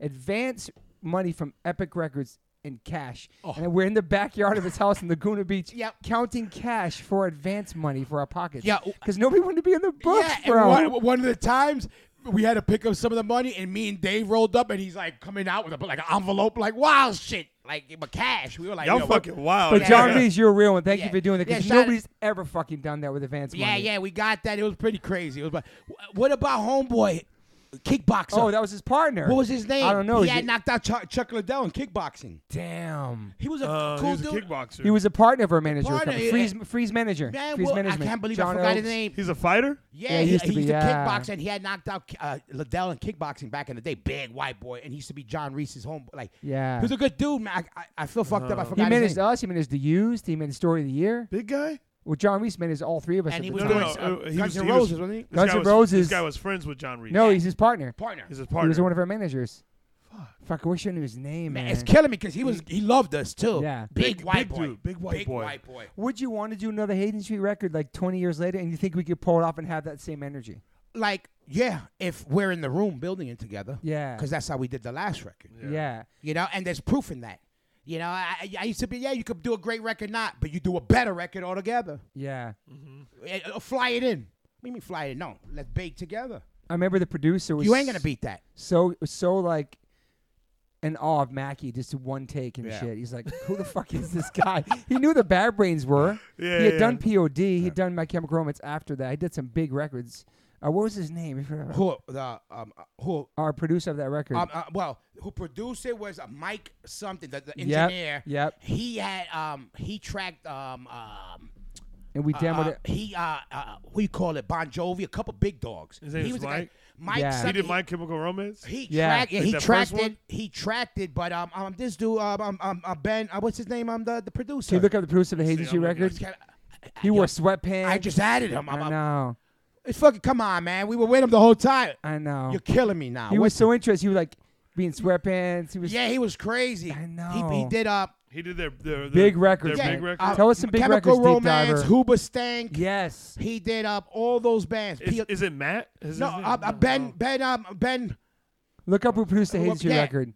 A: advance money from Epic Records in cash. And we're in the backyard of his house in Laguna Beach
B: Oh. Yep.
A: counting cash for advance money for our pockets.
B: Yeah.
A: Because nobody wanted to be in the books,
B: yeah, and
A: bro.
B: One, one of the times we had to pick up some of the money, and me and Dave rolled up, and he's like coming out with a, like an envelope, like wild shit, like but cash. We were like,
C: Y'all
B: yo, what-
C: fucking wild.
A: but
B: Yeah.
A: John Reese, you're a real one. Thank you
B: Yeah.
A: for doing that. Because
B: Yeah, shout-
A: nobody's ever fucking done that with advance
B: Yeah,
A: money.
B: yeah, we got that. It was pretty crazy. It was, but what about homeboy, kickboxer?
A: Oh, that was his partner.
B: what was his name?
A: I don't know.
B: He
A: Is
B: had
A: it-
B: knocked out Chuck, Chuck Liddell in kickboxing.
A: Damn.
B: He was a
C: Uh,
B: cool
C: he was
B: dude.
C: a kickboxer.
A: He was a partner of our manager.
B: Partner,
A: company.
B: yeah.
A: Freeze, freeze manager.
B: Man,
A: freeze
B: well, I
A: management.
B: can't believe
A: John
B: I forgot his
A: Oakes.
B: name.
C: He's a fighter.
B: Yeah,
A: Yeah, he
B: he,
A: used to
B: he
A: be,
B: used to
A: yeah.
B: kickbox and he had knocked out uh, Liddell in kickboxing back in the day. Big white boy, and he used to be John Reese's home. Like,
A: Yeah. Uh-huh.
B: he was a good dude, man. I, I, I feel fucked up. I forgot
A: He
B: his
A: managed
B: name.
A: us. He managed the used. He managed story of the year.
C: Big guy?
A: Well, John Reese managed all three of us.
B: And
A: at
B: he
A: the
B: was
C: No,
A: time.
C: no,
B: doing
C: no,
B: uh,
C: uh, he
B: Guns
C: was-
B: N'
C: he was-
B: Roses, wasn't he?
C: This
A: Guns
C: guy
A: N'
C: was-
A: Roses.
C: This guy was friends with John Reese.
A: No, he's his partner.
B: Partner.
C: He's his
A: He was
C: partner.
A: one of our managers. Fuck, I wish I knew his name, man.
B: Man, it's killing me because he was he loved us too.
A: Yeah.
B: Big, white
C: big
B: boy.
C: dude, big white boy.
B: white boy.
A: Would you want to do another Hayden Street record like 20 years later, and you think we could pull it off and have that same energy?
B: Like, yeah, if we're in the room building it together.
A: Yeah.
B: Because that's how we did the last record.
A: Yeah.
B: You know, and there's proof in that. You know, I, I- I used to be, yeah, you could do a great record, not, but you do a better record altogether.
A: yeah.
B: Eh, eh, Fly it in. What do you mean fly it in? No, let's bake together.
A: I remember the producer was
B: You ain't gonna beat that.
A: so so like in awe of Mackie, just one take and
B: Yeah.
A: shit. He's like, who the fuck is this guy? he knew the Bad Brains were.
C: Yeah,
A: he had
C: yeah.
A: done POD. He had done My Chemical Romance after that. He did some big records. Uh, what was his name?
B: Who the um uh, who
A: Our producer of that record.
B: um, uh, well who produced it was uh, Mike something the, the
A: Yep,
B: engineer.
A: yep.
B: He had um he tracked um um
A: and we
B: uh,
A: demoed
B: uh,
A: it.
B: he uh, uh what do you call it Bon Jovi a couple big dogs.
C: His name
B: he
C: is
B: was the
C: Mike?
B: Guy, Mike.
A: Yeah. He
B: something-
C: He did My Chemical Romance?
B: He
A: Yeah.
B: tracked. Yeah,
C: Like
B: he
C: that
B: tracked
C: first one?
B: it. He tracked it. But um, um, this dude, um, um, um uh, Ben, uh, what's his name? I'm the the producer.
A: Can you look up the producer of the Hazy
C: I'm
A: Street
C: looking
A: record?
B: Can I-
A: He wore sweatpants.
B: I just added him. I'm,
A: I
B: I'm-
A: know.
B: it's fucking come on, man. We were with him the whole time.
A: I know.
B: You're killing me now.
A: Oh. He was
B: What's-
A: so interested. He was like being sweatpants. He was
B: yeah, he was crazy.
A: I
B: He,
A: know.
B: he did uh,
C: He did their, their, their
A: big records.
C: Their
B: Yeah. Uh,
C: big Uh,
A: man.
C: record.
A: Tell us some big
B: Chemical
A: records, Deep
B: Romance,
A: Diver.
B: Huba Stank.
A: yes.
B: He did up all those bands.
C: Is,
B: P-
C: is it oh. Matt? Is
B: no,
C: his name?
B: uh, uh, Ben, Ben, um, Ben.
A: Look up who produced the
B: Well,
A: Hazy Street
B: yeah. Uh-huh.
A: record.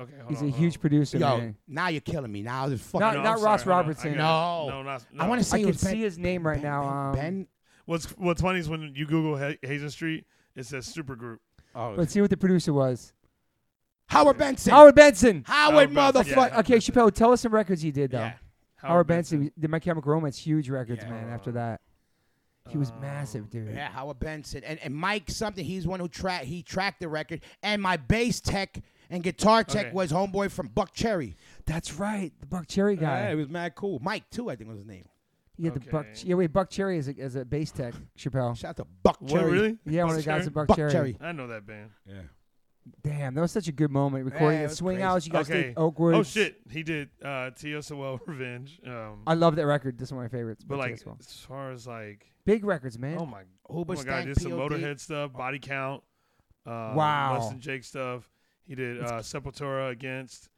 C: Okay, hold
A: He's
C: on,
A: a
C: hold
A: huge
C: on.
A: producer,
B: Yo,
A: man.
B: now you're killing me. Now this fucking.
A: Not-
C: No,
A: not
C: I'm
A: Ross
C: sorry, hold on,
A: Robertson.
C: I got
B: no,
C: it. No, not.
B: I want to
A: I
B: see.
A: can
B: his ben,
A: see his name right now. Um,
B: Ben.
C: What's What's funny is when you Google Ha- Hazen Street, it says supergroup.
B: Oh,
A: Let's see what the producer was.
B: Howard Benson.
A: Howard Benson.
B: Howard,
C: Howard Benson,
B: motherfucker.
C: yeah.
A: Uh, Okay, Chappelle, tell us some records he did though.
B: Yeah.
C: Oh,
A: Howard, Benson, did My Chemical Romance, huge records, man. After that, he was massive, dude.
B: Yeah, Howard Benson and, and Mike something. He's one who track he tracked the record. And my bass tech and guitar tech
C: Okay.
B: was homeboy from Buck Cherry.
A: That's right, the Buck Cherry
C: Oh,
A: guy.
B: was mad cool. Mike too, I think was his name.
A: He had the Buck.
C: Okay.
A: Yeah, wait, Buck Cherry is a, is a bass tech, Chappelle.
B: Shout out to Buck
C: What
B: Cherry.
C: really?
A: Yeah, one of
C: Buck
A: the guys at
C: Cherry?
A: Buck,
B: Buck
A: Cherry.
B: Cherry.
C: I know that band.
B: Yeah.
A: Damn, that was such a good moment. Recording
B: Yeah, it
A: at
B: was
A: Swing
B: crazy.
A: House, you guys
C: okay.
A: did Oakwood.
C: Oh shit, he did uh, TSOL Revenge. Um,
A: I love that record. This is one of my favorites.
C: but
A: by
C: like
A: TSOL.
C: as far as like,
A: big records, man.
C: oh my, oh
B: Hooba
C: my god,
B: Stank,
C: he did some
B: POD.
C: Motorhead stuff, Body Count. Um,
A: Wow.
C: Less than Jake stuff. He did uh, Sepultura against.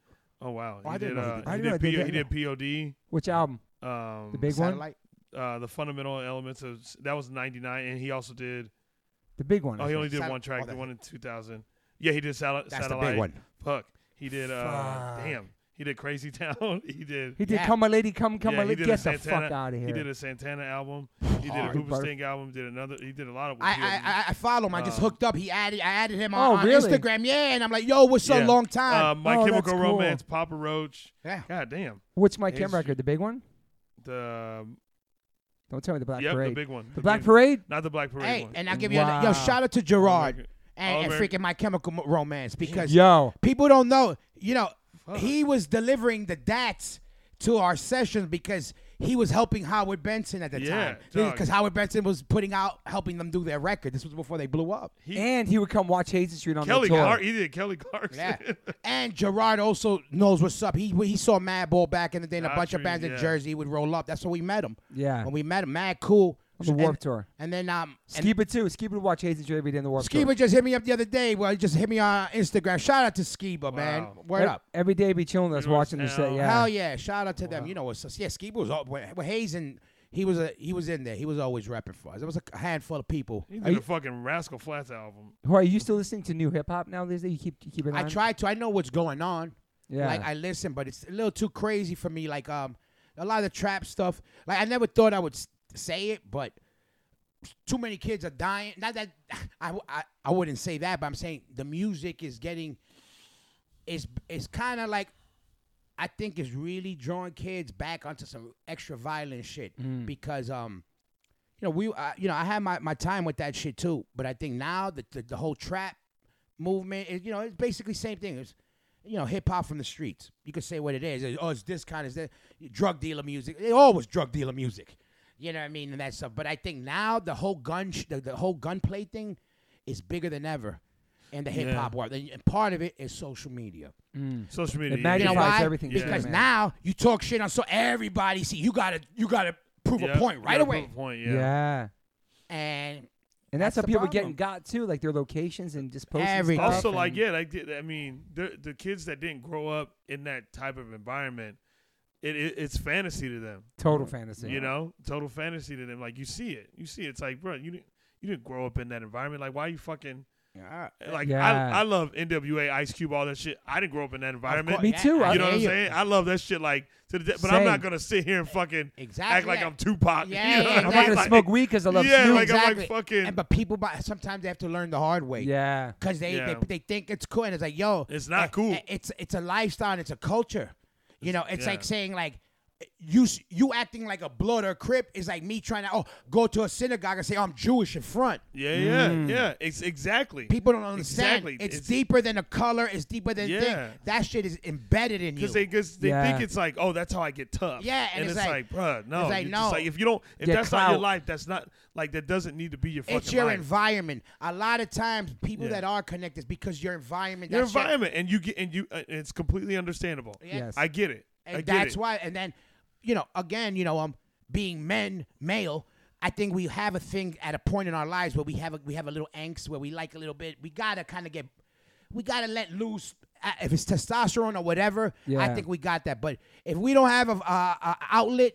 C: Oh wow.
B: Oh,
C: he
B: I
C: did.
B: didn't know he
C: Uh,
B: did
A: that. I
C: he
A: didn't
C: did.
A: know he did
C: P- He did
A: Which album?
C: POD. Um,
A: The big one.
B: Satellite.
C: uh, the fundamental elements of that was '99, and he also did.
A: The big one.
C: Oh, he only did
B: Sat-
C: one track,
B: oh,
C: the
B: that-
C: one in 2000. Yeah, he did sat-
B: That's
C: satellite.
B: the big one.
C: Fuck, he did. Uh,
A: Fuck.
C: damn, He did Crazy Town. he did.
A: He did
B: Yeah.
A: "Come My Lady, Come Come
C: yeah,
A: My
C: he
A: Lady."
C: did a
A: Get the
C: Santana-
A: fuck out of here. Oh,
C: He did a Santana album. He did a
A: Hard.
C: Hooper Sting album. Did another. He did a lot of.
B: I,
C: he had-
B: I, I- I follow him. I just
C: Uh,
B: hooked up. He added I added him
A: Oh,
B: on, on
A: really?
B: Instagram. Yeah, and I'm like, yo, what's up?
C: yeah.
B: Long time.
C: Uh, My
A: Oh,
C: Chemical
A: that's cool.
C: Romance, Papa Roach.
B: yeah.
C: God damn.
A: What's my Chem
C: His-
A: record? The big one?
C: The
A: Don't tell me the Black
C: yep,
A: Parade.
C: the big one.
A: The Black
C: big-
A: Parade.
C: Not the Black Parade
B: Hey,
C: one.
B: and I'll give you
A: Wow.
B: a, yo shout out to
C: Oh
B: Gerard and, and
C: Oliver.
B: freaking My Chemical Mo- Romance because
A: Yo,
B: people don't know. You know, he was delivering the dats to our sessions because he was helping Howard Benson at the
C: Yeah,
B: time
C: dog.
B: because Howard Benson was putting out helping them do their record. This was before they blew up.
C: he-
A: and he would come watch Hazen Street on
C: Kelly
A: the tour.
C: Clark. He did Kelly Clarkson.
B: Yeah, and Gerard also knows what's up. He he saw Madball back in the day, and a bunch of
C: Daughtry,
B: bands in
C: yeah.
B: Jersey would roll up. That's when we met him.
A: Yeah.
B: when we met him, mad cool.
A: On the Warped
B: and,
A: Tour.
B: And then um, and
A: Skeeper too. Skeeper would watch Hazen Street every day in the Warped Tour.
B: Skiba just hit me up the other day. Well, he just hit me on Instagram. Shout out to Skiba, man.
C: Wow.
B: Word
A: Ev-
B: up.
A: Every day be chilling with us
C: He was
A: watching the set.
C: down.
A: Yeah.
B: Hell yeah! Shout out to them. You know what's yeah? Skiba was all, well, Hayes and he was a he was in there. He was always repping for us. There was a handful of people.
C: He
B: Are
C: did
B: you-
C: a fucking Rascal Flats album.
A: Who are you still listening to new hip hop now these days? You keep you keep it on.
B: I tried to. I know what's going on.
A: Yeah.
B: Like I listen, but it's a little too crazy for me. Like um, a lot of the trap stuff. Like I never thought I would s- say it, but too many kids are dying. Not that I, w- I, I wouldn't say that, but I'm saying the music is getting. It's it's kind of like, I think it's really drawing kids back onto some extra violent shit because um, you know we uh, you know I had my my time with that shit too, but I think now the the, the whole trap movement is you know it's basically same thing. It's you know, hip hop from the streets. You could say what it is. It's, Oh, it's this kind of that drug dealer music. It always drug dealer music. You know what I mean and that stuff. But I think now the whole gun, sh- the, the whole gunplay thing, is bigger than ever in the hip hop world. And and part of it is social media.
A: Mm.
C: Social media.
A: It
C: yeah,
B: You
A: magnifies
B: know
C: yeah.
A: Besides
B: why?
A: everything,
C: yeah.
B: because
A: man.
B: now you talk shit on so everybody see you gotta you gotta prove
C: Yeah,
B: a point
C: you
B: right
C: gotta
B: away.
C: prove a Point,
A: yeah.
C: yeah.
B: And
A: And that's,
B: That's
A: how
B: the
A: people are
B: problem.
A: getting got too, like their locations and just posting
B: Everything.
A: stuff
C: Also,
A: and-
C: like, yeah, like, the- I mean, the, the kids that didn't grow up in that type of environment, it, it it's fantasy to them.
A: total fantasy.
C: You know, total fantasy to them. Like, you see it. You see it. It's like, bro, you didn't, you didn't grow up in that environment. Like, why you fucking
B: Eh,
C: like?
A: Yeah.
C: I, I love NWA, Ice Cube, all that shit. I didn't grow up in that environment.
A: Me too, I
C: you know what
B: hear
C: I'm saying? I love that shit. Like, to the de- but I'm
A: Same.
C: not gonna sit here and fucking
B: Exactly,
C: act like
B: yeah.
C: I'm Tupac.
B: Yeah,
C: you know
B: yeah,
C: what I
A: I'm
C: mean?
A: not gonna
C: Like,
A: smoke weed because I love
C: yeah,
A: Snoop.
C: like I'm like
B: Exactly.
C: fucking.
B: And but people, buy, sometimes they have to learn the hard way.
A: yeah.
B: because they,
C: Yeah.
B: they they think it's cool and it's like yo
C: It's not
B: eh,
C: cool.
B: eh, it's it's a lifestyle and it's a culture you know it's
C: yeah.
B: like saying like you s- you acting like a blood or crip is like me trying to oh go to a synagogue and say oh, I'm Jewish in front
C: yeah, yeah,
A: Mm.
C: yeah. It's exactly.
B: people don't understand
C: Exactly.
B: it's,
C: It's-
B: deeper than a color it's deeper than
C: Yeah.
B: thing that shit is embedded in you
C: Because they, cause they
A: Yeah.
C: think it's like, oh, that's how I get tough.
B: Yeah, and
C: and,
B: it's
C: it's,
B: like-
C: like, bruh, no,
B: it's like,
C: you're just
B: no.
C: like, if you don't, if
A: Yeah,
C: that's not your
A: clout.
C: life, that's not like that doesn't need to be your fucking
B: it's your
C: life.
B: environment a lot of times people
C: Yeah.
B: that are connected is because your environment
C: your
B: that's your-
C: environment, and you get, and you, uh, it's completely understandable.
B: Yeah.
A: Yes.
C: I get it. I
B: and
C: get
B: that's
C: it.
B: why. And then, you know, again, you know, um, being men, male, I think we have a thing at a point in our lives where we have a, we have a little angst where we like a little bit. We gotta kind of get, we gotta let loose. Uh, If it's testosterone or whatever, I
A: Yeah.
B: think we got that. But if we don't have a, a, a outlet,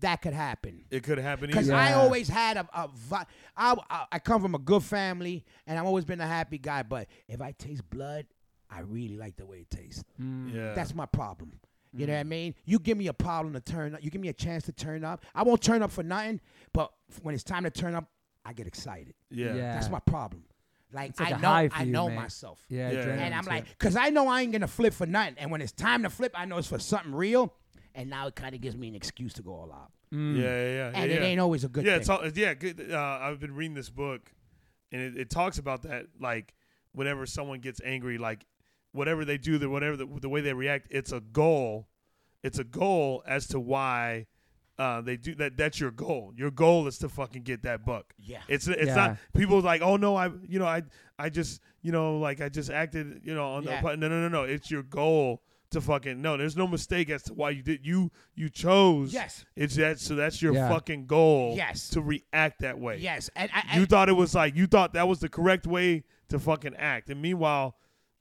B: that could happen.
C: it could happen.
B: Because
C: either.
B: I
A: Yeah.
B: always had a, a vi- I, I- I come from a good family, and I've always been a happy guy. But if I taste blood, I really like the way it tastes.
A: Mm.
C: yeah.
B: That's my problem. You know what I mean? You give me a problem to turn up. You give me a chance to turn up. I won't turn up for nothing, but f- when it's time to turn up, I get excited.
C: yeah,
A: Yeah.
B: That's my problem. Like,
A: like
B: I
A: a
B: know,
A: high for
B: I
A: you,
B: know
A: man.
B: myself.
A: Yeah,
C: Yeah.
A: adrenaline
B: And I'm
A: too.
B: like, because I know I ain't going to flip for nothing. And when it's time to flip, I know it's for something real. And now it kind of gives me an excuse to go all out.
C: Mm.
A: Mm.
C: yeah, yeah, yeah.
B: Mm. And
C: yeah.
B: it ain't always a good
C: yeah,
B: thing.
C: it's all, yeah. Good, uh, I've been reading this book, and it, it talks about that. Like, whenever someone gets angry, like whatever they do, the whatever the, the way they react, it's a goal. It's a goal as to why uh, they do that. That's your goal. Your goal is to fucking get that buck.
B: Yeah.
C: It's it's
A: Yeah.
C: not people like oh no I you know I I just you know like I just acted you know on
B: Yeah.
C: the part. no no no no it's your goal to fucking no there's no mistake as to why you did you you chose
B: Yes.
C: it's that so that's your
A: Yeah.
C: fucking goal
B: Yes.
C: to react that way
B: yes. And I, I,
C: you thought it was like you thought that was the correct way to fucking act and meanwhile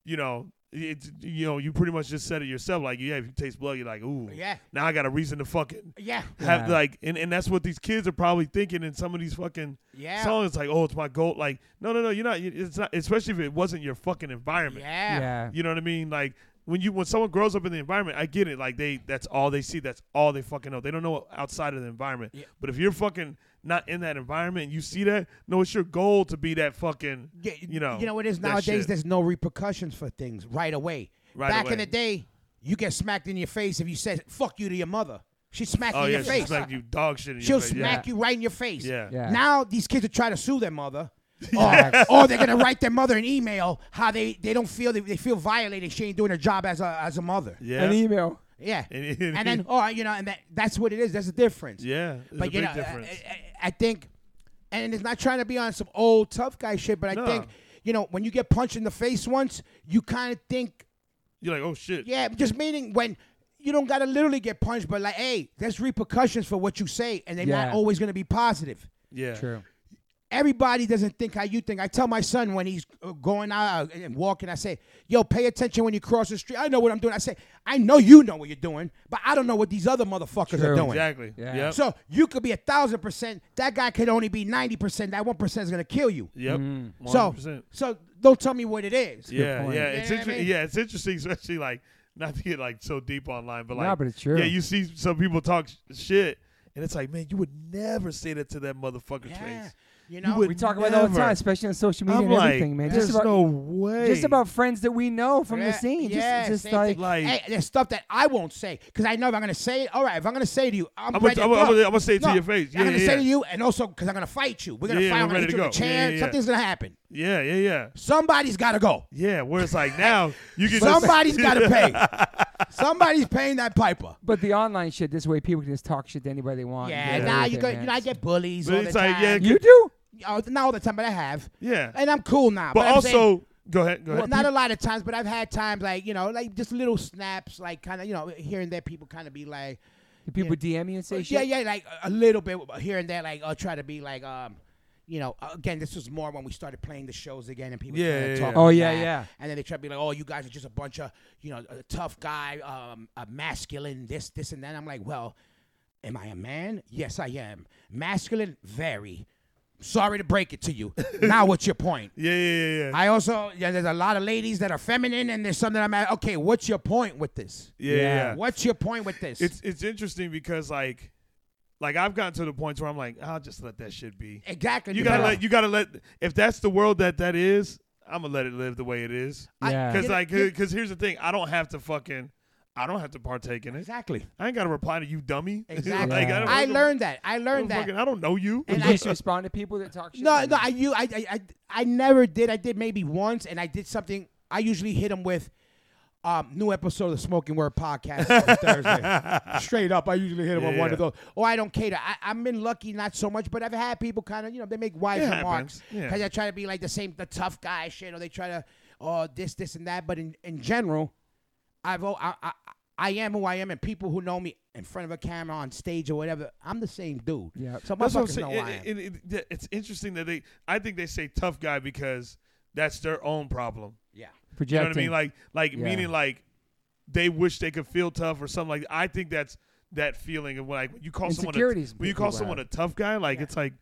C: you know it's you know you pretty much just said it yourself like yeah if you taste blood you're like ooh
B: Yeah.
C: now I got a reason to fucking
B: yeah.
C: have
A: Yeah.
C: like and, and that's what these kids are probably thinking in some of these fucking
B: Yeah.
C: songs like oh it's my goal like no no no you're not it's not especially if it wasn't your fucking environment
B: Yeah.
A: yeah.
C: you know what i mean like when you when someone grows up in the environment, I get it. Like they that's all they see, that's all they fucking know. They don't know outside of the environment.
B: Yeah.
C: But if you're fucking not in that environment, and you see that. No, it's your goal to be that fucking.
B: Yeah,
C: you know.
B: you know it is
C: that
B: nowadays.
C: shit.
B: There's no repercussions for things right away.
C: Right
B: Back in
C: away.
B: the day, you get smacked in your face if you said "fuck you" to your mother. She smacked you
C: Oh
B: in
C: yeah,
B: your
C: she
B: face.
C: smacked you dog shit. In
B: She'll
C: your face.
B: smack you right in your face.
C: Yeah.
A: Yeah.
B: Now these kids are trying to sue their mother. or,
A: Facts.
B: or they're gonna write their mother an email how they, they don't feel they, they feel violated she ain't doing her job as a as a mother
C: Yeah.
A: An
C: Yeah.
A: email.
B: yeah
C: And-
B: and,
C: and-
B: then oh you know and that, that's what it is that's the difference
C: yeah. It's
B: but
C: a
B: you
C: big
B: know uh, I-
C: difference.
B: I, I, I think and it's not trying to be on some old tough guy shit but I
C: No.
B: think you know when you get punched in the face once you kind of think
C: You're like, oh shit.
B: yeah just meaning when you don't gotta literally get punched but like hey there's repercussions for what you say and they're
A: Yeah.
B: not always gonna be positive
C: Yeah.
A: True.
B: everybody doesn't think how you think. I tell my son when he's uh, going out and walking, I say, "Yo, pay attention when you cross the street. I know what I'm doing." I say, "I know you know what you're doing, but I don't know what these other motherfuckers
A: True.
B: are doing."
C: Exactly.
A: Yeah.
C: Yep.
B: So you could be a thousand percent. That guy could only be ninety percent. That one percent is gonna kill you.
C: yep.
B: So,
A: Mm-hmm.
C: 100%.
B: so don't tell me what it is.
C: Yeah,
A: point.
C: yeah,
A: You
C: it's
B: know what I
C: interesting.
B: mean?
C: Yeah, it's interesting, especially like not to get like so deep online, but
A: Nah,
C: like,
A: but it's true.
C: Yeah, you see some people talk sh- shit, and it's like, man, you would never say that to that motherfucker's
B: Yeah.
C: face.
B: You
C: You
B: know.
C: would
A: We talk about it all the
C: never.
A: time, especially on social media
C: I'm
A: and
C: like,
A: everything, man.
C: there's
A: Just about
C: no way.
A: just about friends that we know from
B: Yeah,
A: the scene.
B: yeah,
A: just,
B: same
A: just like
B: thing.
C: Like-
B: hey, there's stuff that I won't say because I know if I'm gonna say it. All right, if I'm gonna say it to you, I'm,
C: I'm gonna-
B: ready.
C: I'm
B: to
C: gonna- I'm
B: go.
C: gonna- I'm gonna say it to
B: No,
C: your face.
B: I'm
C: Yeah,
B: gonna
C: yeah,
B: say
C: yeah.
B: to you, and also because I'm gonna fight you. We're gonna
C: Yeah,
B: fight.
C: we're
B: I'm gonna
C: ready
B: hit
C: to
B: you with a
C: go. Yeah,
B: chair.
C: yeah, yeah.
B: Something's gonna happen.
C: Yeah, yeah, yeah,
B: Somebody's gotta go.
C: yeah. Where it's like now you can
B: Somebody's gotta pay. Somebody's paying that piper.
A: but the online shit, this way people can just talk shit to anybody they want.
B: Yeah,
A: and get away
B: nah,
A: with
B: you
A: it,
B: go.
A: man.
B: You know, I get bullies
C: But
B: all the
C: it's like, yeah,
B: time.
A: You do?
B: Oh, not all the time, but I have,
C: yeah.
B: and I'm cool now.
C: but
B: I'm
C: also,
B: saying-
C: go ahead, go ahead.
B: not a lot of times, but I've had times like you know, like just little snaps, like kind of you know, here and there. People kind of be like,
A: Do
B: uh,
A: people DM you and say shit?
B: yeah, yeah, like a- a little bit uh, here and there, like I'll try to be like, um, you know, uh, again, this was more when we started playing the shows again, and people
C: Yeah,
B: trying to
C: yeah,
B: talk
C: yeah.
A: Oh,
B: like
A: yeah,
B: that.
A: yeah.
B: and then they try to be like, oh, you guys are just a bunch of you know, a tough guy, um, a masculine, this, this, and that. I'm like, well, am I a man? Yes, I am. Masculine, very. Sorry to break it to you. now, what's your point?
C: Yeah, yeah, yeah, yeah.
B: I also yeah, there's a lot of ladies that are feminine, and there's some that I'm at. Okay, what's your point with this?
C: yeah, yeah.
A: Yeah.
C: yeah.
B: What's your point with this?
C: It's it's interesting because like, like I've gotten to the points where I'm like, I'll just let that shit be.
B: exactly.
C: You gotta
B: because-
C: let you gotta let if that's the world that that is, I'm gonna let it live the way it is.
B: I-
A: Yeah.
C: Because
B: you know,
C: like,
B: you-
C: because here's the thing, I don't have to fucking, I don't have to partake in it.
B: exactly.
C: I ain't gotta reply to you, dummy.
B: Exactly.
C: Like,
A: Yeah.
C: don't-
B: I
C: don't-
B: learned that. I
C: don't
B: learned that.
C: fucking- I don't know you.
A: You
B: And I-
A: just respond to people that talk shit.
B: No,
A: to
B: no,
A: you?
B: I you I, I I I never did. I did maybe once, and I did something. I usually hit them with. Um, new episode of the Smoking Word podcast on Thursday. Straight up, I usually hit them with one of
C: Yeah.
B: those. Or I don't cater. I, I've been lucky, not so much, but I've had people kind of, you know, they make wise
C: It
B: remarks
C: happens, yeah.
B: because they try to be like the same, the tough guy shit, or they try to, oh, this, this, and that. But in, in general, I've al- I, I I am who I am, and people who know me in front of a camera, on stage, or whatever, I'm the same dude.
A: Yep.
B: So
C: That's what I'm
B: motherfuckers know
C: saying.
B: who I am.
C: It- it- it- it- it's interesting that they. I think they say tough guy because that's their own problem.
B: yeah.
C: You know
A: projecting.
C: what I mean? Like, like
A: Yeah.
C: meaning like they wish they could feel tough or something like. That. I think that's that feeling of like when you call someone a,
A: Insecurities
C: when you call
A: people
C: someone a
A: have.
C: tough guy. Like
B: Yeah.
C: it's like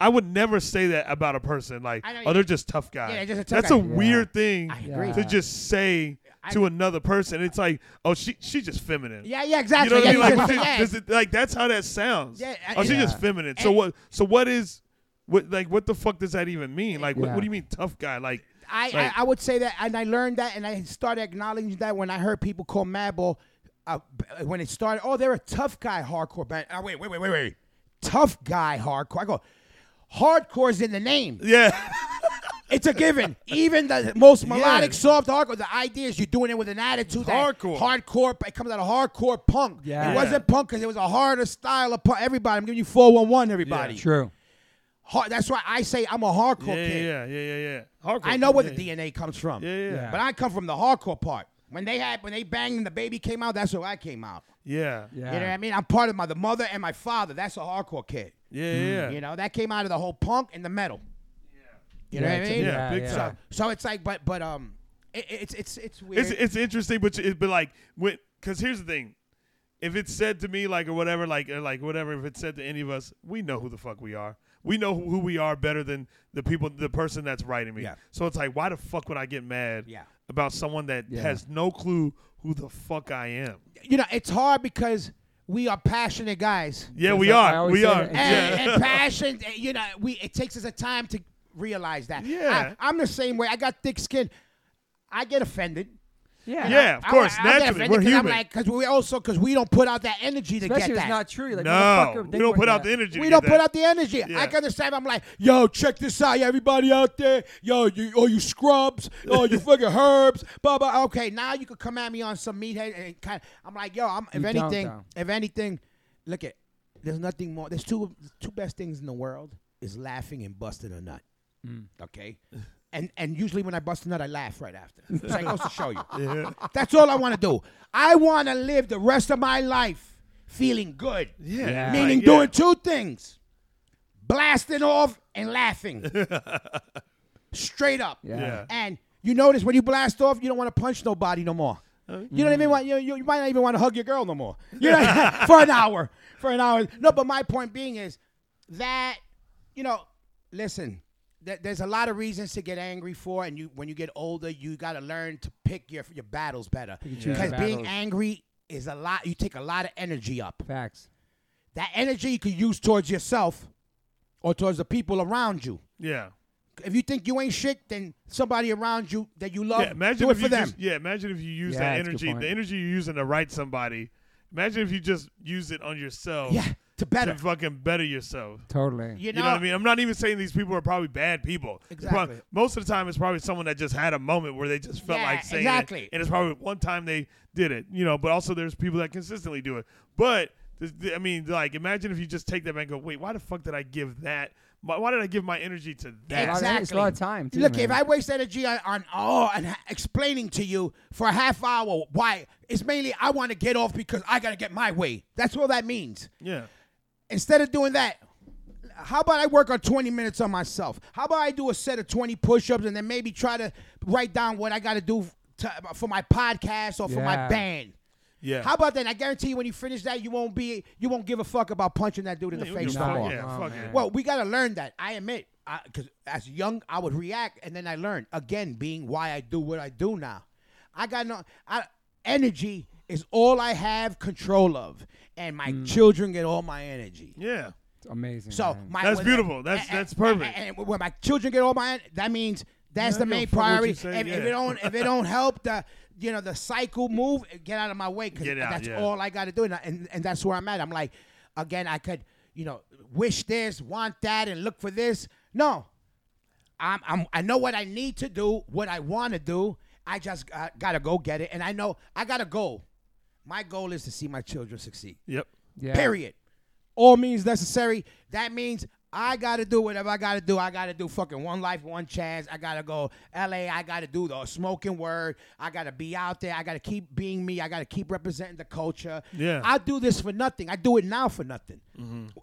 C: I would never say that about a person. Like
B: I know
C: oh,
B: you-
C: they're just tough guy.
B: Yeah, just a tough
C: that's
B: guy.
C: a
B: Yeah.
C: weird thing
B: I agree.
A: Yeah.
C: to just say
B: I-
C: to another person. It's like oh she she's just feminine.
B: Yeah, yeah,
C: You know
B: exactly.
C: what I mean?
B: yeah,
C: Like,
B: you
C: she-
B: just- yeah.
C: does it- like that's how that sounds.
B: Yeah, I-
C: oh, she's
A: yeah.
C: just feminine. So
B: And-
C: what? So what is? What like what the fuck does that even mean? Like what,
A: Yeah.
C: what do you mean tough guy? Like
B: Eh, I,
C: Right.
B: I, I would say that, and I learned that, and I started acknowledging that when I heard people call Madball, uh, b- when it started, oh, they're a tough guy hardcore band. Oh, wait, wait, wait, wait, wait. Tough guy hardcore. I go, hardcore's in the name.
C: yeah,
B: It's a given. Even the most melodic, soft hardcore, the idea is you're doing it with an attitude. that
C: Hardcore.
B: Hardcore. It comes out of hardcore punk.
A: Yeah.
B: It wasn't punk because it was a harder style of punk. Everybody, I'm giving you 411, everybody.
A: True.
B: Hard, that's why I say I'm a hardcore
C: yeah,
B: kid.
C: yeah, yeah, yeah, yeah. Hardcore.
B: I know where
C: yeah.
B: the DNA comes from.
C: Yeah, yeah,
A: Yeah.
B: But I come from the hardcore part. When they had when they banged and the baby came out, that's where I came out.
C: yeah, yeah,
A: Yeah.
B: You know what I mean? I'm part of my the mother and my father. That's a hardcore kid.
C: yeah, yeah.
B: Mm-hmm. You know, that came out of the whole punk and the metal. You know
A: Yeah,
B: what I
A: it's a-
B: mean?
C: Yeah, big
A: yeah.
C: time.
B: So it's like but but um it, it's it's it's weird.
C: It's it's interesting, but it, but like when because here's the thing, if it's said to me like or whatever, like or like whatever, if it's said to any of us, we know who the fuck we are. We know who we are better than the people, the person that's writing me.
B: Yeah.
C: So it's like, why the fuck would I get mad
B: Yeah.
C: about someone that
A: Yeah.
C: has no clue who the fuck I am.
B: You know, it's hard because we are passionate guys.
C: Yeah,
A: That's
C: we
A: what I
C: are.
A: always
C: We
A: say.
C: are.
A: And-
B: and,
C: yeah.
B: and passion. eh, You know, we it takes us a time to realize that.
C: Yeah.
B: I, am the same way. I got thick skin. I get offended.
A: Yeah.
C: Yeah, of
B: I-
C: course,
B: I,
C: naturally,
B: I get offended
C: we're
B: 'cause I'm
C: human.
B: like, because we also because we don't put out that energy to
A: Especially
B: get
A: if
B: that.
A: it's not true. You're like,
C: no,
A: motherfucker,
C: we
A: they
C: don't
A: weren't
C: put out
A: that.
C: the energy.
B: we
C: to
B: don't
C: get
B: put
C: that.
B: out the energy.
C: Yeah.
B: I can understand. I'm like, yo, check this out, everybody out there. Yo, you, all you scrubs, all you fucking herbs, blah blah. Okay, now you could come at me on some meathead and kind. Of, I'm like, yo, I'm, if
A: You don't,
B: anything,
A: though.
B: if anything, look at. There's nothing more. There's two two best things in the world is laughing and busting a nut.
A: Mm.
B: Okay. And, and usually when I bust a nut, I laugh right after. It's like goes to show you. That's all I want to do. I want to live the rest of my life feeling good.
C: Yeah.
A: Yeah.
B: Meaning
C: Like, yeah.
B: doing two things blasting off and laughing. Straight up.
A: Yeah.
C: Yeah.
B: And you notice when you blast off, you don't want to punch nobody no more. You know what I mean? Why- You, you, you might not even want to hug your girl no more. You know, for an hour. For an hour. No, but my point being is that, you know, listen, th- there's a lot of reasons to get angry for, and you when you get older, you got to learn to pick your, your battles better.
A: and choose
B: Because
A: your
B: being
A: battles.
B: angry is a lot, you take a lot of energy up
A: Facts.
B: that energy you could use towards yourself or towards the people around you.
C: Yeah.
B: If you think you ain't shit, then somebody around you that you love,
C: Yeah, imagine
B: do it
C: if
B: for
C: you
B: them.
C: Just, yeah, imagine if you use
A: Yeah,
C: that
A: that's a good
C: energy,
A: point.
C: the energy you're using to write somebody. Imagine if you just use it on yourself.
B: yeah, to better.
C: To fucking better yourself.
A: Totally.
B: You
C: You
B: know,
C: know, what I mean? I'm not even saying these people are probably bad people. It's prob-
B: Exactly.
C: most of the time, it's probably someone that just had a moment where they just felt
B: Yeah,
C: like saying
B: exactly.
C: it, and it's probably one time they did it. You know, but also there's people that consistently do it. But this- I mean, like, imagine if you just take that back and go, "Wait, why the fuck did I give that? Why why did I give my energy to that?"
A: lot of-
B: Exactly.
A: it's a lot of time, too,
B: Look,
A: man.
B: if I waste energy on, on oh and ha- explaining to you for a half hour why it's mainly I want to get off because I gotta get my way. That's all that means.
C: Yeah,
B: instead of doing that, how about I work on 20 minutes on myself? How about I do a set of 20 push ups and then maybe try to write down what I got to do to, for my podcast or for my
A: Yeah.
B: band?
C: yeah.
B: How about that? I guarantee you, when you finish that, you won't be, you won't give a fuck about punching that dude in the
C: Yeah,
B: face
C: you
B: no
C: fuck-
B: more.
C: yeah,
A: Oh,
C: fuck
A: man.
C: it.
B: Well, we gotta learn that. I admit, because as young, I would react, and then I learned again, being why I do what I do now. I got no I, energy is all I have control of, and my children get all my energy.
C: yeah.
A: It's amazing.
B: So
A: man.
B: my
C: That's
B: when-
C: beautiful. That's-
B: and-
C: that's perfect.
B: And, and when my children get all my, that means that's
C: Yeah,
B: the
C: I
B: main
C: give a fuck what
B: priority.
C: you say,
B: if, if
C: yeah.
B: it don't, if it don't help the, you know, the cycle move, get out of my way because
C: Get out,
B: that's
C: yeah.
B: all I got to do, and, I- and and that's where I'm at. I'm like, again, I could, you know, wish this, want that, and look for this. No, I'm, I'm I know what I need to do, what I want to do. I just uh, gotta go get it, and I know I got a goal. My goal is to see my children succeed.
C: Yep.
A: yeah.
B: Period. All means necessary. That means I gotta do whatever I gotta do. I gotta do fucking one life, one chance. I gotta go LA. I gotta do the smoking word. I gotta be out there. I gotta keep being me. I gotta keep representing the culture.
C: Yeah. Mm-hmm.
B: I do this for nothing. I do it now for nothing.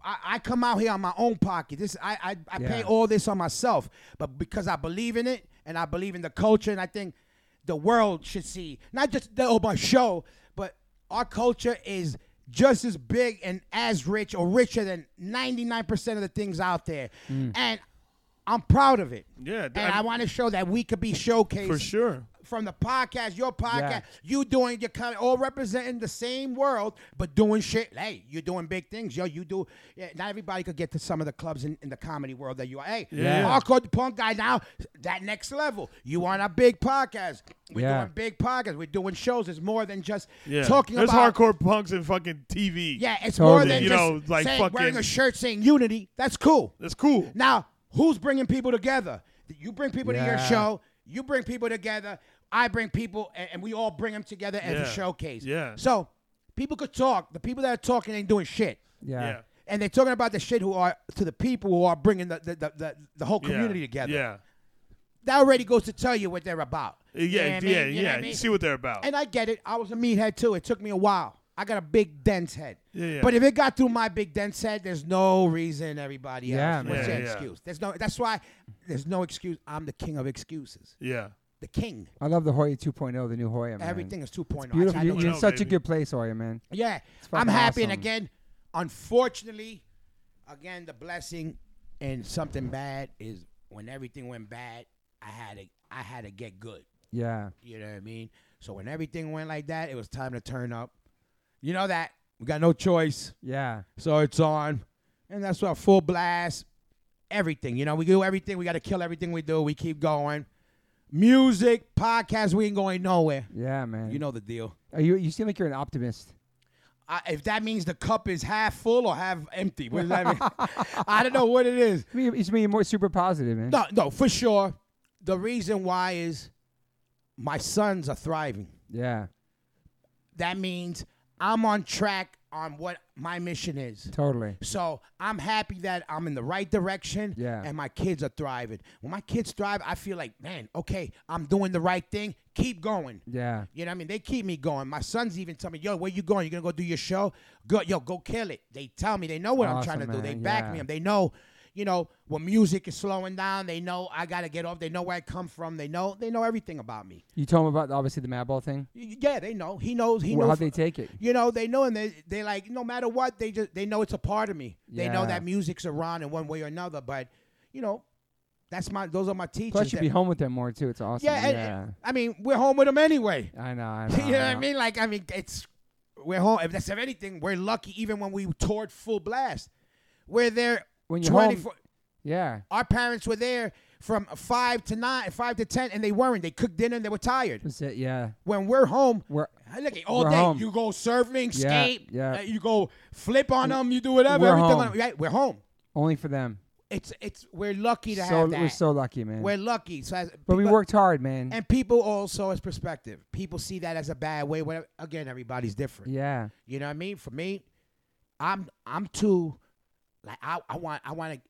B: I, I come out here on my own pocket. This I I, I pay
A: Yeah.
B: all this on myself, but because I believe in it and I believe in the culture, and I think the world should see not just the oh my show, but our culture is just as big and as rich or richer than 99% of the things out there. And I'm proud of it.
C: Mm. Yeah,
B: And
C: I'm-
B: I want to show that we could be showcased
C: For sure.
B: from the podcast, your podcast,
A: Yeah.
B: you doing your kind of all representing the same world, but doing shit. Hey, you're doing big things, yo. You do. Yeah, not everybody could get to some of the clubs in, in the comedy world that you are. Hey,
C: Yeah.
B: hardcore punk guy now, that next level. You on a big podcast. We're
A: Yeah.
B: doing big podcasts. We're doing shows. It's more than just
C: Yeah.
B: talking
C: There's
B: about.
C: hardcore punks and fucking TV.
B: Yeah, it's
A: Totally.
B: more than
C: You
B: just
C: know, like
B: saying, wearing a
C: fucking-
B: shirt saying unity. That's cool.
C: That's cool.
B: Now, who's bringing people together? You bring people to your
A: Yeah.
B: show. You bring people together. I bring people, and, and we all bring them together as a
C: Yeah.
B: showcase.
C: Yeah.
B: So people could talk. The people that are talking ain't doing shit,
A: Yeah.
C: yeah.
B: and they're talking about the shit who are to the people who are bringing the the, the, the, the whole
C: Yeah.
B: community together.
C: Yeah. Uh,
B: That already goes to tell you what they're about.
C: Yeah,
B: You know what
C: yeah,
B: I mean?
C: yeah.
B: You know what I mean?
C: You see what they're about.
B: And I get it. I was a meathead too. It took me a while. I got a big dense head.
C: Yeah, yeah.
B: But if it got through my big dense head, there's no reason everybody
A: Yeah,
B: else. What's
C: man.
B: your
C: Yeah, yeah.
B: excuse? There's no. That's why there's no excuse. I'm the king of excuses.
C: yeah.
B: The king.
A: I love the Hoya 2.0, the new Hoya. Man.
B: Everything is 2.0. I
A: Beautiful.
B: tried
A: You're,
B: to-
A: you're in such a
C: baby.
A: good place, Hoya, man.
B: yeah.
A: fucking
B: I'm happy. And
A: awesome.
B: again, unfortunately, again the blessing and something bad is when everything went bad. I had to. I had to get good.
A: Yeah.
B: You know what I mean? So when everything went like that, it was time to turn up. You know that. We got no choice.
A: Yeah.
B: So it's on. And that's our full blast. Everything. You know, we do everything. We got to kill everything we do. We keep going. Music, podcast, we ain't going nowhere.
A: Yeah, man.
B: You know the deal.
A: Are you you seem like you're an optimist.
B: I, if that means the cup is half full or half empty, what does that mean? I don't know what it is.
A: I mean, you seem more super positive, man.
B: No, no, for sure. The reason why is my sons are thriving.
A: Yeah.
B: That means I'm on track on what my mission is.
A: Totally.
B: So I'm happy that I'm in the right direction
A: Yeah.
B: and my kids are thriving. When my kids thrive, I feel like, man, okay, I'm doing the right thing. Keep going.
A: Yeah.
B: You know what I mean? They keep me going. My sons even tell me, yo, where you going? You gonna go do your show? Go, yo, go kill it. They tell me, they know what I'm trying to
A: Awesome,
B: do. They
A: man.
B: back
A: Yeah.
B: me up. They know, you know, when music is slowing down, they know I gotta get off. They know where I come from. They know they know everything about me.
A: You told him about obviously the Madball thing.
B: Y- y- Yeah, they know. He knows he
A: Well,
B: knows
A: how'd they take it?
B: you know, they know and they they like no matter what, they just they know it's a part of me. They know
A: Yeah.
B: that music's around in one way or another. But, you know, that's my those are my teachers.
A: Plus, you'd
B: that-
A: be home with them more too. It's awesome.
B: yeah, and- and- I mean, we're home with them anyway
A: I know. I know.
B: you know what
A: I
B: I
A: know.
B: mean? Like, I mean, it's we're home. If that's if anything, we're lucky. Even when we toured full blast, we're there.
A: When you're home-
B: 24
A: Yeah.
B: Our parents were there from five to nine, five to ten, and they weren't. They cooked dinner and they were tired.
A: That's it. Yeah.
B: When we're home,
A: We're
B: hey, look all
A: We're
B: day.
A: home.
B: You go surfing,
A: Yeah,
B: skate.
A: yeah.
B: uh, you go flip on them. You do whatever.
A: We're
B: everything
A: home.
B: on- right, we're home.
A: only for them.
B: It's it's we're lucky to
A: So
B: have that.
A: we're so lucky, man.
B: We're lucky. So as,
A: but we
B: people-
A: worked hard, man.
B: And people also as perspective. People see that as a bad way. Whatever. Again, everybody's different.
A: yeah.
B: You know what I mean? For me, I'm I'm too like I, I want I want to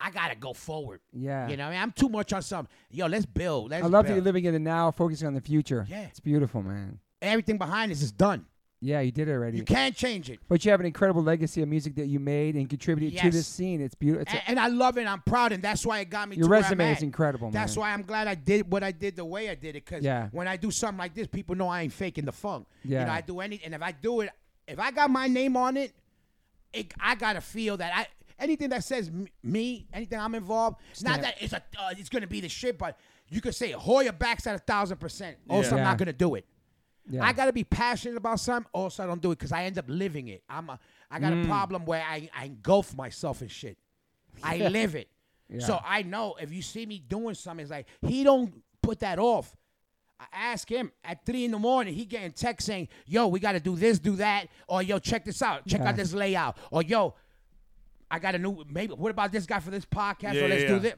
B: I gotta go forward.
A: Yeah.
B: You know, what I mean? I'm too much on something. Yo, let's build. Let's
A: I love that
B: build.
A: you're living in the now, focusing on the future.
B: Yeah.
A: It's beautiful, man.
B: Everything behind us is done.
A: Yeah, you did it already.
B: You can't change it.
A: but you have an incredible legacy of music that you made and contributed to this
B: Yes.
A: scene. It's beautiful. It's
B: A-
A: a-
B: And, I love it. I'm proud, and that's why it got me.
A: your
B: to where
A: resume
B: I'm
A: is
B: at.
A: incredible, man.
B: That's why I'm glad I did what I did the way I did it. Cause
A: Yeah.
B: when I do something like this, people know I ain't faking the funk. You
A: Yeah.
B: know, I do anything, and if I do it, if I got my name on it, it I gotta feel that I anything that says m- me, anything I'm involved.
A: Snap.
B: Not that it's a uh, it's gonna be the shit, but you could say Hoya backs at a thousand percent. Also, I'm
A: Yeah.
B: not gonna do it.
A: Yeah.
B: I gotta be passionate about something. Also, I don't do it because I end up living it. I'm a I got
C: Mm.
B: a problem where I, I engulf myself in shit. I live it. So I know if you see me doing something, it's like he don't put that off. I ask him at three in the morning. He getting text saying, "Yo, we got to do this, do that," or "Yo, check this out, check
A: Yeah.
B: out this layout," or "Yo, I got a new maybe. What about this guy for this podcast?
C: Yeah,
B: or let's
C: yeah,
B: do
C: yeah.
B: this."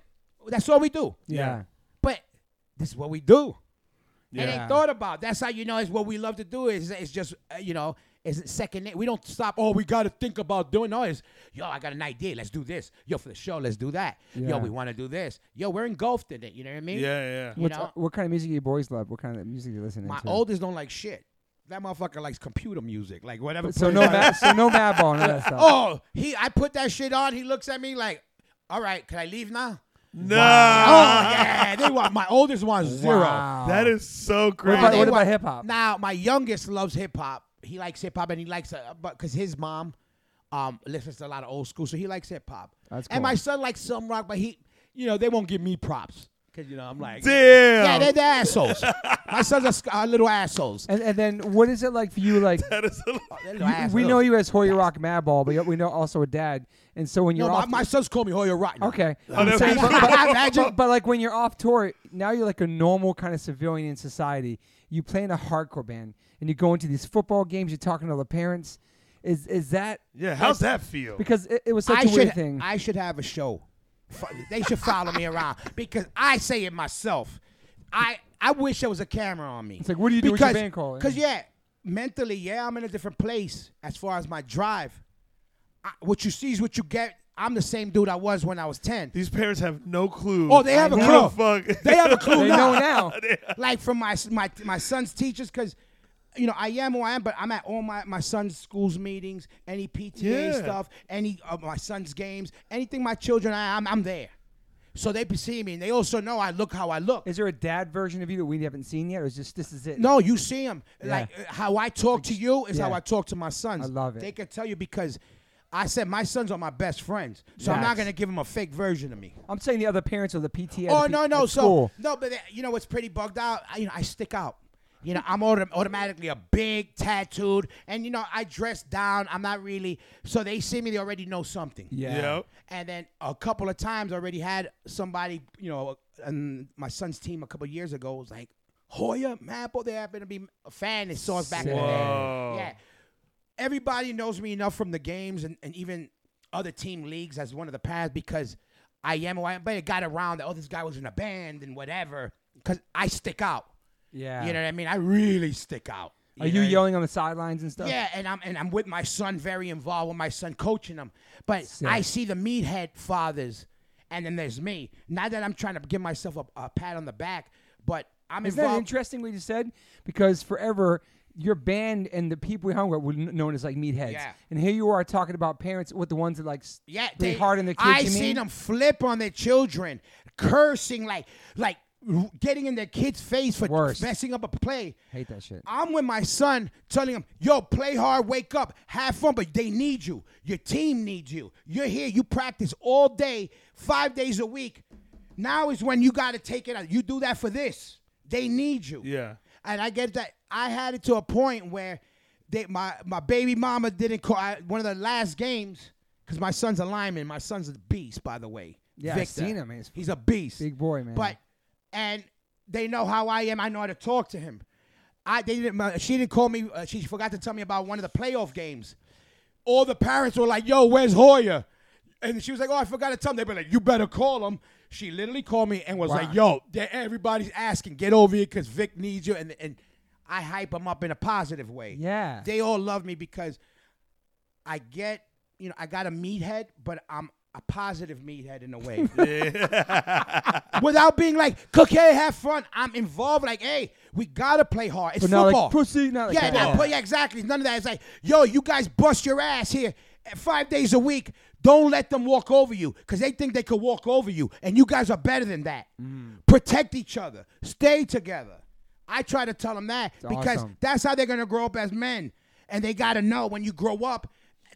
B: That's all we do.
A: yeah.
B: But this is what we do. It
A: Yeah.
B: ain't thought about. That's how you know it's what we love to do. Is it's just uh, you know it's second. na- We don't stop. Oh, we got to think about doing. No, it's yo. I got an idea. Let's do this. Yo, for the show, let's do that.
A: Yeah.
B: Yo, we want to do this. Yo, we're engulfed in it. You know what I mean?
C: Yeah, yeah.
B: You
A: What's,
B: know,
A: uh, what kind of music do your boys love? What kind of music do you listen
B: my
A: to?
B: oldest don't like shit. That motherfucker likes computer music, like whatever.
A: so
B: plays
A: no,
B: on-
A: ma- so no Madball, none of that stuff.
B: oh, he. I put that shit on. He looks at me like, all right, can I leave now?
C: No.
B: Oh yeah, they want my oldest wants zero.
A: Wow.
C: That is so
A: What
C: crazy.
A: about,
B: They
A: what
B: wa-
A: about hip hop?
B: Now, my youngest loves hip hop. He likes hip hop, and he likes uh, but because his mom um listens to a lot of old school, so he likes hip hop.
A: That's
B: And my
A: cool.
B: son likes some rock, but he, you know, they won't give me props because you know I'm like,
C: Damn.
B: yeah, they're the assholes. my sons are, sc- are little assholes.
A: And, and then what is it like for you? Like
C: that is a lot.
A: you-
B: They're little assholes.
A: we know you as Hoya Rock Madball, but yet we know also a dad. And so when
B: No,
A: you're
B: my,
A: off,
B: my sons call me Hoya Rotten.
A: okay,
C: that
A: I'm saying,
C: makes
A: but, but-
B: sense. Imagine-
A: but- but, like when you're off tour, now you're like a normal kind of civilian in society. You play in a hardcore band, and you go into these football games. You're talking to the parents. Is is that
C: Yeah, how's that feel?
A: because it, it was such
B: I
A: a weird
B: should,
A: thing?
B: I should have a show. Fo- They should follow me around because I say it myself. I I wish there was a camera on me. It's
A: like, what do you do with your band call?
B: Because 'cause, yeah, mentally, yeah, I'm in a different place as far as my drive. I, what you see is what you get. I'm the same dude I was when I was ten.
C: These parents have no clue.
B: Oh, they have a
C: Who
B: clue.
C: The fuck?
B: They have a clue
A: they
B: now.
A: know now.
B: Like from my my my son's teachers, because you know I am who I am, but I'm at all my my son's schools meetings, any PTA
C: Yeah.
B: stuff, any of my son's games, anything my children, I, I'm I'm there. So they see me, and they also know I look how I look.
A: Is there a dad version of you that we haven't seen yet, or is just this is it?
B: No, you see him.
A: Yeah.
B: Like uh, how I talk to you is how
A: yeah.
B: I talk to my sons.
A: I love it.
B: They can tell you because I said my sons are my best friends, so I'm
A: Yes.
B: not gonna give them a fake version of me.
A: I'm saying the other parents or the PTA. at
B: Oh
A: the P-
B: no uh, no
A: at
B: so
A: school.
B: no but that- you know what's pretty bugged out I, you know I stick out You know, I'm autom- automatically a big tattooed, and you know, I dress down. I'm not really. So they see me, they already know something.
A: Yeah.
C: Yep.
B: And then a couple of times I already had somebody, you know, and my son's team a couple of years ago was like, Hoya, Mapo, they happen to be a fan that saw us back in the
C: Whoa.
B: day. Yeah. Everybody knows me enough from the games and, and even other team leagues as one of the past because I am who I am. But it got around that, oh, this guy was in a band and whatever. Because I stick out.
A: Yeah.
B: You know what I mean? I really stick out.
A: Are you
B: know what I mean?
A: yelling on the sidelines and stuff?
B: Yeah, and I'm and I'm with my son, very involved with my son, coaching him. But
A: Sick.
B: I see the meathead fathers, and then there's me. Not that I'm trying to give myself a, a pat on the back, but I'm
A: Isn't that
B: involved.
A: interesting what you said? Because forever your band and the people we hung with were kn- known as like meatheads,
B: Yeah.
A: and here you are talking about parents with the ones that like s-
B: yeah,
A: really
B: they
A: hard on their kids.
B: I
A: you
B: seen
A: mean?
B: them flip on their children, cursing like like getting in their kid's face for
A: Worst.
B: messing up a play.
A: Hate that shit.
B: I'm with my son telling him, yo, play hard, wake up, have fun, but they need you. Your team needs you. You're here, you practice all day, five days a week. Now is when you got to take it out. You do that for this. They need you.
C: Yeah.
B: And I get that. I had it to a point where they, my, my baby mama didn't call. I, one of the last games, because my son's a lineman. My son's a beast, by the way.
A: Yeah, I've
B: Victor.
A: seen him. He's
B: He's a beast.
A: big boy, man.
B: But and they know how I am. I know how to talk to him. I they didn't. my- She didn't call me. Uh, she forgot to tell me about one of the playoff games. All the parents were like, "Yo, where's Hoya?" And she was like, "Oh, I forgot to tell them." They were like, "You better call him." She literally called me and was
A: Wow.
B: like, "Yo, they're- everybody's asking. Get over here, cause Vic needs you." And and I hype him up in a positive way.
A: yeah,
B: They all love me because I get, you know, I got a meathead, but I'm a positive meathead in a way without being like, "Cook, hey, have fun." I'm involved. Like, hey, we gotta play hard. It's
A: but not
B: football.
A: like pussy, not like
B: yeah,
A: that.
B: not play- yeah, exactly. None of that. It's like, yo, you guys bust your ass here eh, five days a week. Don't let them walk over you because they think they could walk over you, and you guys are better than that.
A: Mm.
B: Protect each other. Stay together. I try to tell them that because
A: awesome.
B: that's how they're gonna grow up as men, and they gotta know when you grow up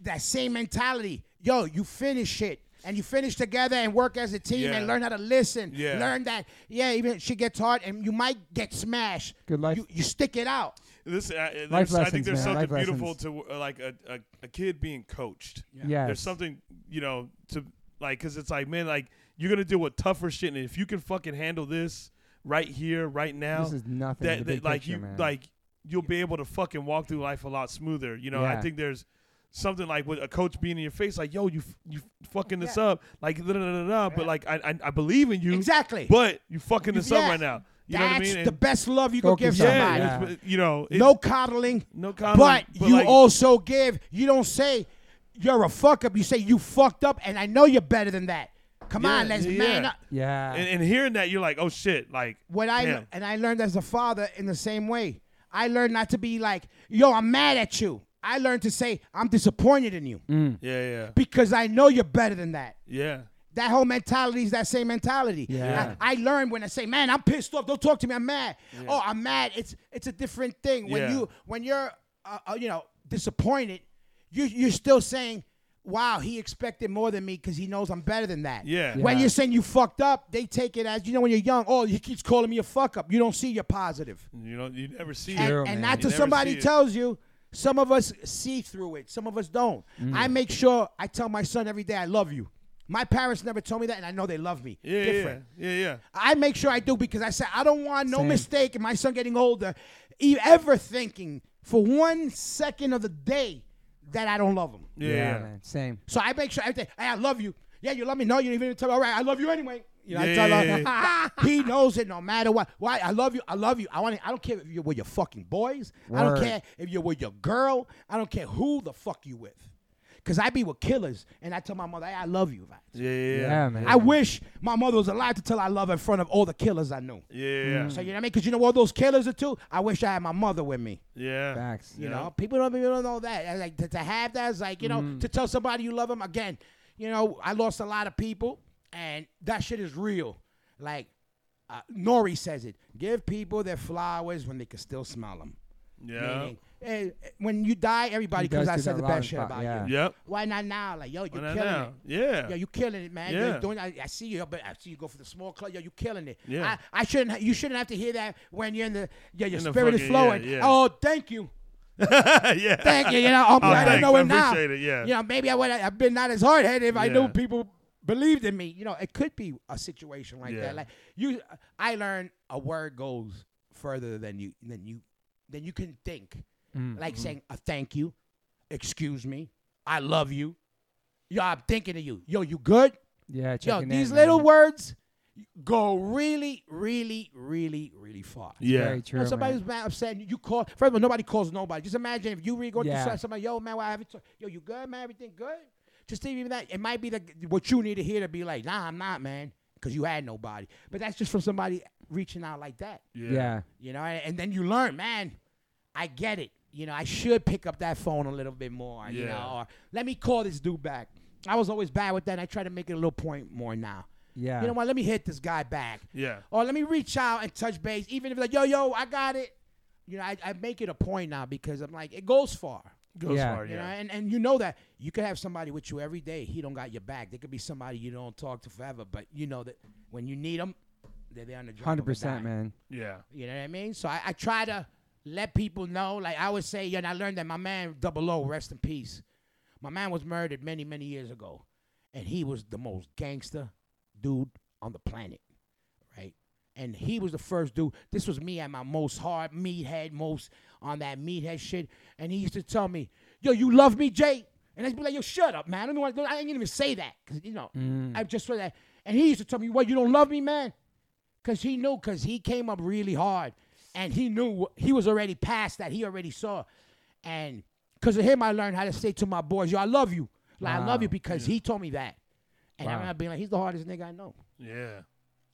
B: that same mentality. Yo, you finish it. And you finish together and work as a team and
C: Yeah.
B: learn how to listen.
C: Yeah.
B: Learn that, yeah, even she gets hard and you might get smashed.
A: Good life.
B: You, you stick it out.
C: This, I, there's,
A: Life
C: I
A: lessons,
C: think there's
A: man,
C: something
A: life
C: beautiful
A: lessons.
C: to uh, like a, a, a kid being coached.
A: Yes.
C: There's something, you know, to like, because it's like, man, like, you're going to deal with tougher shit. And if you can fucking handle this right here, right now,
A: This is nothing. in
C: that,
A: the
C: that,
A: big
C: like,
A: picture,
C: you,
A: man.
C: like, you'll be able to fucking walk through life a lot smoother. You know,
A: Yeah.
C: I think there's something like with a coach being in your face, like, yo, you, f- you fucking this
B: Yeah.
C: up. Like, da, da, da, da, da, but like, I, I, I believe in you.
B: Exactly.
C: But you fucking
B: You-
C: this
B: yeah.
C: up right now. You
B: That's
C: know what I mean?
B: the
C: And-
B: best love you can give
A: Focus on
C: yeah,
B: somebody.
A: it.
C: it's- you know, it's-
B: No coddling.
C: No coddling,
B: But,
C: but
B: you
C: like-
B: also give. You don't say you're a fuck up. You say you fucked up, and I know you're better than that. Come on,
C: Yeah,
B: let's
C: yeah.
B: man up.
A: yeah,
C: and, and hearing that, you're like, oh shit, like
B: What I
C: man.
B: and I learned as a father in the same way. I learned not to be like, yo, I'm mad at you. I learned to say I'm disappointed in you
A: Mm.
C: yeah, yeah,
B: because I know you're better than that.
C: yeah,
B: That whole mentality is that same mentality.
A: Yeah.
B: I, I learned when I say, "Man, I'm pissed off. Don't talk to me. I'm mad." Oh, I'm mad. It's it's a different thing when
C: Yeah.
B: you when you're uh, uh, you know disappointed. You you're still saying, "Wow, he expected more than me because he knows I'm better than that."
C: Yeah.
B: When
A: Yeah.
B: you're saying you fucked up, they take it as you know when you're young. Oh, he keeps calling me a fuck up. You don't see you're positive,
C: you know, you never see
B: and,
A: True,
C: it.
A: man.
B: and not
C: You
B: till
C: never see
B: somebody
C: it.
B: tells you. Some of us see through it. Some of us don't.
C: Mm.
B: I make sure I tell my son every day, "I love you." My parents never told me that, and I know they love me.
C: Yeah, yeah,
B: Different.
C: yeah, yeah.
B: I make sure I do because I said I don't want no
A: Same.
B: mistake in my son getting older, e- ever thinking for one second of the day that I don't love him.
C: Yeah,
A: yeah,
C: yeah.
A: man. Same.
B: So I make sure everything. Hey, I love you. Yeah, you love me. No, you didn't even tell me. All right, I love you anyway. You know, I tell him. he knows it no matter what. Why? I love you. I love you. I want. I don't care if you're with your fucking boys. I
A: Word.
B: don't care if you're with your girl. I don't care who the fuck you with. Cause I be with killers, and I tell my mother, hey, I love you. Vance."
C: yeah, yeah,
A: Yeah,
C: yeah,
A: man.
B: I wish my mother was alive to tell I love her in front of all the killers I knew.
C: yeah,
B: So you know what I mean? Because you know what those killers are too. I wish I had my mother with me.
C: yeah.
A: Facts.
B: You
C: Yeah.
B: know, people don't people don't know that. And, Like to, to have that is like you know
C: Mm.
B: to tell somebody you love them again. You know, I lost a lot of people, and that shit is real. Like uh, Nori says it: give people their flowers when they can still smell them.
C: yeah.
B: Meaning, eh, when you die, everybody
A: He
B: comes
A: does
B: out
A: do
B: and
A: that
B: says the
A: a lot
B: best
A: in
B: shit
A: pop-
B: about
A: yeah.
B: you.
C: Yep.
B: Why not now? Like, yo, you're
C: Why not
B: killing
C: now?
B: it.
C: Yeah.
B: Yo, you killing it, man.
C: Yeah.
B: You're doing. I, I see you, but I see you go for the small club. Yo, you killing it.
C: Yeah.
B: I, I shouldn't. ha- You shouldn't have to hear that when you're in the. Yeah, your
C: In the
B: spirit is
C: fucking- yeah,
B: flowing.
C: yeah.
B: Oh, thank you,
C: yeah.
B: thank you. You know, I'm
C: Oh,
B: glad I
C: thanks.
B: know
C: I
B: it now.
C: appreciate it, yeah.
B: You know, maybe I would. I've been not as hard headed if I knew
C: Yeah.
B: people believed in me. You know, it could be a situation like
C: Yeah.
B: that. Like you, I learned a word goes further than you than you than you can think.
A: Mm,
B: Like saying a thank you, excuse me, I love you. Yo, I'm thinking of you. Yo, you good?
A: Yeah,
B: Yo,
A: checking in,
B: these
A: man.
B: little words go really, really, really, really far.
C: Yeah.
A: Very true.
B: Now, somebody
A: man.
B: who's mad, upset, and you call. First of all, nobody calls nobody. Just imagine if you really go
A: Yeah.
B: to somebody, yo, man, why I haven't. talked- Yo, you good, man? Everything good? Just even that, it might be the, what you need to hear to be like, nah, I'm not, man, because you had nobody. But that's just from somebody reaching out like that,
C: Yeah.
A: Yeah. yeah.
B: you know. And, and then you learn, man, I get it. You know, I should pick up that phone a little bit more. You
C: Yeah.
B: know, or let me call this dude back. I was always bad with that. And I try to make it a little point more now. You know what? Let me hit this guy back.
C: Yeah.
B: Or let me reach out and touch base, even if like, yo, yo, I got it. You know, I, I make it a point now because I'm like, it goes far.
C: Goes
A: Yeah.
C: far,
B: You know,
C: yeah.
B: and, and you know that you could have somebody with you every day. He don't got your back. There could be somebody you don't talk to forever, but you know that when you need them, they're there on the drop of a
A: Hundred percent,
B: dime.
A: man.
C: Yeah.
B: You know what I mean? So I, I try to let people know. Like I would say, you know, I learned that my man Double O, rest in peace. My man was murdered many, many years ago, and he was the most gangster dude on the planet, right? And he was the first dude. This was me at my most hard meathead, most on that meathead shit. And he used to tell me, "Yo, you love me, Jay?" And I'd be like, "Yo, shut up, man. I don't want. I didn't even say that, 'cause, you know,
A: Mm.
B: I just said that." And he used to tell me, "What? You don't love me, man?" Cause he knew, cause he came up really hard, and he knew he was already past that. He already saw, and cause of him, I learned how to say to my boys, "Yo, I love you." Like I love you
A: Wow.
B: because he told me that, and I
A: Wow.
B: remember being like, "He's the hardest nigga I know."
C: Yeah.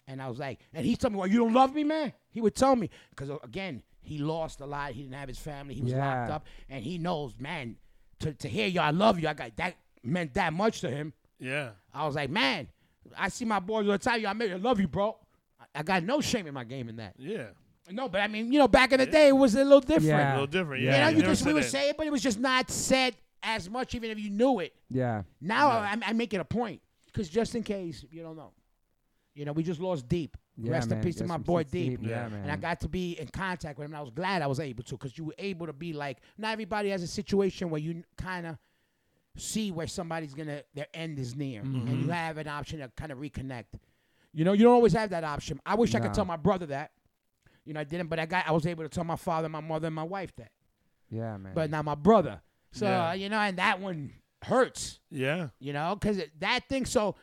B: And I was like, and he told me, "Well, you don't love me, man." He would tell me, cause uh, again, he lost a lot. He didn't have his family. He was locked
A: Yeah.
B: up, and he knows, man, to to hear "Yo, I love you," I got that meant that much to him.
C: Yeah.
B: I was like, man, I see my boys all the time. Yo, I made I love you, bro. I- I got no shame in my game in that.
C: Yeah.
B: No, but I mean, you know, back in the day, it was a little different.
C: A
A: Yeah.
C: little different.
A: You
C: Yeah.
B: You know,
C: I
B: you
C: never
B: just
C: said
B: we would
C: that.
B: say it, but it was just not said as much, even if you knew it.
A: Yeah.
B: Now I, I make it a point because just in case you don't know, you know, we just lost deep.
A: Yeah,
B: Rest
A: man.
B: in peace to
A: Yes,
B: my
A: we
B: boy
A: should
B: Deep.
A: sleep. Yeah,
C: Yeah.
A: man.
B: And I got to be in contact with him. And I was glad I was able to because you were able to be like, not everybody has a situation where you kind of see where somebody's going to, their end is near. And you have an option to kind of reconnect. You know, you don't always have that option. I wish I
A: No.
B: could tell my brother that. You know, I didn't, but I got, I was able to tell my father, my mother, and my wife that.
A: Yeah, man.
B: But not my brother. So,
C: Yeah.
B: you know, and that one hurts
C: Yeah.
B: you know, because that thing. So,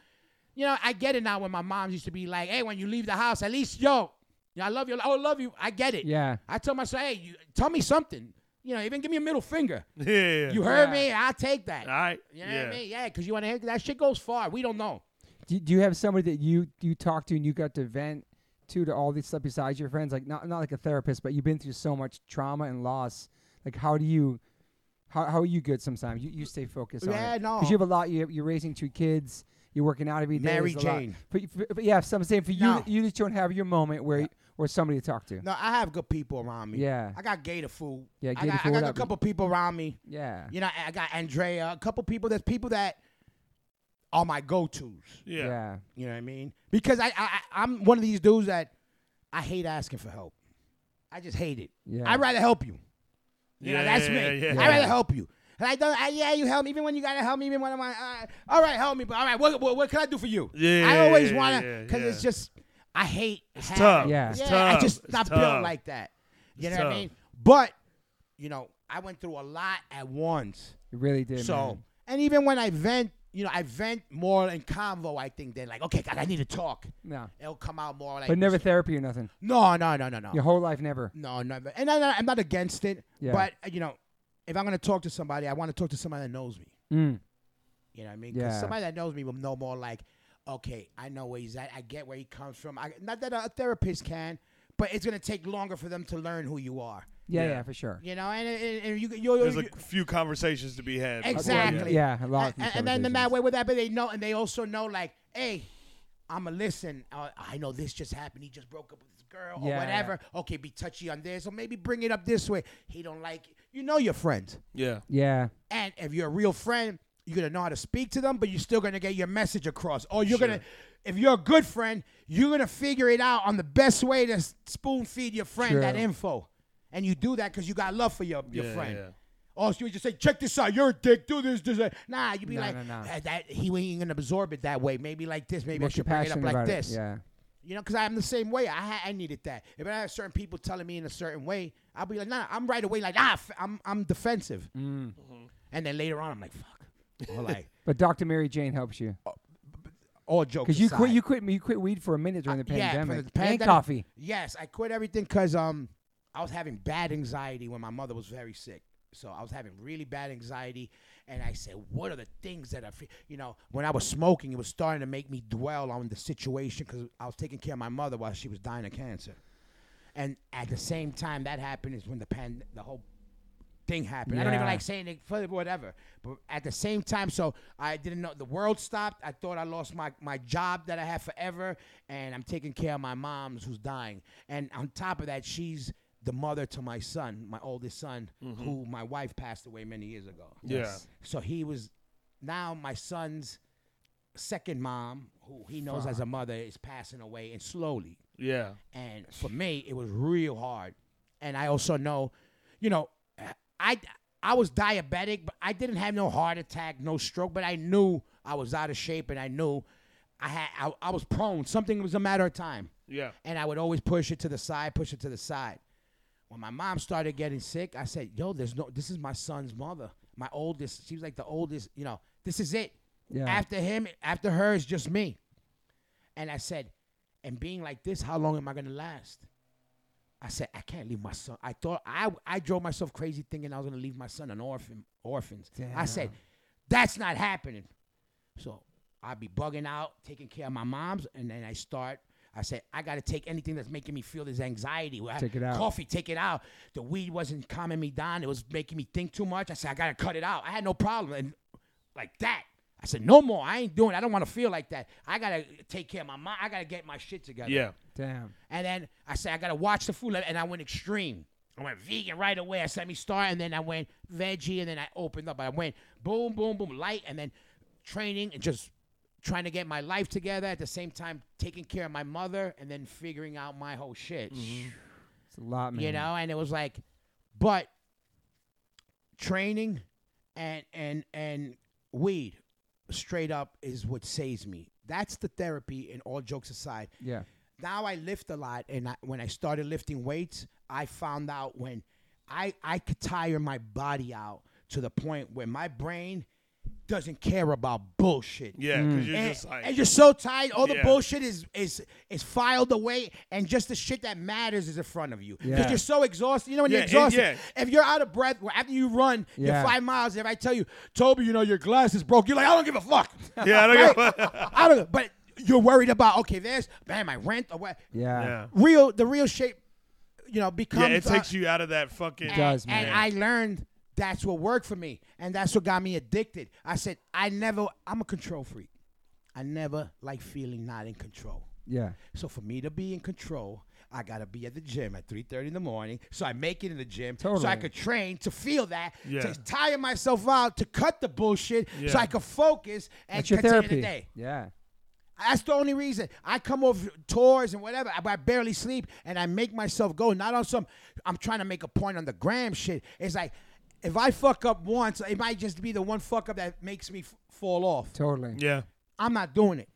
B: you know, I get it now. When my mom used to be like, "Hey, when you leave the house, at least yo, you know, I love you. Oh, I love you. I get it."
A: yeah.
B: I tell myself, "Hey, you, tell me something. You know, even give me a middle finger.
C: Yeah. yeah.
B: You heard
A: Yeah.
B: me? I'll take that.
C: All right.
B: you know
C: yeah.
B: what I mean? Yeah, because you want to hear that shit goes far. We don't know.
A: Do, do you have somebody that you you talk to and you got to vent to to all these stuff besides your friends? Like not not like a therapist, but you've been through so much trauma and loss. Like how do you how how are you good sometimes? You you stay focused
B: Yeah,
A: on it.
B: no.
A: Because you have a lot. You you're raising two kids. You're working out every day.
B: Mary
A: there's a lot.
B: Jane.
A: But, you- but- but yeah, so I'm saying for you,
B: No.
A: you just don't have your moment where where somebody to talk to.
B: No, I have good people around me.
A: Yeah.
B: I got Gator food.
A: Yeah, Gator
B: I got,
A: Food,
B: I
A: what
B: got a
A: up?
B: couple people around me.
A: Yeah.
B: You know, I I got Andrea. A couple people. There's people that are my go tos.
C: Yeah.
A: Yeah.
B: You know what I mean? Because I, I I- I'm one of these dudes that I hate asking for help. I just hate it.
A: Yeah.
B: I'd rather help you. You know, that's
C: Yeah,
B: me.
C: yeah,
B: I'd
C: yeah.
B: rather help you. And I don't. I, yeah, you help me even when you gotta help me. Even when I'm on. Uh, all right, help me. But all right, what, what what can I do for you?
C: Yeah,
B: I always
C: yeah,
B: wanna
C: yeah,
B: because
C: yeah.
B: it's just I hate. It's
C: tough.
A: Yeah.
B: yeah.
A: It's
B: I
C: tough.
B: just
C: It's
B: not
C: tough.
B: built like that. You
C: It's
B: know what I
C: tough.
B: mean? But you know, I went through a lot at once.
A: You really did.
B: So,
A: man.
B: and even when I vent, you know, I vent more in convo, I think, than like, okay, God, I need to talk.
A: No.
B: It'll come out more like.
A: But never therapy or nothing.
B: no, no, no, no, no.
A: Your whole life never.
B: No, never. And I, I'm not against it.
A: Yeah.
B: But, uh, you know, if I'm going to talk to somebody, I want to talk to somebody that knows me.
A: Mm.
B: You know what I mean? 'Cause
A: Yeah.
B: somebody that knows me will know more like, okay, I know where he's at. I get where he comes from. I, not that a therapist can, but it's going to take longer for them to learn who you are.
A: Yeah, yeah,
C: Yeah.
A: for sure.
B: You know, and, and, and you, you, you,
C: There's a few conversations to be had. before
B: Exactly.
C: you-
A: Yeah, a lot of
B: And, and then
A: conversations.
B: in that way with that, but they know, and they also know, like, hey, I'ma listen. Uh, I know this just happened. He just broke up with his girl or
A: Yeah,
B: whatever. Okay, be touchy on this, or maybe bring it up this way. He don't like it. You know your friends,
C: Yeah.
A: Yeah.
B: and if you're a real friend, you're gonna know how to speak to them, but you're still gonna get your message across. Or you're gonna, if you're a good friend, you're gonna figure it out on the best way to s- spoon feed your friend that
A: True.
B: info, and you do that because you got love for your your
C: Yeah,
B: friend.
C: yeah.
B: Or Oh, you would just say, check this out, you're a dick, do this, this, that. Nah, you'd be
A: No,
B: like,
A: no, no.
B: "Eh, that he ain't gonna absorb it that way. Maybe like this, maybe I
A: Make you
B: should bring it up
A: passionate
B: like
A: about
B: this.
A: It. Yeah.
B: You know, because I'm the same way. I ha- I needed that. If I have certain people telling me in a certain way, I'll be like, nah, I'm right away like, ah, f- I'm I'm defensive.
A: Mm.
B: And then later on, I'm like, fuck. Or like,
A: But Dr. Mary Jane helps you
B: all jokes
A: because you quit.
B: aside.
A: You quit. You quit weed for a minute during the
B: Uh, yeah,
A: pandemic.
B: for the
A: And
B: pandemic-
A: coffee.
B: Yes, I quit everything because um, I was having bad anxiety when my mother was very sick. So I was having really bad anxiety, and I said, "What are the things that I, fe-? you know, when I was smoking, it was starting to make me dwell on the situation because I was taking care of my mother while she was dying of cancer, and at the same time that happened is when the pan, the whole thing happened. I don't even
A: Yeah.
B: like saying it for whatever. But at the same time, so I didn't know the world stopped. I thought I lost my, my job that I had forever, and I'm taking care of my mom's who's dying. And on top of that, she's the mother to my son, my oldest son, who my wife passed away many years ago.
C: Yeah. Yes.
B: So he was now my son's second mom, who he knows as a mother, is passing away and slowly.
C: Yeah.
B: And for me, it was real hard. And I also know, you know, I I was diabetic, but I didn't have no heart attack, no stroke, but I knew I was out of shape and I knew I had I, I was prone. Something was a matter of time.
C: Yeah.
B: And I would always push it to the side, push it to the side. When my mom started getting sick, I said, "Yo, there's no this is my son's mother. My oldest, she was like the oldest, you know. This is it.
A: Yeah.
B: After him, after her it's just me." And I said, and being like this, how long am I gonna last? I said, I can't leave my son. I thought I I drove myself crazy thinking I was gonna leave my son an orphan orphans. I said, that's not happening. So I'd be bugging out, taking care of my moms, and then I start. I said, I gotta take anything that's making me feel this anxiety. Well, I-
A: Take it out.
B: Coffee, take it out. The weed wasn't calming me down. It was making me think too much. I said, I gotta cut it out. I had no problem. And like that. I said, no more. I ain't doing it. I don't wanna feel like that. I gotta take care of my mom. I gotta get my shit together.
C: Yeah.
A: Damn.
B: And then I said, I gotta watch the food, and I went extreme. I went vegan right away. I said, let me start, and then I went veggie, and then I opened up. I went boom, boom, boom, light, and then training and just trying to get my life together at the same time, taking care of my mother, and then figuring out my whole shit.
A: It's a lot, man.
B: You know, and it was like, but training and and and weed straight up is what saves me. That's the therapy. And all jokes aside,
A: Yeah.
B: now I lift a lot, and I, when I started lifting weights, I found out when I I could tire my body out to the point where my brain doesn't care about bullshit.
C: Yeah. Because you're
B: And,
C: just like.
B: and you're so tired. All the
C: Yeah.
B: bullshit is is is filed away, and just the shit that matters is in front of you. Because
A: Yeah.
B: you're so exhausted. You know when
C: Yeah,
B: you're
C: and-
B: exhausted.
C: yeah.
B: If you're out of breath well, after you run
A: Yeah.
B: your five miles, if I tell you, Toby, you know your glasses broke, you're like, I don't give a fuck.
C: yeah. I don't give a-
B: I don't. But you're worried about okay, there's man, my rent or what
A: Yeah.
C: yeah.
B: real the real shape you know becomes
C: Yeah. It takes
B: uh,
C: you out of that fucking.
A: It does,
B: and
A: man.
B: i learned that's what worked for me and that's what got me addicted i said i never i'm a control freak i never like feeling not in control
A: Yeah.
B: so for me to be in control I gotta be at the gym at 3:30 in the morning, so I make it in the gym, so I
A: Totally.
B: could train to feel that,
C: Yeah.
B: to tire myself out, to cut the bullshit, so
C: Yeah.
B: I could focus and
A: That's your
B: continue
A: therapy.
B: the day.
A: Yeah.
B: That's the only reason I come off tours and whatever. I, I barely sleep and I make myself go. Not on some. I'm trying to make a point on the gram shit. It's like if I fuck up once, it might just be the one fuck up that makes me f- fall off.
A: Totally.
C: Yeah.
B: I'm not doing it.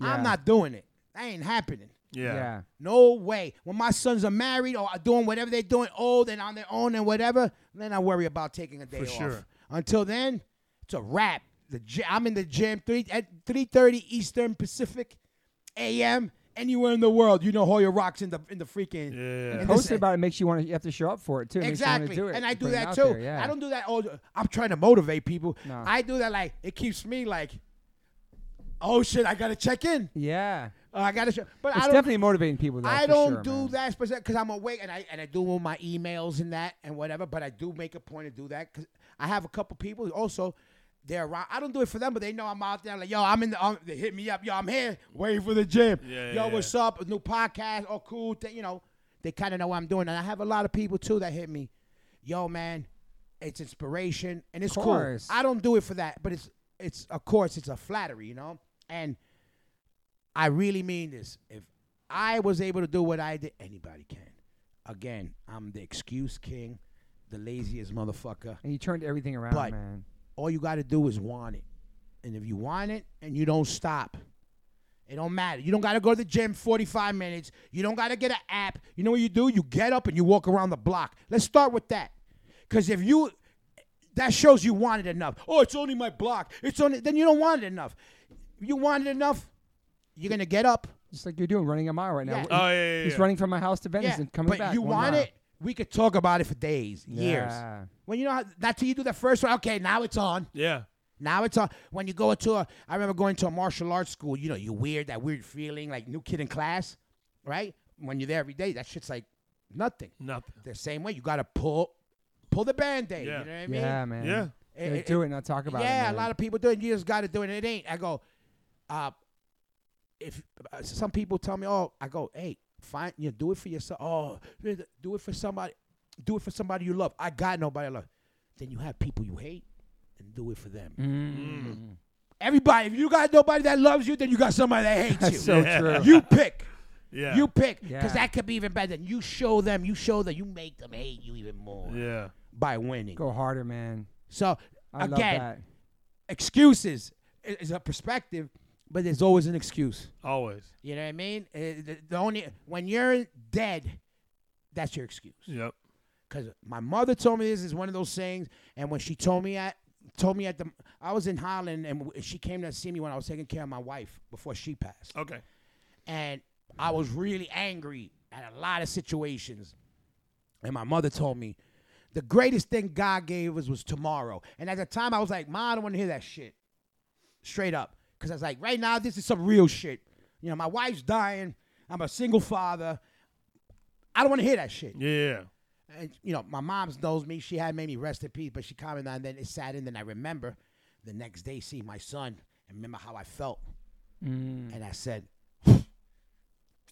A: Yeah.
B: I'm not doing it. That ain't happening.
C: Yeah.
A: Yeah.
B: No way. When my sons are married or are doing whatever they're doing, old and on their own and whatever, then I worry about taking a day
C: For
B: off.
C: sure.
B: Until then, it's a wrap. The gy- I'm in the gym three at three thirty Eastern Pacific, a.m. Anywhere in the world, you know Hoya rocks in the in the freaking.
C: Yeah.
B: in the
A: Posting
B: city.
A: about it makes you want to. You have to show up for it too. It makes you wanna
B: Exactly.
A: do it
B: and
A: to
B: I do
A: bring it
B: that
A: out
B: too.
A: there, Yeah.
B: I don't do that all I'm trying to motivate people.
A: No.
B: I do that like it keeps me like oh shit, I got to check in.
A: Yeah.
B: Uh, I got to show. But I
A: It's
B: don't
A: definitely motivating people. Though,
B: I
A: for
B: don't
A: sure,
B: do
A: man.
B: that specific because I'm awake and I and I do all my emails and that and whatever. But I do make a point to do that because I have a couple people also They're around. I don't do it for them, but they know I'm out there. Like, yo, I'm in the. Um, they hit me up. Yo, I'm here waiting for the gym.
C: Yeah,
B: yo,
C: yeah,
B: what's up? New podcast. Oh, cool. Th- you know, they kind of know what I'm doing. And I have a lot of people too that hit me. Yo, man, it's inspiration and it's cool.
A: Course.
B: I don't do it for that, but it's it's of course it's a flattery, you know. And I really mean this. If I was able to do what I did, anybody can. Again, I'm the excuse king, the laziest motherfucker.
A: And you turned everything around,
B: But-
A: man.
B: All you got to do is want it. And if you want it and you don't stop, it don't matter. You don't got to go to the gym 45 minutes. You don't got to get an app. You know what you do? You get up and you walk around the block. Let's start with that. Cuz if you that shows you want it enough. Oh, it's only my block. It's only then you don't want it enough. You want it enough, you're going to get up.
A: Just like you're doing, running a mile right now.
B: Yeah.
C: Oh yeah, yeah,
A: He's
C: yeah.
A: running from my house to Venice
B: Yeah,
A: and coming
B: but
A: back.
B: you
A: one
B: want
A: mile.
B: it? We could talk about it for days, years.
A: Yeah.
B: When you know how, not till you do the first one. Okay, now it's on.
C: Yeah.
B: Now it's a when you go to a. I remember going to a martial arts school. You know, you weird that weird feeling like new kid in class, right? When you're there every day, that shit's like nothing.
C: Nothing.
B: The same way you gotta pull, pull the band aid.
C: Yeah.
B: You know what I mean?
A: Yeah, man.
C: Yeah.
B: It-
A: Like,
B: it-
A: do it, and not talk about it.
B: yeah,
A: man.
B: a lot of people do it. You just got to do it. It ain't. I go, uh, if uh, some people tell me, oh, I go, hey, find you know, do it for yourself. Oh, do it for somebody. Do it for somebody you love. I got nobody I love. Then you have people you hate, and do it for them. Mm-hmm.
A: Mm.
B: Everybody, if you got nobody that loves you, then you got somebody that hates
A: That's
B: you.
A: so
C: Yeah.
A: true.
B: you pick.
C: Yeah.
B: You pick. Because
A: Yeah.
B: that could be even better. You show them, you show them, you make them hate you even more
C: Yeah.
B: by winning.
A: go harder, man.
B: So,
A: I love
B: again,
A: that.
B: excuses i- is a perspective, but there's always an excuse.
C: Always.
B: You know what I mean? Uh, The the only when you're dead, that's your excuse.
C: Yep.
B: Because my mother told me this is one of those things, and when she told me at told me at the I was in Holland, and w- she came to see me when I was taking care of my wife before she passed,
C: Okay.
B: and I was really angry at a lot of situations. And my mother told me, the greatest thing God gave us was tomorrow. And at the time, I was like, Ma, I don't want to hear that shit. Straight up. Because I was like, right now, this is some real shit. You know, my wife's dying. I'm a single father. I don't want to hear that shit.
C: Yeah.
B: And, you know, my mom's knows me. She had made me rest in peace, but she commented on that. It saddened. And I remember the next day seeing my son and remember how I felt.
A: Mm,
B: And I said,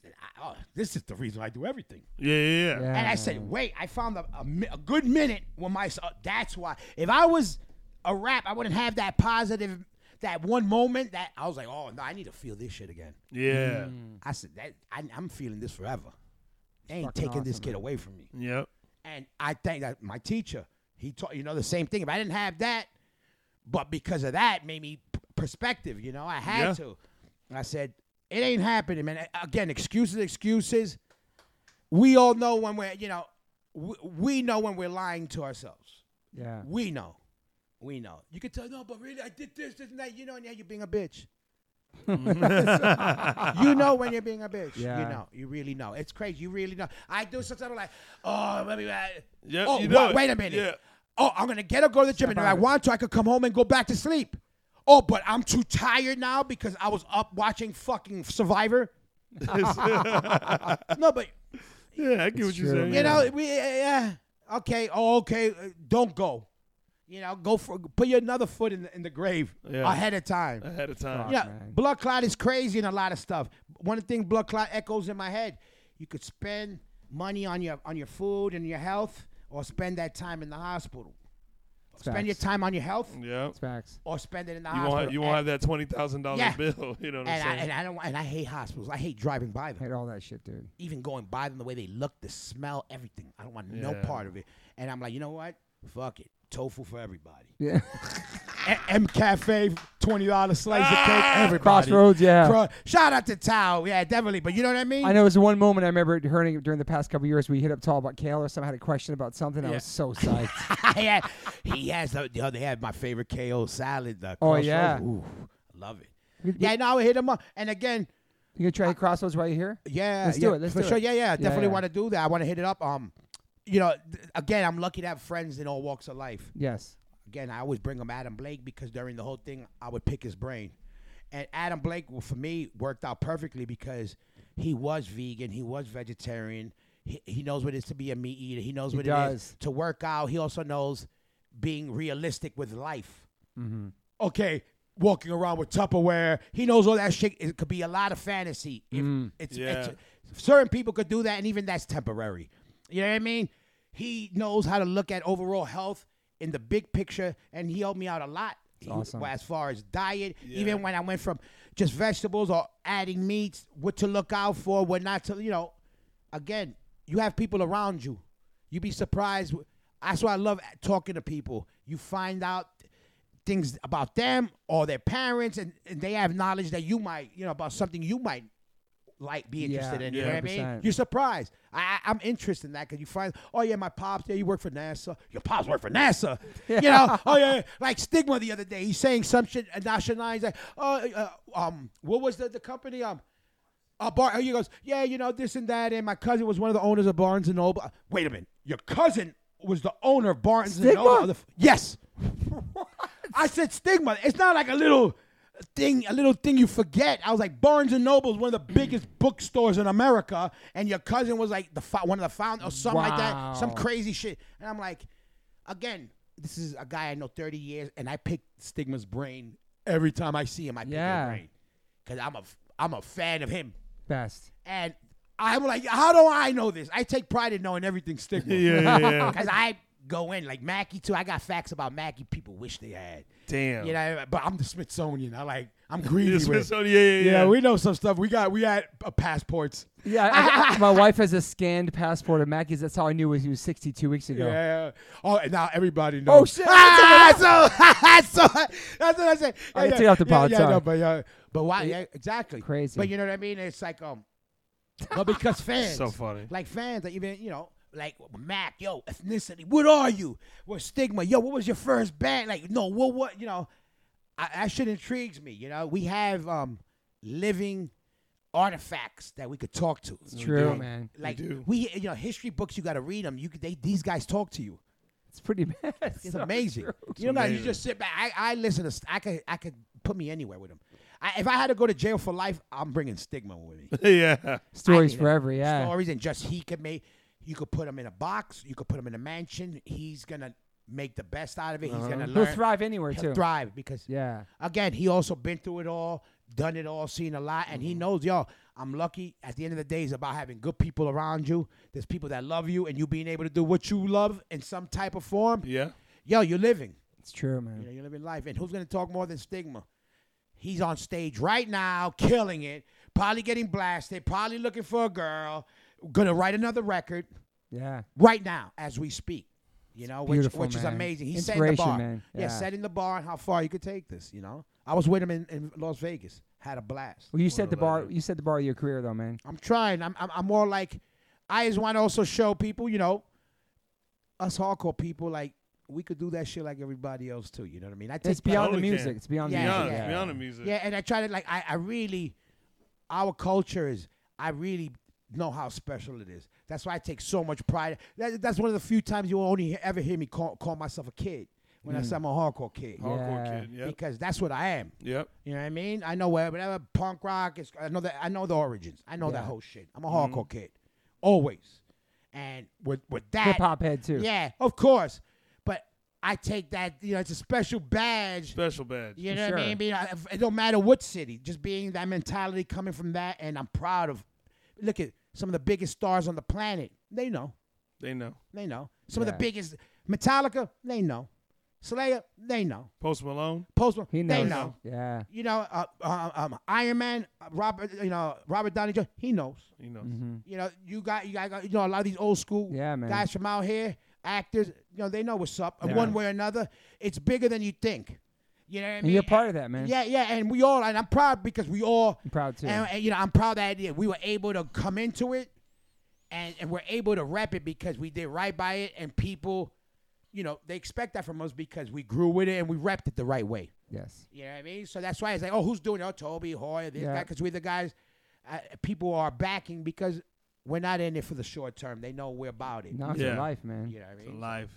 B: and I- oh, this is the reason I do everything.
C: Yeah. Yeah. Yeah.
A: Yeah,
B: And I
A: man.
B: said, wait, I found a, a, mi- a good minute when my son. That's why. If I was a rap, I wouldn't have that positive, that one moment that I was like, oh, no, I need to feel this shit again.
C: Yeah.
A: Mm.
B: I said, that I, I'm feeling this forever. They ain't
A: fucking
B: taking this
A: awesome,
B: kid away from me.
C: Yep.
B: And I think that my teacher, he taught, you know, the same thing. If I didn't have that, but because of that, made me p- perspective, you know, I had
C: Yeah.
B: to. I said, it ain't happening, man. Again, excuses, excuses. We all know when we're, you know, we, we know when we're lying to ourselves.
A: Yeah.
B: We know. We know. You can tell, no, but really, I did this, this, and that. You know, and yeah, you're being a bitch. you know when you're being a bitch.
A: Yeah.
B: You know. You really know. It's crazy. You really know. I do sometimes I'm like, oh, let me. uh,
C: Yeah,
B: oh,
C: you
B: wha-
C: know it.
B: wait a minute.
C: Yeah.
B: Oh, I'm gonna get up, go to the gym, and if
A: out
B: I
A: of it.
B: want to, I could come home and go back to sleep. Oh, but I'm too tired now because I was up watching fucking Survivor. no, but
C: Yeah. I get what you're
A: true,
C: saying.
B: you know, we yeah. Okay. Oh, okay. uh, Don't go. You know, go for put your another foot in the, in the grave
C: Yeah.
B: ahead of time.
C: ahead of time.
B: yeah,
A: man.
B: blood clot is crazy and a lot of stuff. One thing blood clot echoes in my head: you could spend money on your on your food and your health, or spend that time in the hospital. Spend your
A: facts.
B: time on your health,
C: Yeah.
A: It's facts.
B: or spend it in the
C: You
B: hospital.
C: won't. You won't have that twenty thousand dollar
B: Ah, Yeah.
C: bill. You know what I'm
B: and, I, and
C: saying?
B: I don't. And I hate hospitals. I hate driving by them.
A: Hate all that shit, dude.
B: even going by them, the way they look, the smell, everything. I don't want no
C: Yeah.
B: part of it. And I'm like, you know what? Fuck it. Tofu for everybody.
A: Yeah.
B: M Cafe, twenty dollars slice of cake. Everybody.
A: Crossroads, yeah.
B: Cro- shout out to Tao. Yeah, definitely. But you know what I mean?
A: I know it was one moment I remember hearing during the past couple years we hit up Tall about Kale or something. I had a question about something. I was so psyched.
B: I had, he has. The, oh, they had my favorite KO salad. The
A: Oh,
B: Crossroads.
A: yeah.
B: Ooh, love it.
A: We- we-
B: Yeah, no, I would hit him up. And again,
A: you gonna try Crossroads while you're here?
B: Yeah,
A: Let's
B: yeah,
A: do it, let's
B: for
A: do
B: sure.
A: it.
B: Yeah, yeah, I definitely
A: yeah.
B: want to do that. I want to hit it up. Um, you know, th- again, I'm lucky to have friends in all walks of life.
A: Yes.
B: again, I always bring him Adam Blake because during the whole thing, I would pick his brain. And Adam Blake, well, for me, worked out perfectly because he was vegan, he was vegetarian. He, he knows what it is to be a meat eater. He knows
A: He
B: what it
A: does.
B: is to work out. He also knows being realistic with life. okay, walking around with Tupperware. He knows all that shit. It could be a lot of fantasy. If it's,
C: Yeah.
B: it's- certain people could do that, and even that's temporary. You know what I mean? He knows how to look at overall health in the big picture, and he helped me out a lot. He-
A: awesome.
B: As far as diet,
C: Yeah.
B: even when I went from just vegetables or adding meats, what to look out for, what not to, you know, again, you have people around you. You be surprised. That's why I love talking to people. You find out things about them or their parents, and, and they have knowledge that you might, you know, about something you might like, be
A: Yeah,
B: interested in. You know what I mean?
A: 100%.
B: You're surprised. I, I, I'm interested in that because you find, oh yeah, my pops, yeah, you work for NASA. Your pops work for NASA. You know? oh yeah, yeah. like Stigma the other day. He's saying some shit, and Dasha Nine's like, oh, uh, um, what was the the company? Um, uh, Bar. He goes, yeah, you know this and that, and my cousin was one of the owners of Barnes and Noble. Wait a minute, your cousin was the owner of Barnes and
A: Stigma?
B: Noble? The f- yes. I said Stigma. It's not like a little thing, a little thing you forget. I was like Barnes and Noble is one of the biggest bookstores in America, and your cousin was like the fo- one of the founders or something like
A: Wow.
B: that, some crazy shit. And I'm like, again, this is a guy I know 30 years, and I pick Stigma's brain every time I see him. I pick
A: Yeah.
B: his brain because I'm a f- I'm a fan of him,
A: Best.
B: and I'm like, how do I know this? I take pride in knowing everything Stigma.
C: Yeah, yeah, yeah.
B: Because I go in like Mackie too. I got facts about Mackie people wish they had.
C: Damn.
B: You know, but I'm the Smithsonian. I like I'm greedy
C: Yeah,
B: with. it.
C: Smithsonian, yeah, yeah,
B: Yeah,
C: yeah.
B: we know some stuff. We got we had uh, passports.
A: Yeah, I- I- my wife has a scanned passport of Mackey's. That's how I knew he was 62 weeks ago.
B: Yeah. Oh, and now everybody knows.
A: Oh, shit.
B: Ah, that's, so, that's, so, that's what I said.
A: I can take off the
B: yeah,
A: pod,
B: Yeah,
A: sorry.
B: no, but yeah, but why? Yeah, exactly.
A: Crazy.
B: But you know what I mean? It's like um, but because fans.
C: So funny.
B: Like fans, like even you know, like Mac, yo, ethnicity. What are you? What stigma? Yo, what was your first band? Like no, what what you know? I, that shit intrigues me. You know, we have um living artifacts that we could talk to.
A: True, man.
B: Like
C: do.
B: we, you know, history books you got to read them. You could, they, these guys talk to you.
A: It's pretty bad.
B: It's amazing. You know, you
C: amazing.
B: just sit back. I, I listen to. st- I could I could put me anywhere with him. I, if I had to go to jail for life, I'm bringing stigma with me.
C: yeah.
A: Stories
B: I-
A: forever, yeah.
B: Stories and just he could make. You could put him in a box. You could put him in a mansion. He's gonna make the best out of it. He's gonna
A: Uh-huh. He'll
B: learn.
A: thrive anywhere,
B: He'll
A: too.
B: thrive because
A: Yeah.
B: again, he also been through it all, done it all, seen a lot, and he knows, yo, I'm lucky. At the end of the day, it's about having good people around you. There's people that love you, and you being able to do what you love in some type of form.
C: Yeah.
B: Yo, you're living.
A: It's true,
B: You know,
A: man.
B: you're living life. And who's gonna talk more than stigma? He's on stage right now, killing it. Probably getting blasted. Probably looking for a girl. Gonna write another record
A: Yeah.
B: right now as we speak. You know, which,
A: beautiful,
B: which is
A: man.
B: amazing. He's setting the
A: Inspiration,
B: bar.
A: man.
B: Yeah.
A: Yeah.
B: setting the bar and how far you could take this. You know, I was with him in, in Las Vegas. Had a blast.
A: Well, you set
C: a
A: the bar.
C: legend.
A: You set the bar of your career, though, man.
B: I'm trying. I'm, I'm, I'm more like, I just want to also show people, you know, us hardcore people, like we could do that shit like everybody else too. You know what I mean? I
A: It's
B: take pride-
A: beyond the
C: Totally
A: music.
C: can.
A: It's beyond
B: Yeah,
A: the
C: Beyond,
A: music.
B: yeah.
C: beyond the music.
B: Yeah, and I try to like I, I really our culture is I really know how special it is. That's why I take so much pride. That, that's one of the few times you will only he- ever hear me call, call myself a kid when I say I'm a hardcore kid.
C: Hardcore
A: Yeah.
C: kid. Yep.
B: Because that's what I am.
C: Yep.
B: You know what I mean? I know where whatever punk rock is. I know that. I know the origins. I know that
A: Yeah.
B: whole shit. I'm a hardcore kid, always. And with with that,
A: Hip hop head too.
B: yeah, of course. But I take that. You know, it's a special badge
C: Special badge.
B: you know what I
A: Sure.
B: mean? Being, uh, it don't matter what city, just being that mentality coming from that, and I'm proud of. Look at some of the biggest stars on the planet. They know.
C: They know.
B: They know. Some of
A: Yeah.
B: the biggest Metallica. They know. Slayer. They know.
C: Post Malone.
B: Post. Malone,
A: He knows.
B: They know.
A: Yeah.
B: You know, uh, uh, um, Iron Man, uh, Robert. You know, Robert Downey Jr. He knows.
C: You know.
B: You know, you got you got you know a lot of these old school
A: Mm-hmm. Yeah, man.
B: guys from out here, actors. You know, they know what's up. And
A: Yeah.
B: One way or another, it's bigger than you think. You know what I mean?
A: And you're part of that, man.
B: Yeah, yeah, and we all, and I'm proud because we all,
A: I'm proud too.
B: and, and, you know, I'm proud that yeah, we were able to come into it, and and we're able to rep it because we did right by it, and people, you know, they expect that from us because we grew with it and we repped it the right way.
A: yes.
B: You know what I mean? So that's why it's like, oh, who's doing it? Oh, Toby Hoyer, this
A: Yeah.
B: guy, because we're the guys. Uh, people are backing because we're not in it for the short term. They know we're about it.
A: Not
C: Yeah.
A: for life, man.
B: You know what I
C: It's a
B: mean?
C: life.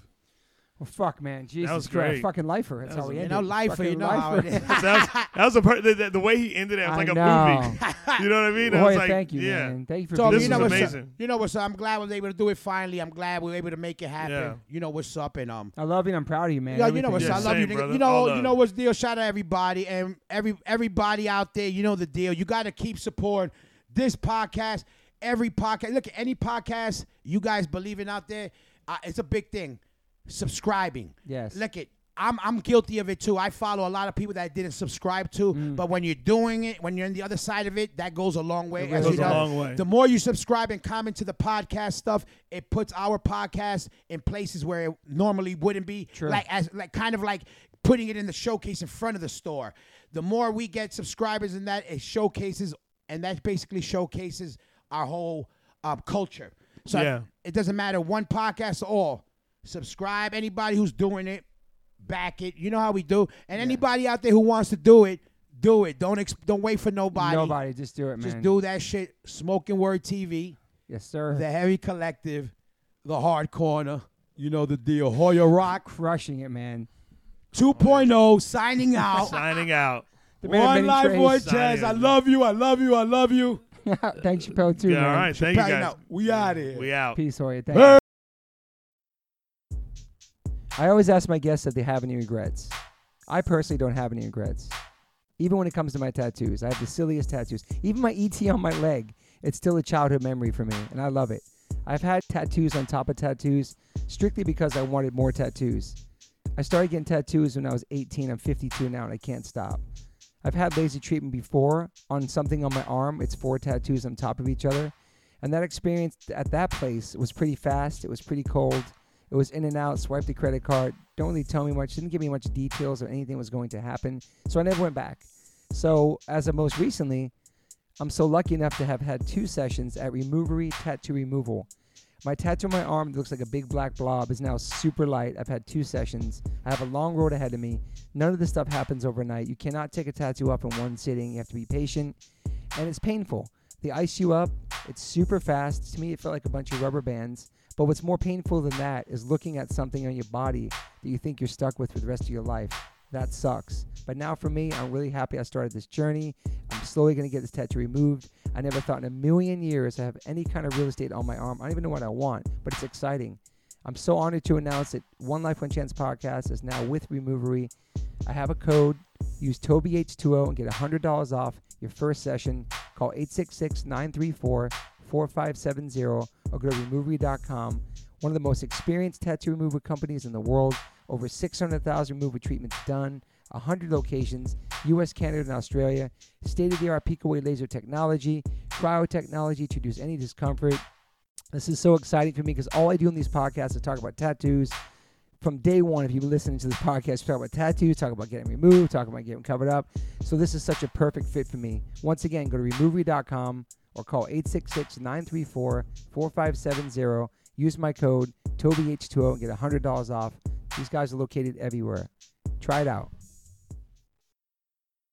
A: Well, fuck, man. Jesus
C: was
A: you're a
C: great.
A: fucking lifer. That's
C: That
A: how
C: was
A: we
C: a-
B: You
A: ended.
B: know, life, you
A: Fucking
B: know how it
A: lifer.
B: is.
C: That was, that was a per- the, the, the way he ended it. It was
A: I
C: like a movie. You know what I mean? It
A: Roy,
C: was like,
A: thank you,
C: yeah.
A: man. Thank you for
B: So,
A: being
C: This
B: you
A: here.
B: know
C: was
B: what's
C: amazing.
B: Up. You know what's up? I'm glad I was able to do it finally. I'm glad we were able to make it happen.
C: Yeah.
B: You know what's up and um
A: I love you. and I'm proud of you, man.
B: Yo, you know what's
A: Everything.
C: Yeah,
B: I love you,
C: same,
B: nigga.
C: brother.
B: You
C: All
B: know, you
C: love.
B: know what's deal. Shout out everybody and every everybody out there. You know the deal. You got to keep supporting this podcast. Every podcast. Look, any podcast you guys believe in out there, uh, it's a big thing. Subscribing.
A: Yes.
B: Look it. I'm, I'm guilty of it too. I follow a lot of people that I didn't subscribe to, but when you're doing it, when you're on the other side of it, that goes a long way. as
A: goes
B: you
A: a
B: know.
C: long way.
B: The more you subscribe and comment to the podcast stuff, it puts our podcast in places where it normally wouldn't be.
A: True.
B: Like as like kind of like putting it in the showcase in front of the store. The more we get subscribers in that, it showcases, and that basically showcases our whole um, culture. So
C: Yeah.
B: it doesn't matter one podcast or all. Subscribe anybody who's doing it, back it. You know how we do. And anybody out there who wants to do it, do it. Don't ex- don't wait for nobody.
A: Nobody, just do it, man.
B: Just do that shit. Smoking Word TV,
A: Yes, sir.
B: the Heavy Collective, the Hard Corner. You know the deal. Hoya Rock
A: Crushing it, man.
B: 2.0 signing out.
C: Signing out.
A: The man of
B: One
A: many
B: life,
A: trades.
B: one
C: Signing
B: chance. I
C: out.
B: love you. I love you. I love you.
A: Thanks, Chappelle, too,
C: Yeah,
A: man.
C: all right. Thank you
B: Right
C: guys.
B: now, we out here.
C: We out.
A: Peace, Hoya. Thank
B: Hey.
A: I always ask my guests if they have any regrets. I personally don't have any regrets. Even when it comes to my tattoos, I have the silliest tattoos. Even my ET on my leg, it's still a childhood memory for me, and I love it. I've had tattoos on top of tattoos strictly because I wanted more tattoos. I started getting tattoos when I was 18. I'm 52 now, and I can't stop. I've had laser treatment before on something on my arm. It's four tattoos on top of each other. And that experience at that place was pretty fast. It was pretty cold. It was in and out, swipe the credit card. Don't really tell me much. Didn't give me much details or anything was going to happen. So I never went back. So as of most recently, I'm so lucky enough to have had two sessions at Removery Tattoo Removal. My tattoo on my arm that looks like a big black blob is now super light. I've had two sessions. I have a long road ahead of me. None of this stuff happens overnight. You cannot take a tattoo up in one sitting. You have to be patient, and it's painful. They ice you up. It's super fast. To me, it felt like a bunch of rubber bands. But what's more painful than that is looking at something on your body that you think you're stuck with for the rest of your life. That sucks. But now for me, I'm really happy I started this journey. I'm slowly going to get this tattoo removed. I never thought in a million years I have any kind of real estate on my arm. I don't even know what I want, but it's exciting. I'm so honored to announce that One Life One Chance podcast is now with Removery. I have a code. Use TobyH20 and get $100 off your first session. Call 866 934 4570 or go to removery.com. One of the most experienced tattoo removal companies in the world. Over 600,000 removal treatments done, 100 locations, US, Canada, and Australia. State of the art peak away laser technology, cryo technology to reduce any discomfort. This is so exciting for me because all I do in these podcasts is talk about tattoos. From day one, if you've been listening to this podcast, we talk about tattoos, talk about getting removed, talk about getting covered up. So this is such a perfect fit for me. Once again, go to removery.com or call 866-934-4570. Use my oh code TobyH20 and get $100 off. These guys are located everywhere. Try it out.